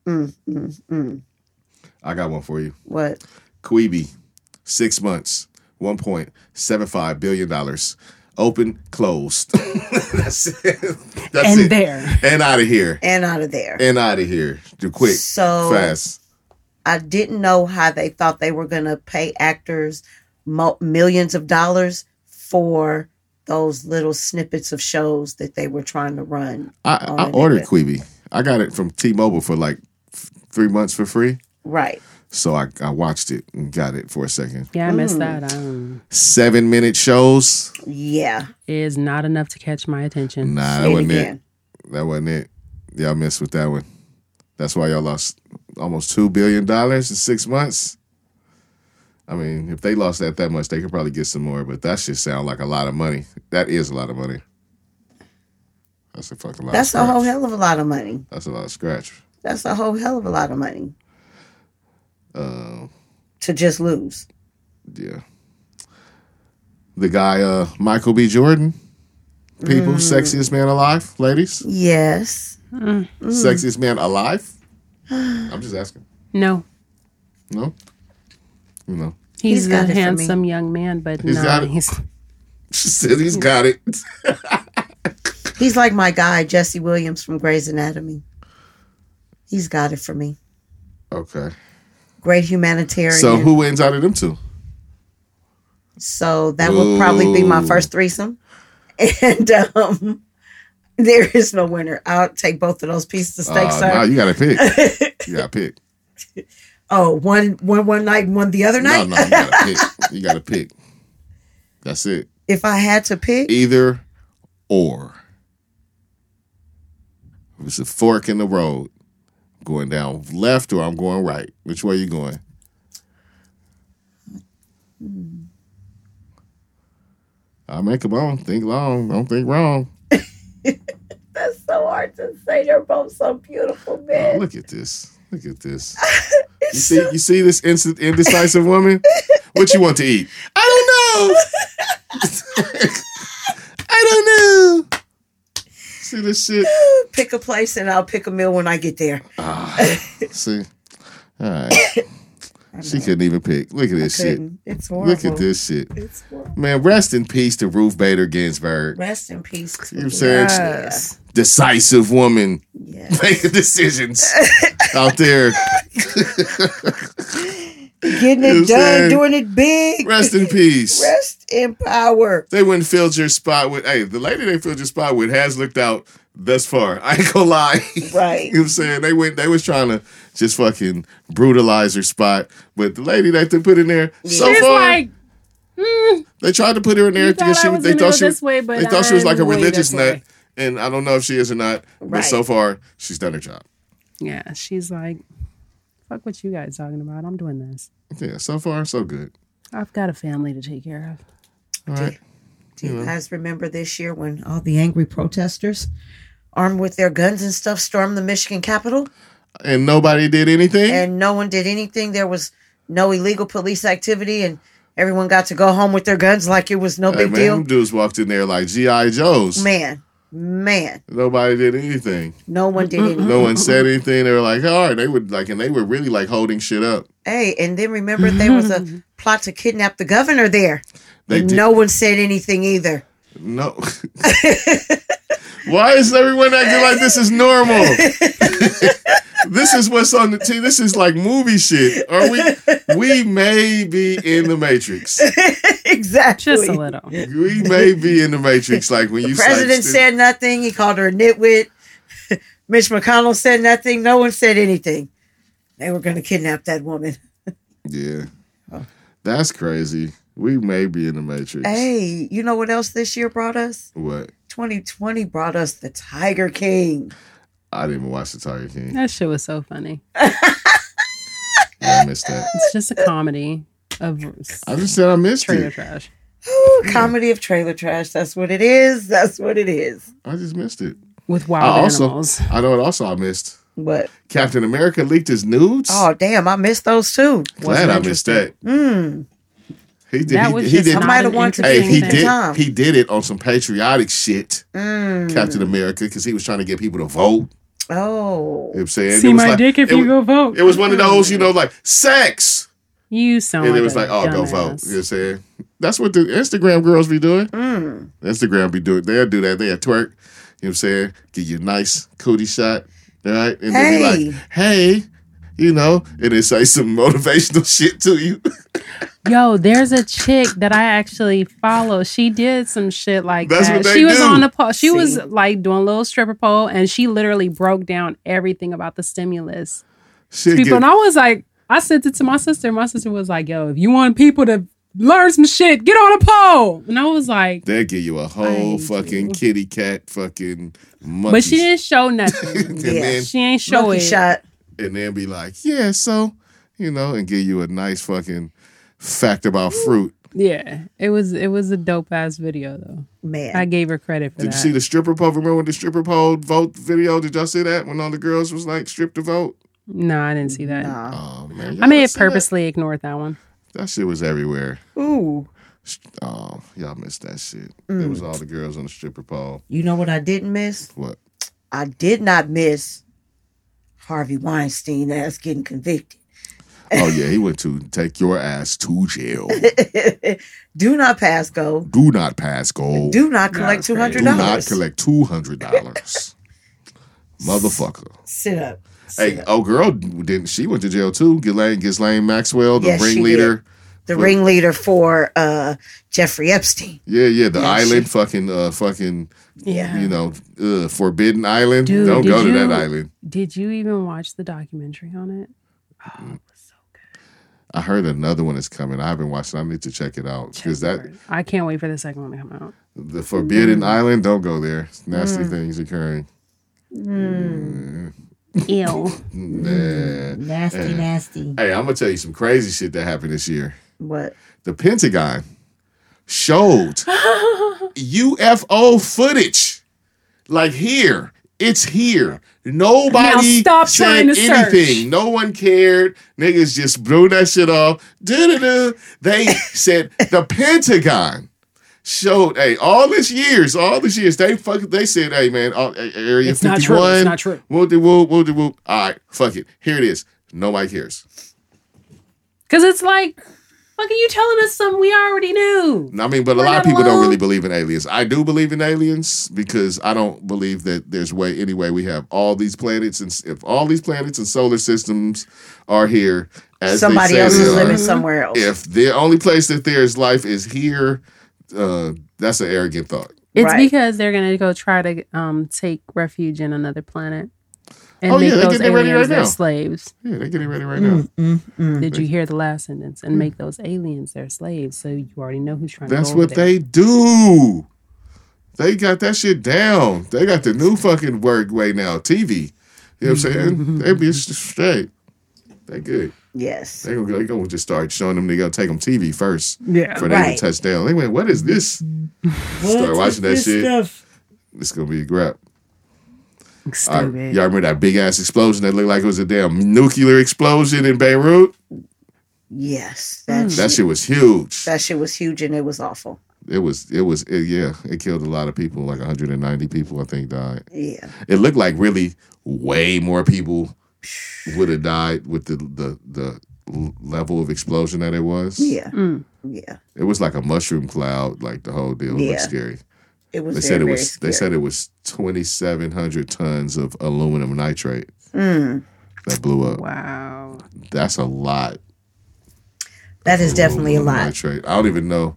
S2: Mm, mm, mm.
S1: I got one for you.
S2: What?
S1: Queeby, six months, one point seven five billion dollars. Open, closed. That's it. That's
S4: and
S1: it.
S4: there.
S1: and out of here.
S2: And out of there.
S1: And out of here. Do quick,
S2: So-
S1: fast.
S2: I didn't know how they thought they were going to pay actors mo- millions of dollars for those little snippets of shows that they were trying to run.
S1: I,
S2: on
S1: I
S2: it.
S1: ordered Queeby. I got it from T-Mobile for like f- three months for free.
S2: Right.
S1: So I, I watched it and got it for a second.
S4: Yeah, I missed
S1: Mm.
S4: that. I don't know.
S1: Seven minute shows.
S2: Yeah.
S4: Is not enough to catch my attention.
S1: Nah,
S2: Say
S1: that
S2: it
S1: wasn't it.
S2: again.
S1: That wasn't it. Y'all missed with that one. That's why y'all lost almost two billion dollars in six months. I mean, if they lost that that much, they could probably get some more. But that should sound like a lot of money. That is a lot of money. That's a fucking lot.
S2: That's
S1: of
S2: a whole
S1: scratch.
S2: hell of a lot of money.
S1: That's a lot of scratch.
S2: That's a whole hell of a lot of money
S1: Uh,
S2: to just lose.
S1: yeah. The guy, uh, Michael B. Jordan, people,
S2: Mm.
S1: sexiest man alive, ladies,
S2: Yes.
S1: sexiest man alive. I'm just asking.
S4: No.
S1: No. No.
S4: He's,
S2: He's got it
S4: a
S2: for me.
S4: handsome young man, but
S1: He's
S4: no,
S1: got it.
S4: he's
S1: She said he's got it.
S2: He's like my guy, Jesse Williams from Grey's Anatomy. He's got it for me.
S1: Okay.
S2: Great humanitarian.
S1: So who wins out of them two?
S2: So that would probably be my
S1: Ooh.
S2: first threesome. And um, there is no winner. I'll take both of those pieces of steak,
S1: Uh,
S2: sir.
S1: nah, you gotta pick. you gotta pick.
S2: Oh, one one one night and one the other
S1: No,
S2: night.
S1: no, you gotta pick. You gotta pick. That's it.
S2: If I had to pick,
S1: Either or. If It's a fork in the road. I'm going down left or I'm going right. Which way you going? I make them on. Think long. Don't think wrong.
S2: that's so hard to say. They're both so beautiful,
S1: Oh,
S2: man.
S1: look at this. Look at this. You see, you see this insi- indecisive woman. What you want to eat? I don't know. I don't know. See this shit.
S2: Pick a place and I'll pick a meal when I get there.
S1: See. All right. She couldn't even pick. Look at this shit.
S2: Couldn't. It's horrible.
S1: Look at this shit.
S2: It's horrible.
S1: Man, rest in peace to Ruth Bader Ginsburg.
S2: Rest in peace.
S1: You know what I'm saying? Decisive woman
S2: Yeah.
S1: making decisions out there.
S2: Getting
S1: You know what I'm saying?
S2: it done, doing it big.
S1: Rest in peace.
S2: Rest in power.
S1: they wouldn't filled your spot with hey, the lady they filled your spot with has looked out thus far. I ain't gonna lie.
S2: Right.
S1: you know what I'm saying? They went they was trying to just fucking brutalize her spot. But the lady that they put in there so
S4: She's
S1: far
S4: like, mm,
S1: they tried to put her in there
S4: You thought
S1: because she
S4: I was
S1: they
S4: gonna
S1: thought
S4: go
S1: she
S4: this way, but
S1: they thought she was like a
S4: I'm way
S1: religious
S4: this
S1: nut.
S4: way.
S1: And I don't know if she is or not, but
S2: Right.
S1: so far she's done her job.
S4: yeah, she's like, fuck what you guys talking about. I'm doing this.
S1: Yeah, so far so good.
S4: I've got a family to take care of.
S1: All right.
S2: Do you guys remember this year when all the angry protesters, armed with their guns and stuff, stormed the Michigan Capitol
S1: And nobody did anything.
S2: and no one did anything? There was no illegal police activity and everyone got to go home with their guns like it was no
S1: hey,
S2: big
S1: man, them
S2: deal.
S1: dudes walked in there like G.I. Joes.
S2: Man, man,
S1: Nobody did anything.
S2: no one did anything.
S1: no one said anything. They were like, all right, they would like, and they were really like holding shit up.
S2: Hey, and then remember there was a plot to kidnap the governor there.
S1: They
S2: And
S1: did-
S2: no one said anything either.
S1: No. Why is everyone acting like this is normal? this is what's on the TV. This is like movie shit. Are we? We may be in the Matrix.
S2: exactly.
S4: Just a little.
S1: We may be in the Matrix. Like when you cite
S2: President
S1: stu-
S2: said nothing. He called her a nitwit. Mitch McConnell said nothing. No one said anything. They were going to kidnap that woman.
S1: yeah, that's crazy. We may be in the Matrix.
S2: Hey, you know what else this year brought us?
S1: What?
S2: 2020 brought us the Tiger King.
S1: I didn't even watch the Tiger King.
S4: That shit was so funny.
S1: I missed that.
S4: It's just a comedy of
S1: I just said I missed
S4: trailer
S1: it.
S4: trash.
S2: Ooh, comedy of trailer trash. That's what it is. That's what it is.
S1: I just missed it.
S4: with
S1: I
S4: wild
S1: also,
S4: animals.
S1: I know what also I missed.
S2: But
S1: Captain America leaked his nudes.
S2: oh damn, I missed those too.
S1: Glad I missed that.
S2: Mm.
S1: He did.
S4: That
S1: he,
S4: was
S1: he
S4: just
S1: did.
S4: not
S2: I might have
S4: an
S2: wanted to
S1: Hey,
S2: Hey,
S1: he
S2: Same
S1: did.
S2: time.
S1: He did it on some patriotic shit,
S2: Mm.
S1: Captain America, because he was trying to get people to vote.
S2: Oh.
S1: You know what I'm saying,
S4: See
S1: It was
S4: my
S1: like-
S4: dick if
S1: it
S4: you
S1: wa-
S4: go vote.
S1: It was one of those, you know, like sex,
S4: You sound.
S1: and
S4: like
S1: it was
S4: a
S1: like, oh, go
S4: dumbass.
S1: vote. You know what I'm saying? That's what the Instagram girls be doing.
S2: Mm.
S1: Instagram be doing. They'll do that. They'll twerk. You know what I'm saying? Get you a nice cootie shot, all right? And then be
S2: Hey.
S1: like, hey, you know, and they say some motivational shit to you.
S4: Yo, there's a chick that I actually follow. She did some shit like
S1: That's
S4: that.
S1: what they
S4: she was
S1: do.
S4: on a poll. She was
S2: See.
S4: like doing a little stripper pole, and she literally broke down everything about the stimulus.
S1: Shit
S4: People,
S1: get-
S4: and I was like, I sent it to my sister. My sister was like, "Yo, if you want people to learn some shit, get on a poll." And I was like,
S1: They'll give you a whole
S4: Thank
S1: fucking
S4: you.
S1: kitty cat fucking monkey.
S4: "But she
S1: sh-
S4: didn't show
S1: and,
S4: nothing.
S2: Yeah.
S1: then,
S4: she ain't show
S2: Monkey
S4: it.
S2: shot.
S1: and then be like, yeah, so, you know, and give you a nice fucking fact about fruit.
S4: Yeah, it was it was a dope ass video though.
S2: Man.
S4: I gave her credit for
S1: Did
S4: that.
S1: you see the stripper pole? Remember when the stripper pole vote video? Did y'all see that when all the girls was like stripped to vote?
S4: no, I didn't see that.
S2: Nah.
S1: Oh man, y'all
S4: I may
S1: didn't
S4: have
S1: see that?
S4: purposely ignored that one.
S1: That shit was everywhere.
S2: Ooh.
S1: Oh, y'all missed that shit. It was all the girls on the stripper pole.
S2: You know what I didn't miss?
S1: What?
S2: I did not miss Harvey Weinstein ass getting convicted.
S1: Oh yeah, he went to take your ass to jail.
S2: Do not pass go.
S1: Do not pass go.
S2: Do not collect two
S1: Do
S2: hundred
S1: not
S2: dollars.
S1: collect two hundred dollars, motherfucker.
S2: Sit up. Sit
S1: Hey,
S2: up.
S1: oh girl, didn't she went to jail too? Ghislaine, Ghislaine Maxwell, the
S2: Yes, she
S1: ringleader.
S2: The ringleader for uh, Jeffrey Epstein.
S1: Yeah, yeah, the
S2: Yeah, she-
S1: island, fucking, uh, fucking,
S2: Yeah.
S1: you know, uh, Forbidden Island.
S4: Dude,
S1: Don't
S4: did
S1: go to that
S4: you-
S1: island.
S4: Did you even watch the documentary on it? Oh, it was so good.
S1: I heard another one is coming. I haven't watched it. I need to check it out
S4: Check
S1: because that
S4: for it. Mm. I can't wait for the second one to come out.
S1: the Forbidden Island. Don't go there. Nasty
S4: Mm.
S1: things occurring.
S2: Hmm.
S4: Ew.
S1: Mm, Nah.
S6: Nasty, nasty.
S1: Hey, I'm gonna tell you some crazy shit that happened this year.
S2: What?
S1: The Pentagon showed UFO footage. Like here, it's here. Nobody
S4: Now stop
S1: said
S4: trying to search.
S1: anything. No one cared. Niggas just blew that shit off. Da-da-da. They said the Pentagon showed. Hey, all this years, all this years, they fuck. They said, hey man, all, A- Area
S4: It's not true. It's
S1: 51.
S4: not true.
S1: Whoop de whoop, whoop de whoop. All right, fuck it. Here it is. Nobody cares.
S4: Because it's like, fuck, are you telling us something we already knew?
S1: I mean, but a
S4: We're
S1: lot of
S4: not
S1: people don't
S4: alone.
S1: really believe in aliens. I do believe in aliens because I don't believe that there's way any way we have all these planets and s- if all these planets and solar systems are here as
S2: Somebody
S1: they say
S2: else is
S1: they
S2: living
S1: are,
S2: somewhere else.
S1: If the only place that there is life is here, uh, that's an arrogant thought.
S4: It's
S2: Right.
S4: because they're gonna go try to um take refuge in another planet and
S1: Oh,
S4: make
S1: yeah, they're
S4: those
S1: getting ready
S4: aliens
S1: right
S4: their
S1: now.
S4: slaves.
S1: Yeah, they're getting ready right now.
S6: Mm, mm, mm.
S4: Did you hear the last sentence? And make those aliens their slaves, so you already know who's trying
S1: That's
S4: to. go over
S1: what
S4: there.
S1: they do. They got that shit down. They got the new fucking word way now. TV. You know what I'm saying? they be straight. They good.
S2: yes.
S1: They gonna, they gonna just start showing them. They gonna take them TV first.
S4: Yeah.
S1: For they
S2: Right.
S1: right. touch down. They went, what is this? Start watching that shit.
S6: Stuff.
S1: It's gonna be a grab. All
S4: Stupid.
S1: right. Y'all remember that big ass explosion that looked like it was a damn nuclear explosion in Beirut?
S2: Yes. That, shit,
S1: Hmm. That shit was huge.
S2: that shit was huge and it was awful.
S1: It was. It was. It, yeah. It killed a lot of people. Like 190 people, I think, died.
S2: Yeah.
S1: It looked like really way more people would have died with the the the l- level of explosion that it was.
S2: Yeah.
S4: Mm.
S2: Yeah.
S1: It was like a mushroom cloud. Like the whole deal It
S2: Yeah.
S1: looked scary.
S2: It was.
S1: They
S2: very,
S1: said it
S2: very
S1: was. They
S2: scary.
S1: said it was twenty seven hundred tons of aluminum nitrate
S2: Mm,
S1: that blew up.
S4: Wow.
S1: That's a lot.
S2: that is definitely a
S1: aluminum
S2: lot.
S1: Nitrate. I don't even know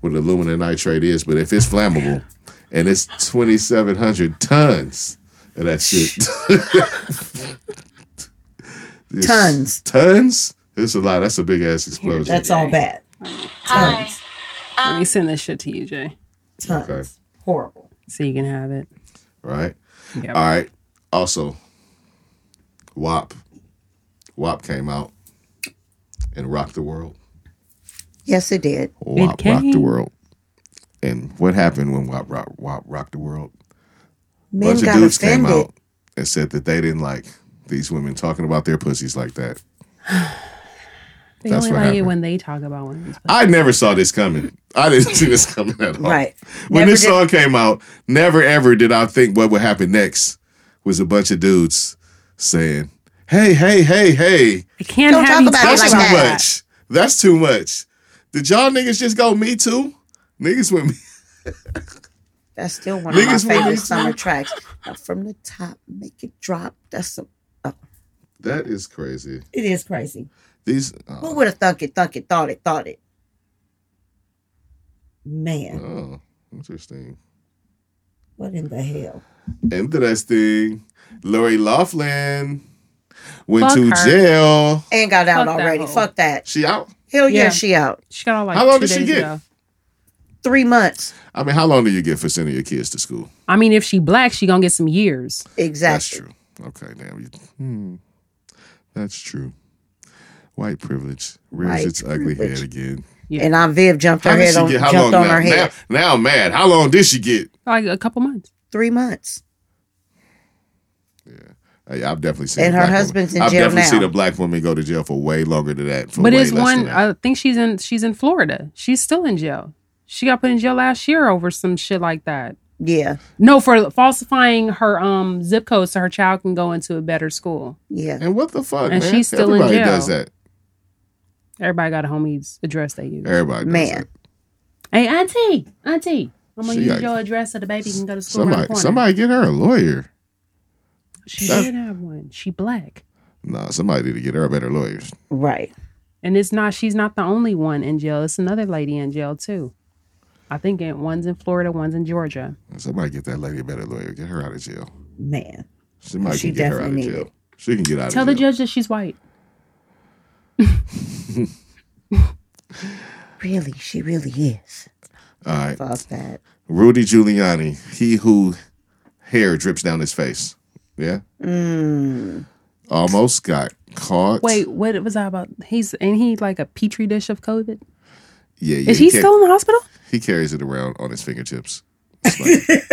S1: what aluminum nitrate is, but if it's flammable and it's twenty seven hundred tons of that shit, It's-
S2: Tons.
S1: tons. It's a lot. That's a big ass explosion.
S2: That's all bad. Tons.
S4: Let me send this shit to you, Jay,
S2: Tons.
S1: Okay.
S2: Horrible.
S4: so you can have it.
S1: right.
S4: Yep.
S1: All right. Also, WAP. WAP came out and rocked the world.
S2: Yes, it did.
S1: WAP rocked the
S4: came.
S1: world. And what happened when WAP, rock, WAP rocked the world?
S2: Men
S1: bunch of
S2: got
S1: dudes
S2: offended.
S1: came out and said that they didn't like these women talking about their pussies like that.
S4: They
S1: That's
S4: only
S1: what
S4: like it
S1: happened.
S4: when they talk about women.
S1: I never saw this coming. I didn't see this coming at all.
S2: Right.
S1: When
S2: Never
S1: this
S2: did-
S1: song came out, never ever did I think what would happen next was a bunch of dudes saying, "Hey, hey, hey, hey,
S4: I can't
S2: Don't
S4: have
S2: talk
S4: you
S2: about it
S4: talk
S1: that's
S2: like
S1: too
S2: that.
S1: much. That's too much." Did y'all niggas just go me too? Niggas with me.
S2: That's still one of my
S1: Niggas wanna
S2: favorite
S1: listen.
S2: summer tracks. Now, from the top, make it drop. That's a,
S1: That is crazy.
S2: it is crazy.
S1: These. oh,
S2: Who would have thunk it, thunk it, thought it, thought it? Man,
S1: oh, interesting.
S2: what in the hell?
S1: Interesting. Lori Laughlin went
S4: Fuck
S1: to
S4: her.
S1: jail.
S2: And got out
S4: Fuck that
S2: already.
S4: hoe.
S2: Fuck that.
S1: She out.
S2: Hell yeah,
S4: Yeah.
S2: she out.
S4: She got all like
S1: How long
S4: two
S1: did she
S4: days
S1: get?
S4: ago.
S2: Three months.
S1: I mean, how long do you get for sending your kids to school?
S4: I mean, if she black, she gonna get some years.
S2: Exactly.
S1: That's true. Okay, damn you. Hmm. That's true. White privilege rears
S2: White
S1: its ugly
S2: privilege.
S1: head again.
S4: Yeah.
S2: And Aunt Viv jumped her
S1: How did
S2: head
S1: she
S2: on,
S1: get? How
S2: jumped
S1: long
S2: on
S1: now?
S2: her head.
S1: Now, now, mad. How long did she get?
S4: Like a couple months.
S2: Three months.
S1: Hey, I've definitely seen.
S2: And
S1: a
S2: her
S1: black
S2: husband's
S1: woman.
S2: in
S1: I've
S2: jail
S1: definitely
S2: now.
S1: seen a black woman go to jail for way longer than that. For
S4: but
S1: way
S4: it's
S1: less
S4: one.
S1: Than that.
S4: I think she's in. She's in Florida. She's still in jail. She got put in jail last year over some shit like that.
S2: Yeah,
S4: No, for falsifying her um zip code so her child can go into a better school.
S2: yeah.
S1: and what the fuck?
S4: And
S1: man?
S4: she's still in
S1: Everybody
S4: jail.
S1: does that.
S4: Everybody got a homie's address they use.
S1: Everybody. Does
S2: Man.
S1: that.
S4: Hey, auntie, auntie, I'm gonna
S1: She
S4: use
S1: got-
S4: your address so the baby can go to school. around the
S1: Somebody,
S4: corner.
S1: somebody, get her a lawyer.
S4: She
S1: That-
S4: did have one. She black,
S1: Nah, somebody need to get her a better lawyer.
S2: Right.
S4: and it's not. She's not the only one in jail. It's another lady in jail too. I think it, one's in Florida, one's in Georgia.
S1: Somebody get that lady a better lawyer. Get her out of jail.
S2: Man.
S1: Somebody
S2: She
S1: can get her out of
S2: definitely need
S1: jail.
S2: it.
S1: She can get out
S4: Tell
S1: of
S4: the
S1: jail.
S4: judge that she's white.
S2: Really, she really is.
S1: All right.
S2: Fuck that.
S1: Rudy Giuliani, he who hair drips down his face. Yeah.
S2: Mm.
S1: Almost got caught.
S4: Hmm. Wait, what was I about? He's and he like a petri dish of COVID.
S1: Yeah, yeah.
S4: Is he
S1: ca-
S4: still in the hospital?
S1: He carries it around on his fingertips. It's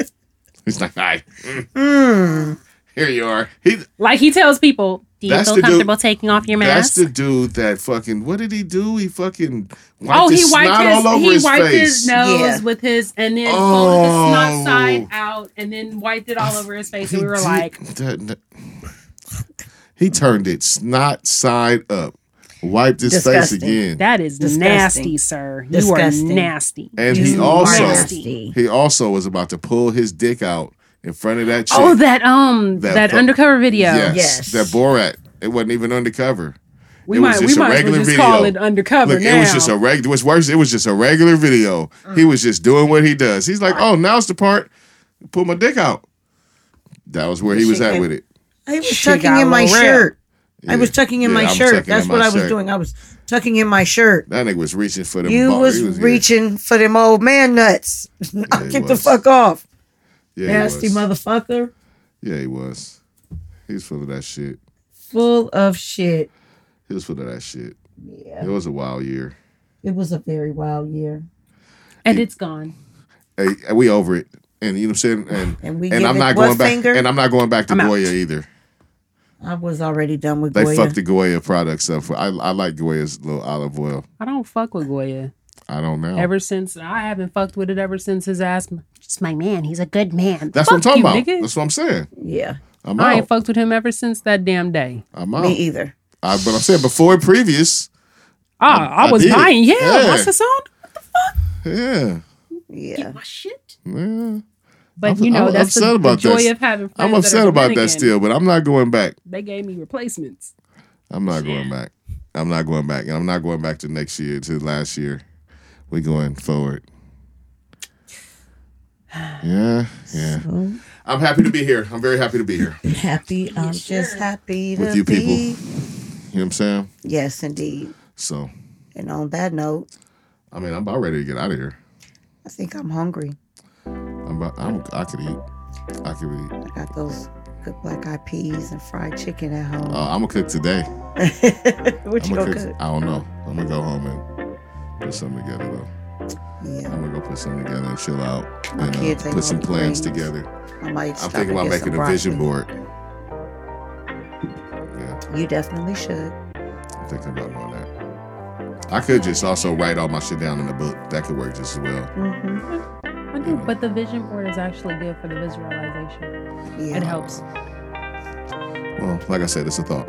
S1: like, he's like, hi,
S4: Hmm.
S2: Mm.
S1: here you are. He,
S4: Like he tells people, do you
S1: That's
S4: feel
S1: the dude-
S4: comfortable taking off your
S1: that's
S4: mask?
S1: the dude that fucking, what did he do? He fucking wiped
S4: oh, he
S1: his
S4: wiped
S1: snot
S4: his
S1: all over
S4: he
S1: his
S4: wiped
S1: face.
S4: his nose
S2: Yeah.
S4: with his and then pulled his
S1: Oh.
S4: snot side out and then wiped it all over his face. And we were
S1: did
S4: like,
S1: that- he turned it snot side up, wiped his
S2: Disgusting.
S1: face again.
S4: that is
S2: Disgusting.
S4: nasty, sir.
S2: Disgusting.
S4: You are nasty.
S1: and
S2: You
S1: he
S2: are
S1: also
S2: nasty.
S1: he also was about to pull his dick out in front of that chick.
S4: Oh, that um
S1: That
S4: that,
S1: fu-
S4: undercover video.
S1: yes,
S2: Yes.
S1: that Borat. It wasn't even undercover.
S4: We
S1: It was
S4: might
S1: just
S4: we
S1: a
S4: might as well
S1: regular
S4: just
S1: video.
S4: call it undercover
S1: Look,
S4: now.
S1: it was just a regular. What's worse, it was just a regular video.
S2: Mm.
S1: He was just doing what he does. He's like, oh, now's the part. Pull my dick out. That was where he was at
S2: came-
S1: with it.
S2: I was
S4: She
S2: tucking
S4: got
S2: in my
S4: real.
S2: shirt. I
S1: Yeah.
S2: was tucking in
S1: Yeah,
S2: my
S1: I'm
S2: shirt.
S1: tucking
S2: That's
S1: in
S2: what
S1: my
S2: I was
S1: shirt.
S2: doing. I was tucking in my shirt.
S1: That nigga was reaching for them.
S2: You
S1: ball-
S2: was,
S1: he getting-
S2: reaching for them old man nuts. Knock
S1: he
S2: it the
S1: was.
S2: fuck off,
S1: Yeah, he
S2: nasty
S1: was.
S2: motherfucker.
S1: Yeah, he was. He was full of that shit.
S2: Full of shit.
S1: He was full of that shit.
S2: Yeah.
S1: It was a wild year.
S2: It was a very wild year.
S4: and it's gone.
S1: Hey, we over it. And you know what I'm saying? And
S2: And we
S1: and
S2: give
S1: I'm
S2: it
S1: not
S2: one
S1: going back.
S2: finger.
S1: And I'm not going back to
S4: I'm out.
S1: Goya either.
S2: I was already done with
S1: They
S2: Goya.
S1: fucked the Goya products up. I I like Goya's little olive oil.
S4: I don't fuck with Goya.
S1: I don't know.
S4: Ever since I haven't fucked with it ever since his ass. Just my man. He's a good man.
S1: That's
S4: Fuck
S1: what I'm talking
S4: you,
S1: about.
S4: nigga.
S1: That's what I'm saying.
S2: yeah,
S1: I'm
S4: I
S1: out.
S4: ain't fucked with him ever since that damn day.
S1: I'm
S2: me
S1: out.
S2: either.
S1: I, but I'm saying before previous.
S4: Ah,
S1: I
S4: I was
S1: did.
S4: buying. Yeah,
S1: Yeah.
S4: what's the song?
S1: Yeah.
S2: Yeah.
S4: my shit.
S1: Yeah.
S4: But
S1: I'm-
S4: you know,
S1: I'm
S4: that's
S1: upset
S4: the, the
S1: about
S4: joy
S1: this.
S4: of having friends.
S1: I'm
S4: that are
S1: upset about that
S4: Dominican.
S1: still, but I'm not going back.
S4: They gave me replacements.
S1: I'm not going back. I'm not going back. And I'm not going back to next year, to last year. We're going forward. Yeah, yeah.
S5: So
S1: I'm happy to be here. I'm very happy to be here. You
S5: happy. Um,
S2: I'm just happy to
S1: With you
S2: be.
S1: people. know what I'm saying?
S2: Yes, indeed.
S1: So,
S2: And on that note,
S1: I mean, I'm about ready to get out of here.
S2: I think I'm hungry.
S1: I'm about, I'm, I could eat. I could eat.
S2: I got those good black eyed peas and fried chicken at home.
S1: Uh, I'm going to cook today.
S2: what
S1: I'm gonna
S2: you gonna
S1: cook-
S2: cook?
S1: I don't know. I'm going to go home and put something together, though.
S2: Yeah,
S1: I'm gonna go put something together and chill out
S2: My
S1: and
S2: kids
S1: uh,
S2: ain't
S1: put some
S2: gonna be
S1: plans
S2: greens.
S1: together.
S2: I might.
S1: I'm
S2: Stop
S1: thinking about
S2: and get
S1: making
S2: some
S1: a vision
S2: broccoli.
S1: board. Yeah,
S2: You definitely should.
S1: I'm thinking about doing that. I could just also write all my shit down in a book. That could work just as well. Mm-hmm.
S2: hmm
S4: I do, but the vision board is actually good for the visualization. It
S2: Yeah,
S4: helps.
S1: Well, like I said, it's a thought.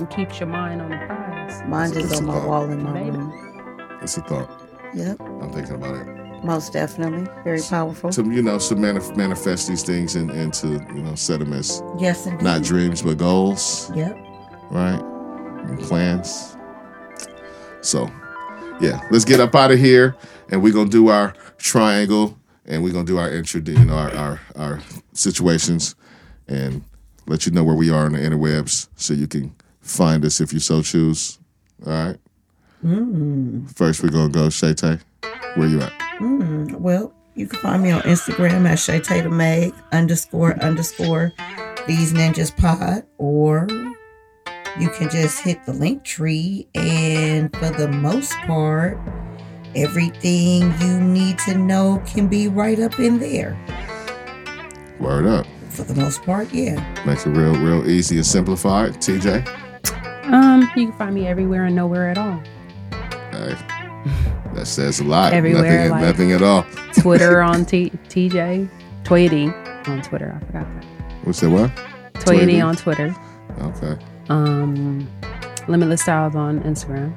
S4: It keeps your mind on the prize.
S2: mine just on my wall in my
S4: Baby.
S2: room.
S1: It's a thought.
S2: Yep,
S1: I'm thinking about it.
S2: most definitely. Very powerful.
S1: To you know, to manif- manifest these things and, and to you know set them as
S5: yes, indeed.
S1: not dreams but goals.
S5: Yep.
S1: right? And plans. So, yeah, let's get up out of here, and we're gonna do our triangle, and we're gonna do our intro, you know, our our, our situations, and let you know where we are on the interwebs, so you can find us if you so choose. All right.
S4: Mm.
S1: First, we're gonna go Shay Tay. Where you at?
S5: Well, you can find me on Instagram at Shay Tatum Mag underscore underscore These Ninjas Pod, or you can just hit the link tree. And for the most part, everything you need to know can be right up in there.
S1: Word up.
S5: For the most part, yeah.
S1: Makes it real, real easy and simplified. TJ.
S4: Um, you can find me everywhere and nowhere at all.
S1: Hey, that says a lot.
S4: Everywhere,
S1: nothing,
S4: like-
S1: nothing at all.
S4: Twitter on T- TJ, Toya D on Twitter. I forgot that.
S1: What's that? What?
S4: Toya,
S1: Toya
S4: D
S1: D.
S4: on Twitter.
S1: Okay.
S4: Um, Limitless Styles on Instagram.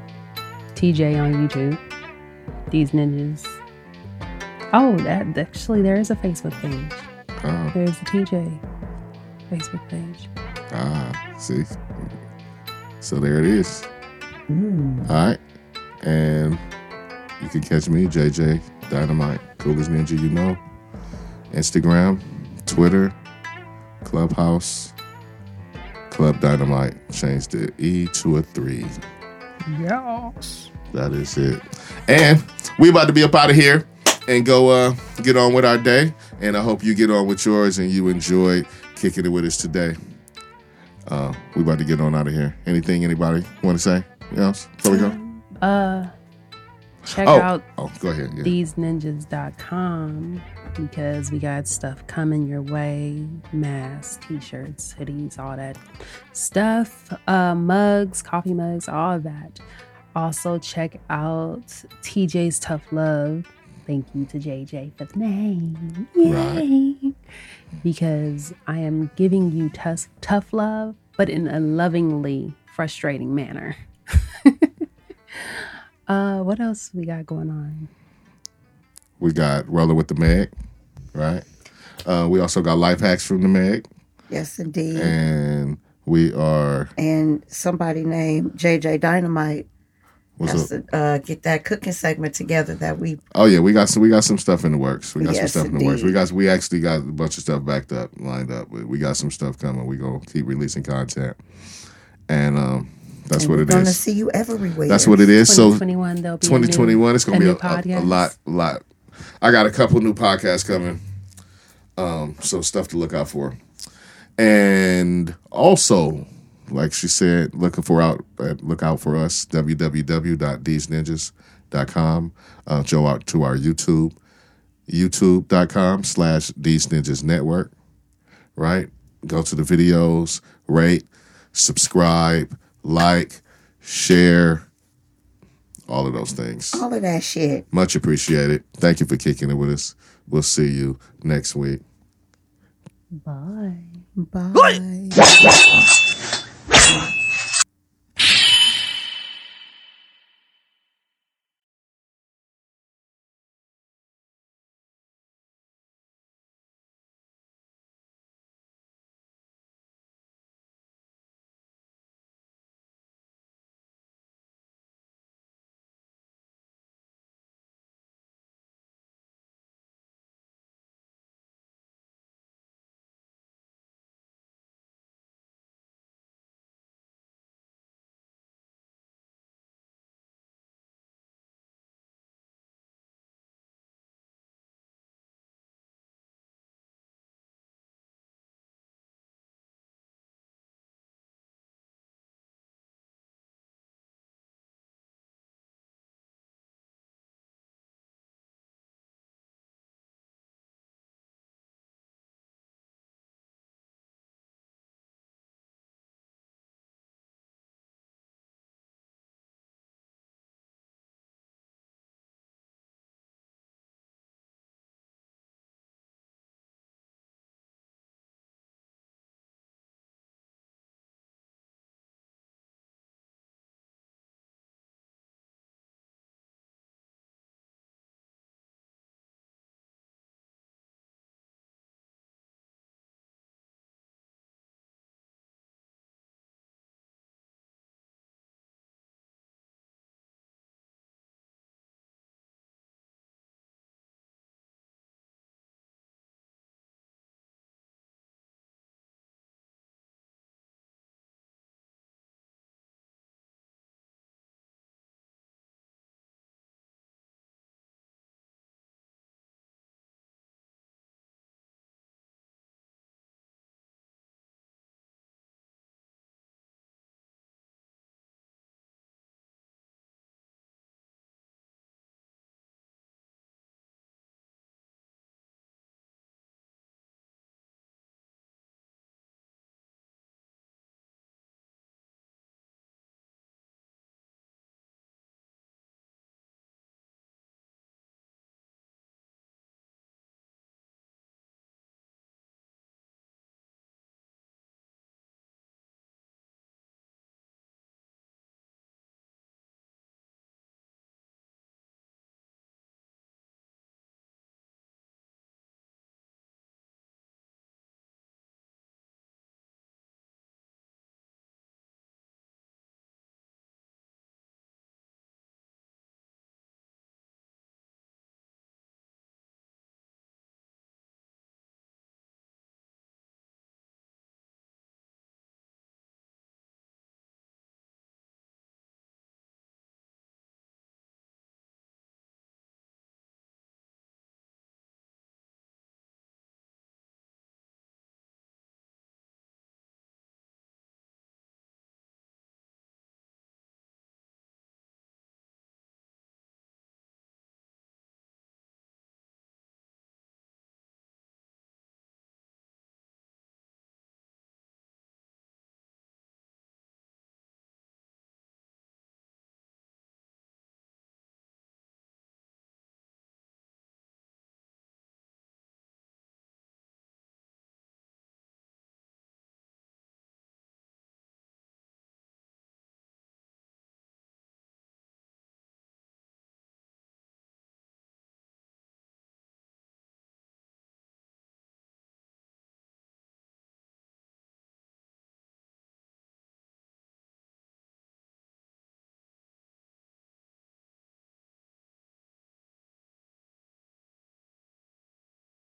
S4: TJ on YouTube. These ninjas. Oh, that actually there is a Facebook page.
S1: Oh,
S4: There's the TJ Facebook page.
S1: ah, see. So there it is.
S5: Mm.
S1: All right. And you can catch me, JJ Dynamite, Coolest Ninja You Know, Instagram, Twitter, Clubhouse, Club Dynamite. Change the E to a three.
S4: Yes.
S1: That is it. And we about to be up out of here and go uh, get on with our day. And I hope you get on with yours and you enjoy kicking it with us today. Uh, we about to get on out of here. Anything anybody want to say else before we go?
S4: Uh, check
S1: Oh.
S4: out
S1: Oh, go ahead. Yeah.
S4: theseninjas.com because we got stuff coming your way masks t-shirts hoodies all that stuff uh, mugs coffee mugs all that also check out tj's tough love thank you to jj for the name Yay.
S1: Right.
S4: because i am giving you tough, tough love but in a lovingly frustrating manner uh what else we got going on
S1: We got Roller with the Meg, right? Uh, we also got life hacks from the Meg.
S2: Yes, indeed.
S1: Mm. And we are,
S2: and somebody named JJ Dynamite has
S1: what's up?
S2: to uh, get that cooking segment together that we
S1: Oh yeah, we got some we got some stuff in the works. We got some
S2: Yes,
S1: stuff in the works. We
S2: indeed.
S1: got we actually got a bunch of stuff backed up, lined up. We, we got some stuff coming. We gonna keep releasing content, and um, that's
S2: and
S1: what
S2: we're
S1: it
S2: gonna
S1: is.
S2: see you everywhere.
S1: That's what it is. So
S4: 2021 there'll be a new-
S1: 2021, it's gonna
S4: a
S1: be
S4: new
S1: a, a, a
S4: podcast.
S1: lot, a lot. I got a couple new podcasts coming, um, so stuff to look out for, and also. Like she said, looking for out, uh, look out for us. www.theseninjas.com. Uh, go out to our YouTube youtube.com slash these ninjas network right go to the videos rate subscribe like share all of those things
S2: All of that shit.
S1: much appreciated thank you for kicking it with us we'll see you next week
S4: Bye.
S2: Bye.